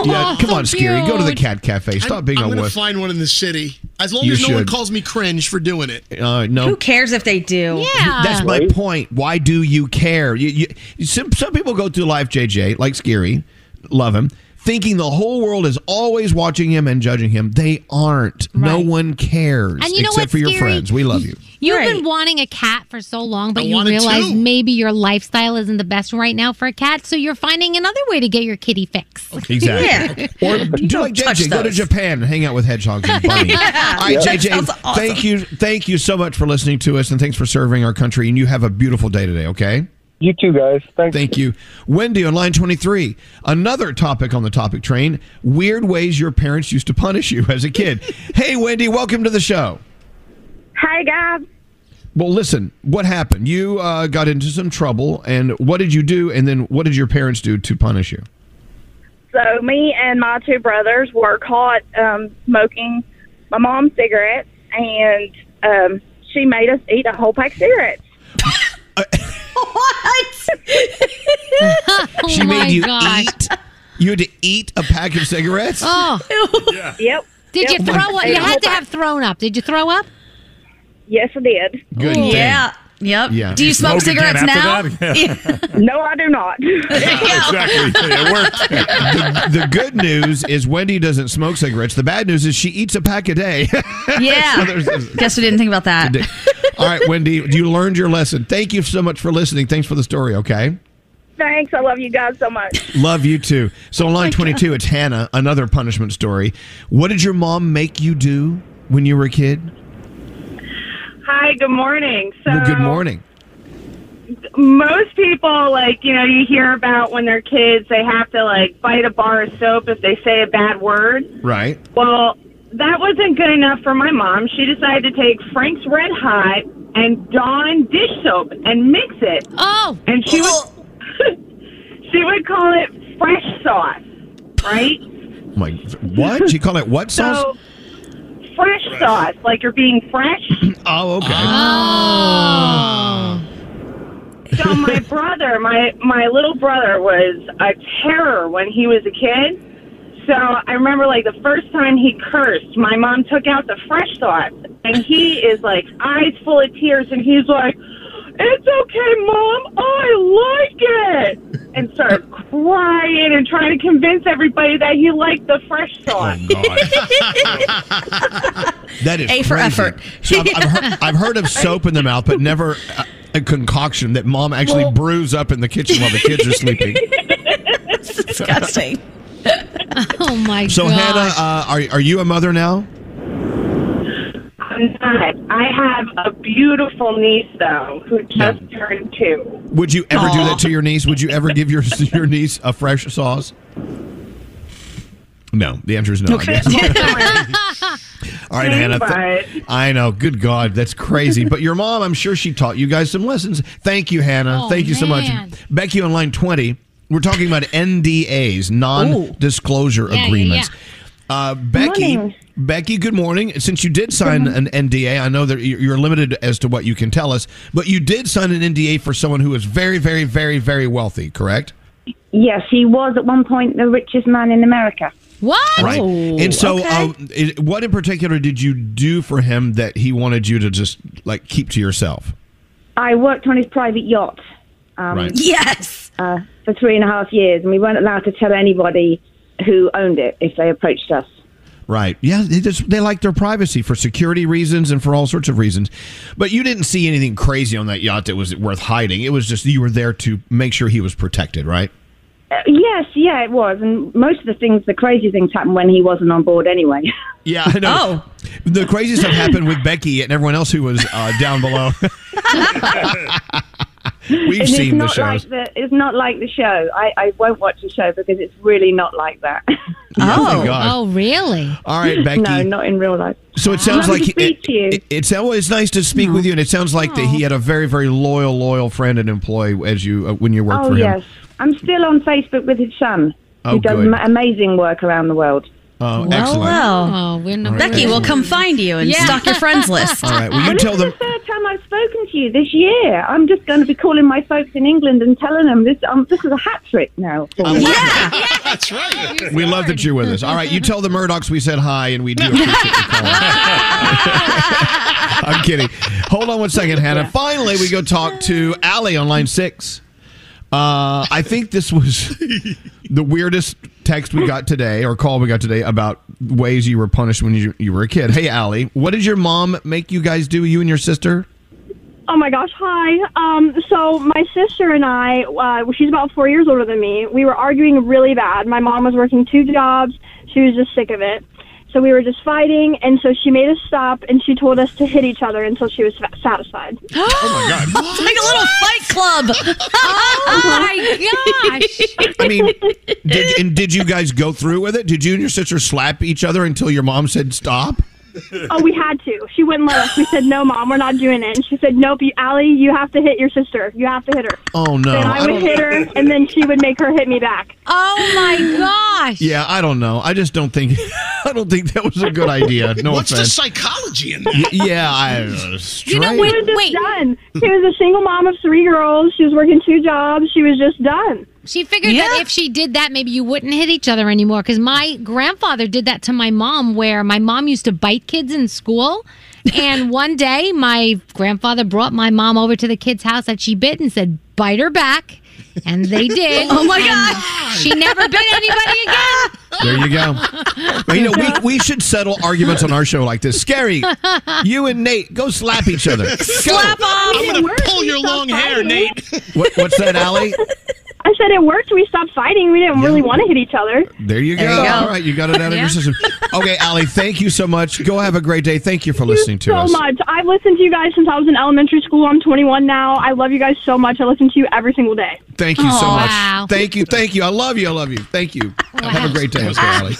S31: it.
S5: Yeah, come on, scary, go to the
S31: cute.
S5: Cat Cafe. Stop being
S6: I'm
S5: a
S6: gonna
S5: wuss.
S6: find one in the city. As long
S5: You
S6: as no one
S5: should.
S6: calls me cringe for doing it.
S5: uh, no,
S8: Who cares if they do? Yeah.
S5: That's my point. Why do you care? You, you, some, some people go through life, JJ, like Scary, love him, thinking the whole world is always watching him and judging him. They aren't. No one cares
S7: And you know
S5: except
S7: what's
S5: for your
S7: scary?
S5: friends. We love you.
S7: You've been wanting a cat for so long, but
S5: I
S7: you
S5: wanted
S7: realize
S5: two.
S7: maybe your lifestyle isn't the best right now for a cat, so you're finding another way to get your kitty fixed.
S5: Exactly. Or do like
S7: touch
S5: JJ, go to
S7: those.
S5: Japan and hang out with hedgehogs and bunnies.
S7: Yeah.
S5: All right,
S7: Yeah.
S5: JJ,
S7: That sounds awesome.
S5: thank you, thank you so much for listening to us, and thanks for serving our country. And you have a beautiful day today. Okay.
S13: You too, guys. Thanks.
S5: Thank you, Wendy on line twenty-three. Another topic on the topic train: weird ways your parents used to punish you as a kid. hey, Wendy, welcome to the show.
S16: Hi, Gab.
S5: Well, listen, what happened? You uh, got into some trouble, and what did you do? And then what did your parents do to punish you?
S16: So, me and my two brothers were caught um, smoking my mom's cigarettes, and um, she made us eat a whole pack of cigarettes. what?
S5: she made you eat. You had to eat a pack of cigarettes.
S7: Oh.
S16: Yep.
S7: Did you
S5: Yep.
S7: throw up? You
S5: Yeah.
S7: had to have thrown up. Did you throw up?
S16: Yes, I did.
S5: Good thing.
S16: Yeah.
S8: Yep.
S5: Yeah.
S8: Do you smoke, cigarettes now?
S16: no, I do not.
S5: exactly. It worked. the, the good news is Wendy doesn't smoke cigarettes. The bad news is she eats a pack a day. So
S8: Yeah.
S5: there's- there's-
S8: Guess we didn't think about that.
S5: All right, Wendy, you learned your lesson. Thank you so much for listening. Thanks for the story, okay?
S16: Thanks. I love you guys so much.
S5: Love you too. So, on line 22, it's Hannah, another punishment story. What did your mom make you do when you were a kid?
S19: Hi, good morning. So,
S5: well, good morning.
S19: most people, like, you know, you hear about when they're kids, they have to, like, bite a bar of soap if they say a bad word.
S5: Right.
S19: Well, that wasn't good enough for my mom. She decided to take Frank's Red Hot and Dawn dish soap and mix it.
S7: Oh.
S19: And she would, she would call it fresh sauce, right?
S5: My, what? She called it what sauce?
S19: So, fresh sauce, like you're being fresh.
S5: oh, okay.
S19: uh, So my brother, my my little brother was a terror when he was a kid. So I remember like the first time he cursed, my mom took out the fresh sauce and he is like eyes full of tears and he's like, It's okay, mom, I like it and started crying and trying to convince everybody that he liked the fresh sauce.
S5: Oh, That is
S19: A for
S5: crazy.
S19: effort.
S5: So I've, I've, heard, I've heard of soap in the mouth, but never a, a concoction that mom actually
S19: Well-
S5: brews up in the kitchen while the kids are sleeping.
S19: disgusting.
S7: oh my
S5: So
S7: god.
S5: Hannah, uh, are are you a mother now?
S19: I'm not. I have a beautiful niece though who just turned two.
S5: Would you ever do
S19: Aw.
S5: that to your niece? Would you ever give your your niece a fresh sauce? No, the answer is no. I guess. All right, Hannah. th- I know. Good God, that's crazy. But your mom, I'm sure she taught you guys some lessons. Thank you, Hannah.
S21: Oh,
S5: Thank you so much.
S21: man.
S5: Becky on line 20. We're talking about NDAs, non-disclosure
S21: Yeah, yeah,
S5: agreements.
S21: yeah.
S5: Uh, Becky,
S21: Morning.
S5: Becky, good morning. Since you did sign an NDA, I know that you- you're limited as to what you can tell us, but you did sign an NDA for someone who is very, very, very, very wealthy, correct?
S19: Yes, he was at one point the richest man in America.
S7: What?
S5: Right. and so, um, i- what in particular did you do for him that he wanted you to just like keep to yourself?
S19: I worked on his private yacht. Um,
S5: Right.
S19: Yes. Uh, for three and a half years, and we weren't allowed to tell anybody who owned it if they approached us.
S5: Right. Yeah, they just they like their privacy for security reasons and for all sorts of reasons. But you didn't see anything crazy on that yacht that was worth hiding. It was just you were there to make sure he was protected, right?
S19: Uh, yes, yeah, it was. And most of the things, the crazy things happened when he wasn't on board anyway.
S5: Yeah, I know.
S19: Oh.
S5: The crazy stuff happened with Becky and everyone else who was uh, down below. We've
S19: And it's
S5: seen the
S19: not
S5: shows.
S19: Like the, it's not like the show. I, I won't watch the show because it's really not like that.
S5: Oh. my God.
S7: Oh, really?
S5: All right, Becky.
S19: No, not in real life.
S5: So it sounds
S19: Lovely
S5: like
S19: to speak
S5: it, it, it's always nice to speak with you, and it sounds like that he had a very, very loyal, loyal friend and employee as you uh, when you worked
S19: Oh,
S5: for him.
S19: yes. I'm still on Facebook with his son,
S5: Oh,
S19: who does
S5: good.
S19: ma- amazing work around the world.
S5: Oh,
S19: Well,
S5: excellent.
S19: well.
S7: Oh, we're
S5: not-
S8: Becky will come find you and
S19: Yeah.
S8: stalk your friends list.
S5: All right, well, you
S19: Well,
S5: tell
S19: this
S5: them.
S19: is the third time I've spoken to you this year. I'm just going to be calling my folks in England and telling them this. Um, this is a hat trick now.
S5: Oh,
S22: That's right.
S5: We love that you're with us. All right, you tell the Murdochs we said hi, and we do appreciate you calling. I'm kidding. Hold on one second, Hannah. Finally, we go talk to Allie on line six. Uh, I think this was the weirdest text we got today or call we got today about ways you were punished when you, you were a kid. Hey, Allie, what did your mom make you guys do, you and your sister?
S33: Oh my gosh, hi. Um, so my sister and I, uh, she's about four years older than me. We were arguing really bad. My mom was working two jobs. She was just sick of it. So we were just fighting, and so she made us stop, and she told us to hit each other until she was fa- satisfied.
S5: Oh my God.
S8: It's like a little fight club. oh my gosh.
S5: I mean, did, and did you guys go through with it? Did you and your sister slap each other until your mom said stop?
S33: oh, we had to. She wouldn't let us. We said, "No, mom, we're not doing it." And she said, "Nope, you, Allie, you have to hit your sister. You have to hit her."
S5: Oh, no.
S33: Then
S5: I
S33: I would
S5: don't-
S33: hit her, and then she would make her hit me back.
S8: Oh my gosh.
S5: Yeah, I don't know. I just don't think I don't think that was a good idea. Uh, No
S22: What's the
S5: offense.
S22: psychology in
S5: Y-
S22: that?
S5: yeah, I uh,
S33: You know,
S5: strange.
S33: she was just done. She was a single mom of three girls. She was working two jobs. She was just done.
S7: She figured that
S33: Yeah.
S7: if she did that, maybe you wouldn't hit each other anymore. Because my grandfather did that to my mom, where my mom used to bite kids in school. And one day, my grandfather brought my mom over to the kid's house that she bit and said, "Bite her back," and they did.
S8: Oh, my
S7: And
S8: God.
S7: She never bit anybody again.
S5: There you go. Well, you know, we, we should settle arguments on our show like this. Scary, you and Nate go slap each other. Go.
S22: off. I'm gonna pull your
S33: Stop
S22: long hair,
S33: fighting.
S22: Nate.
S5: What, what's that, Allie?
S33: I said it worked. We stopped fighting. We didn't really want to hit each other.
S5: There you go.
S33: There you go.
S5: All right, you got it out of your
S33: Yeah.
S5: system. Okay, Allie, thank you so much. Go have a great day. Thank you for listening to
S33: so
S5: us.
S33: much. I've listened to you guys since I was in elementary school. I'm 21 now. I love you guys so much. I listen to you every single day.
S5: Thank you so
S33: Aw.
S5: much.
S33: Wow.
S5: Thank you. Thank you. I love you. I love you. Thank you. Have a great day, Mr.
S33: Wow.
S5: Allie.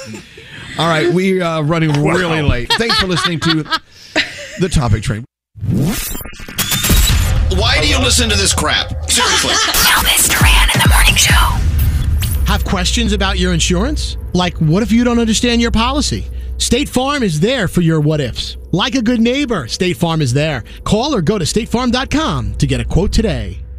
S5: All right, we are running really late. Thanks for listening to the topic train.
S34: Why do you listen to this crap? Seriously.
S14: Elvis Duran in the morning show.
S17: Have questions about your insurance? Like, what if you don't understand your policy? State Farm is there for your what ifs. Like a good neighbor, State Farm is there. Call or go to statefarm.com to get a quote today.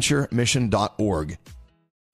S5: stbonaventuremission.org.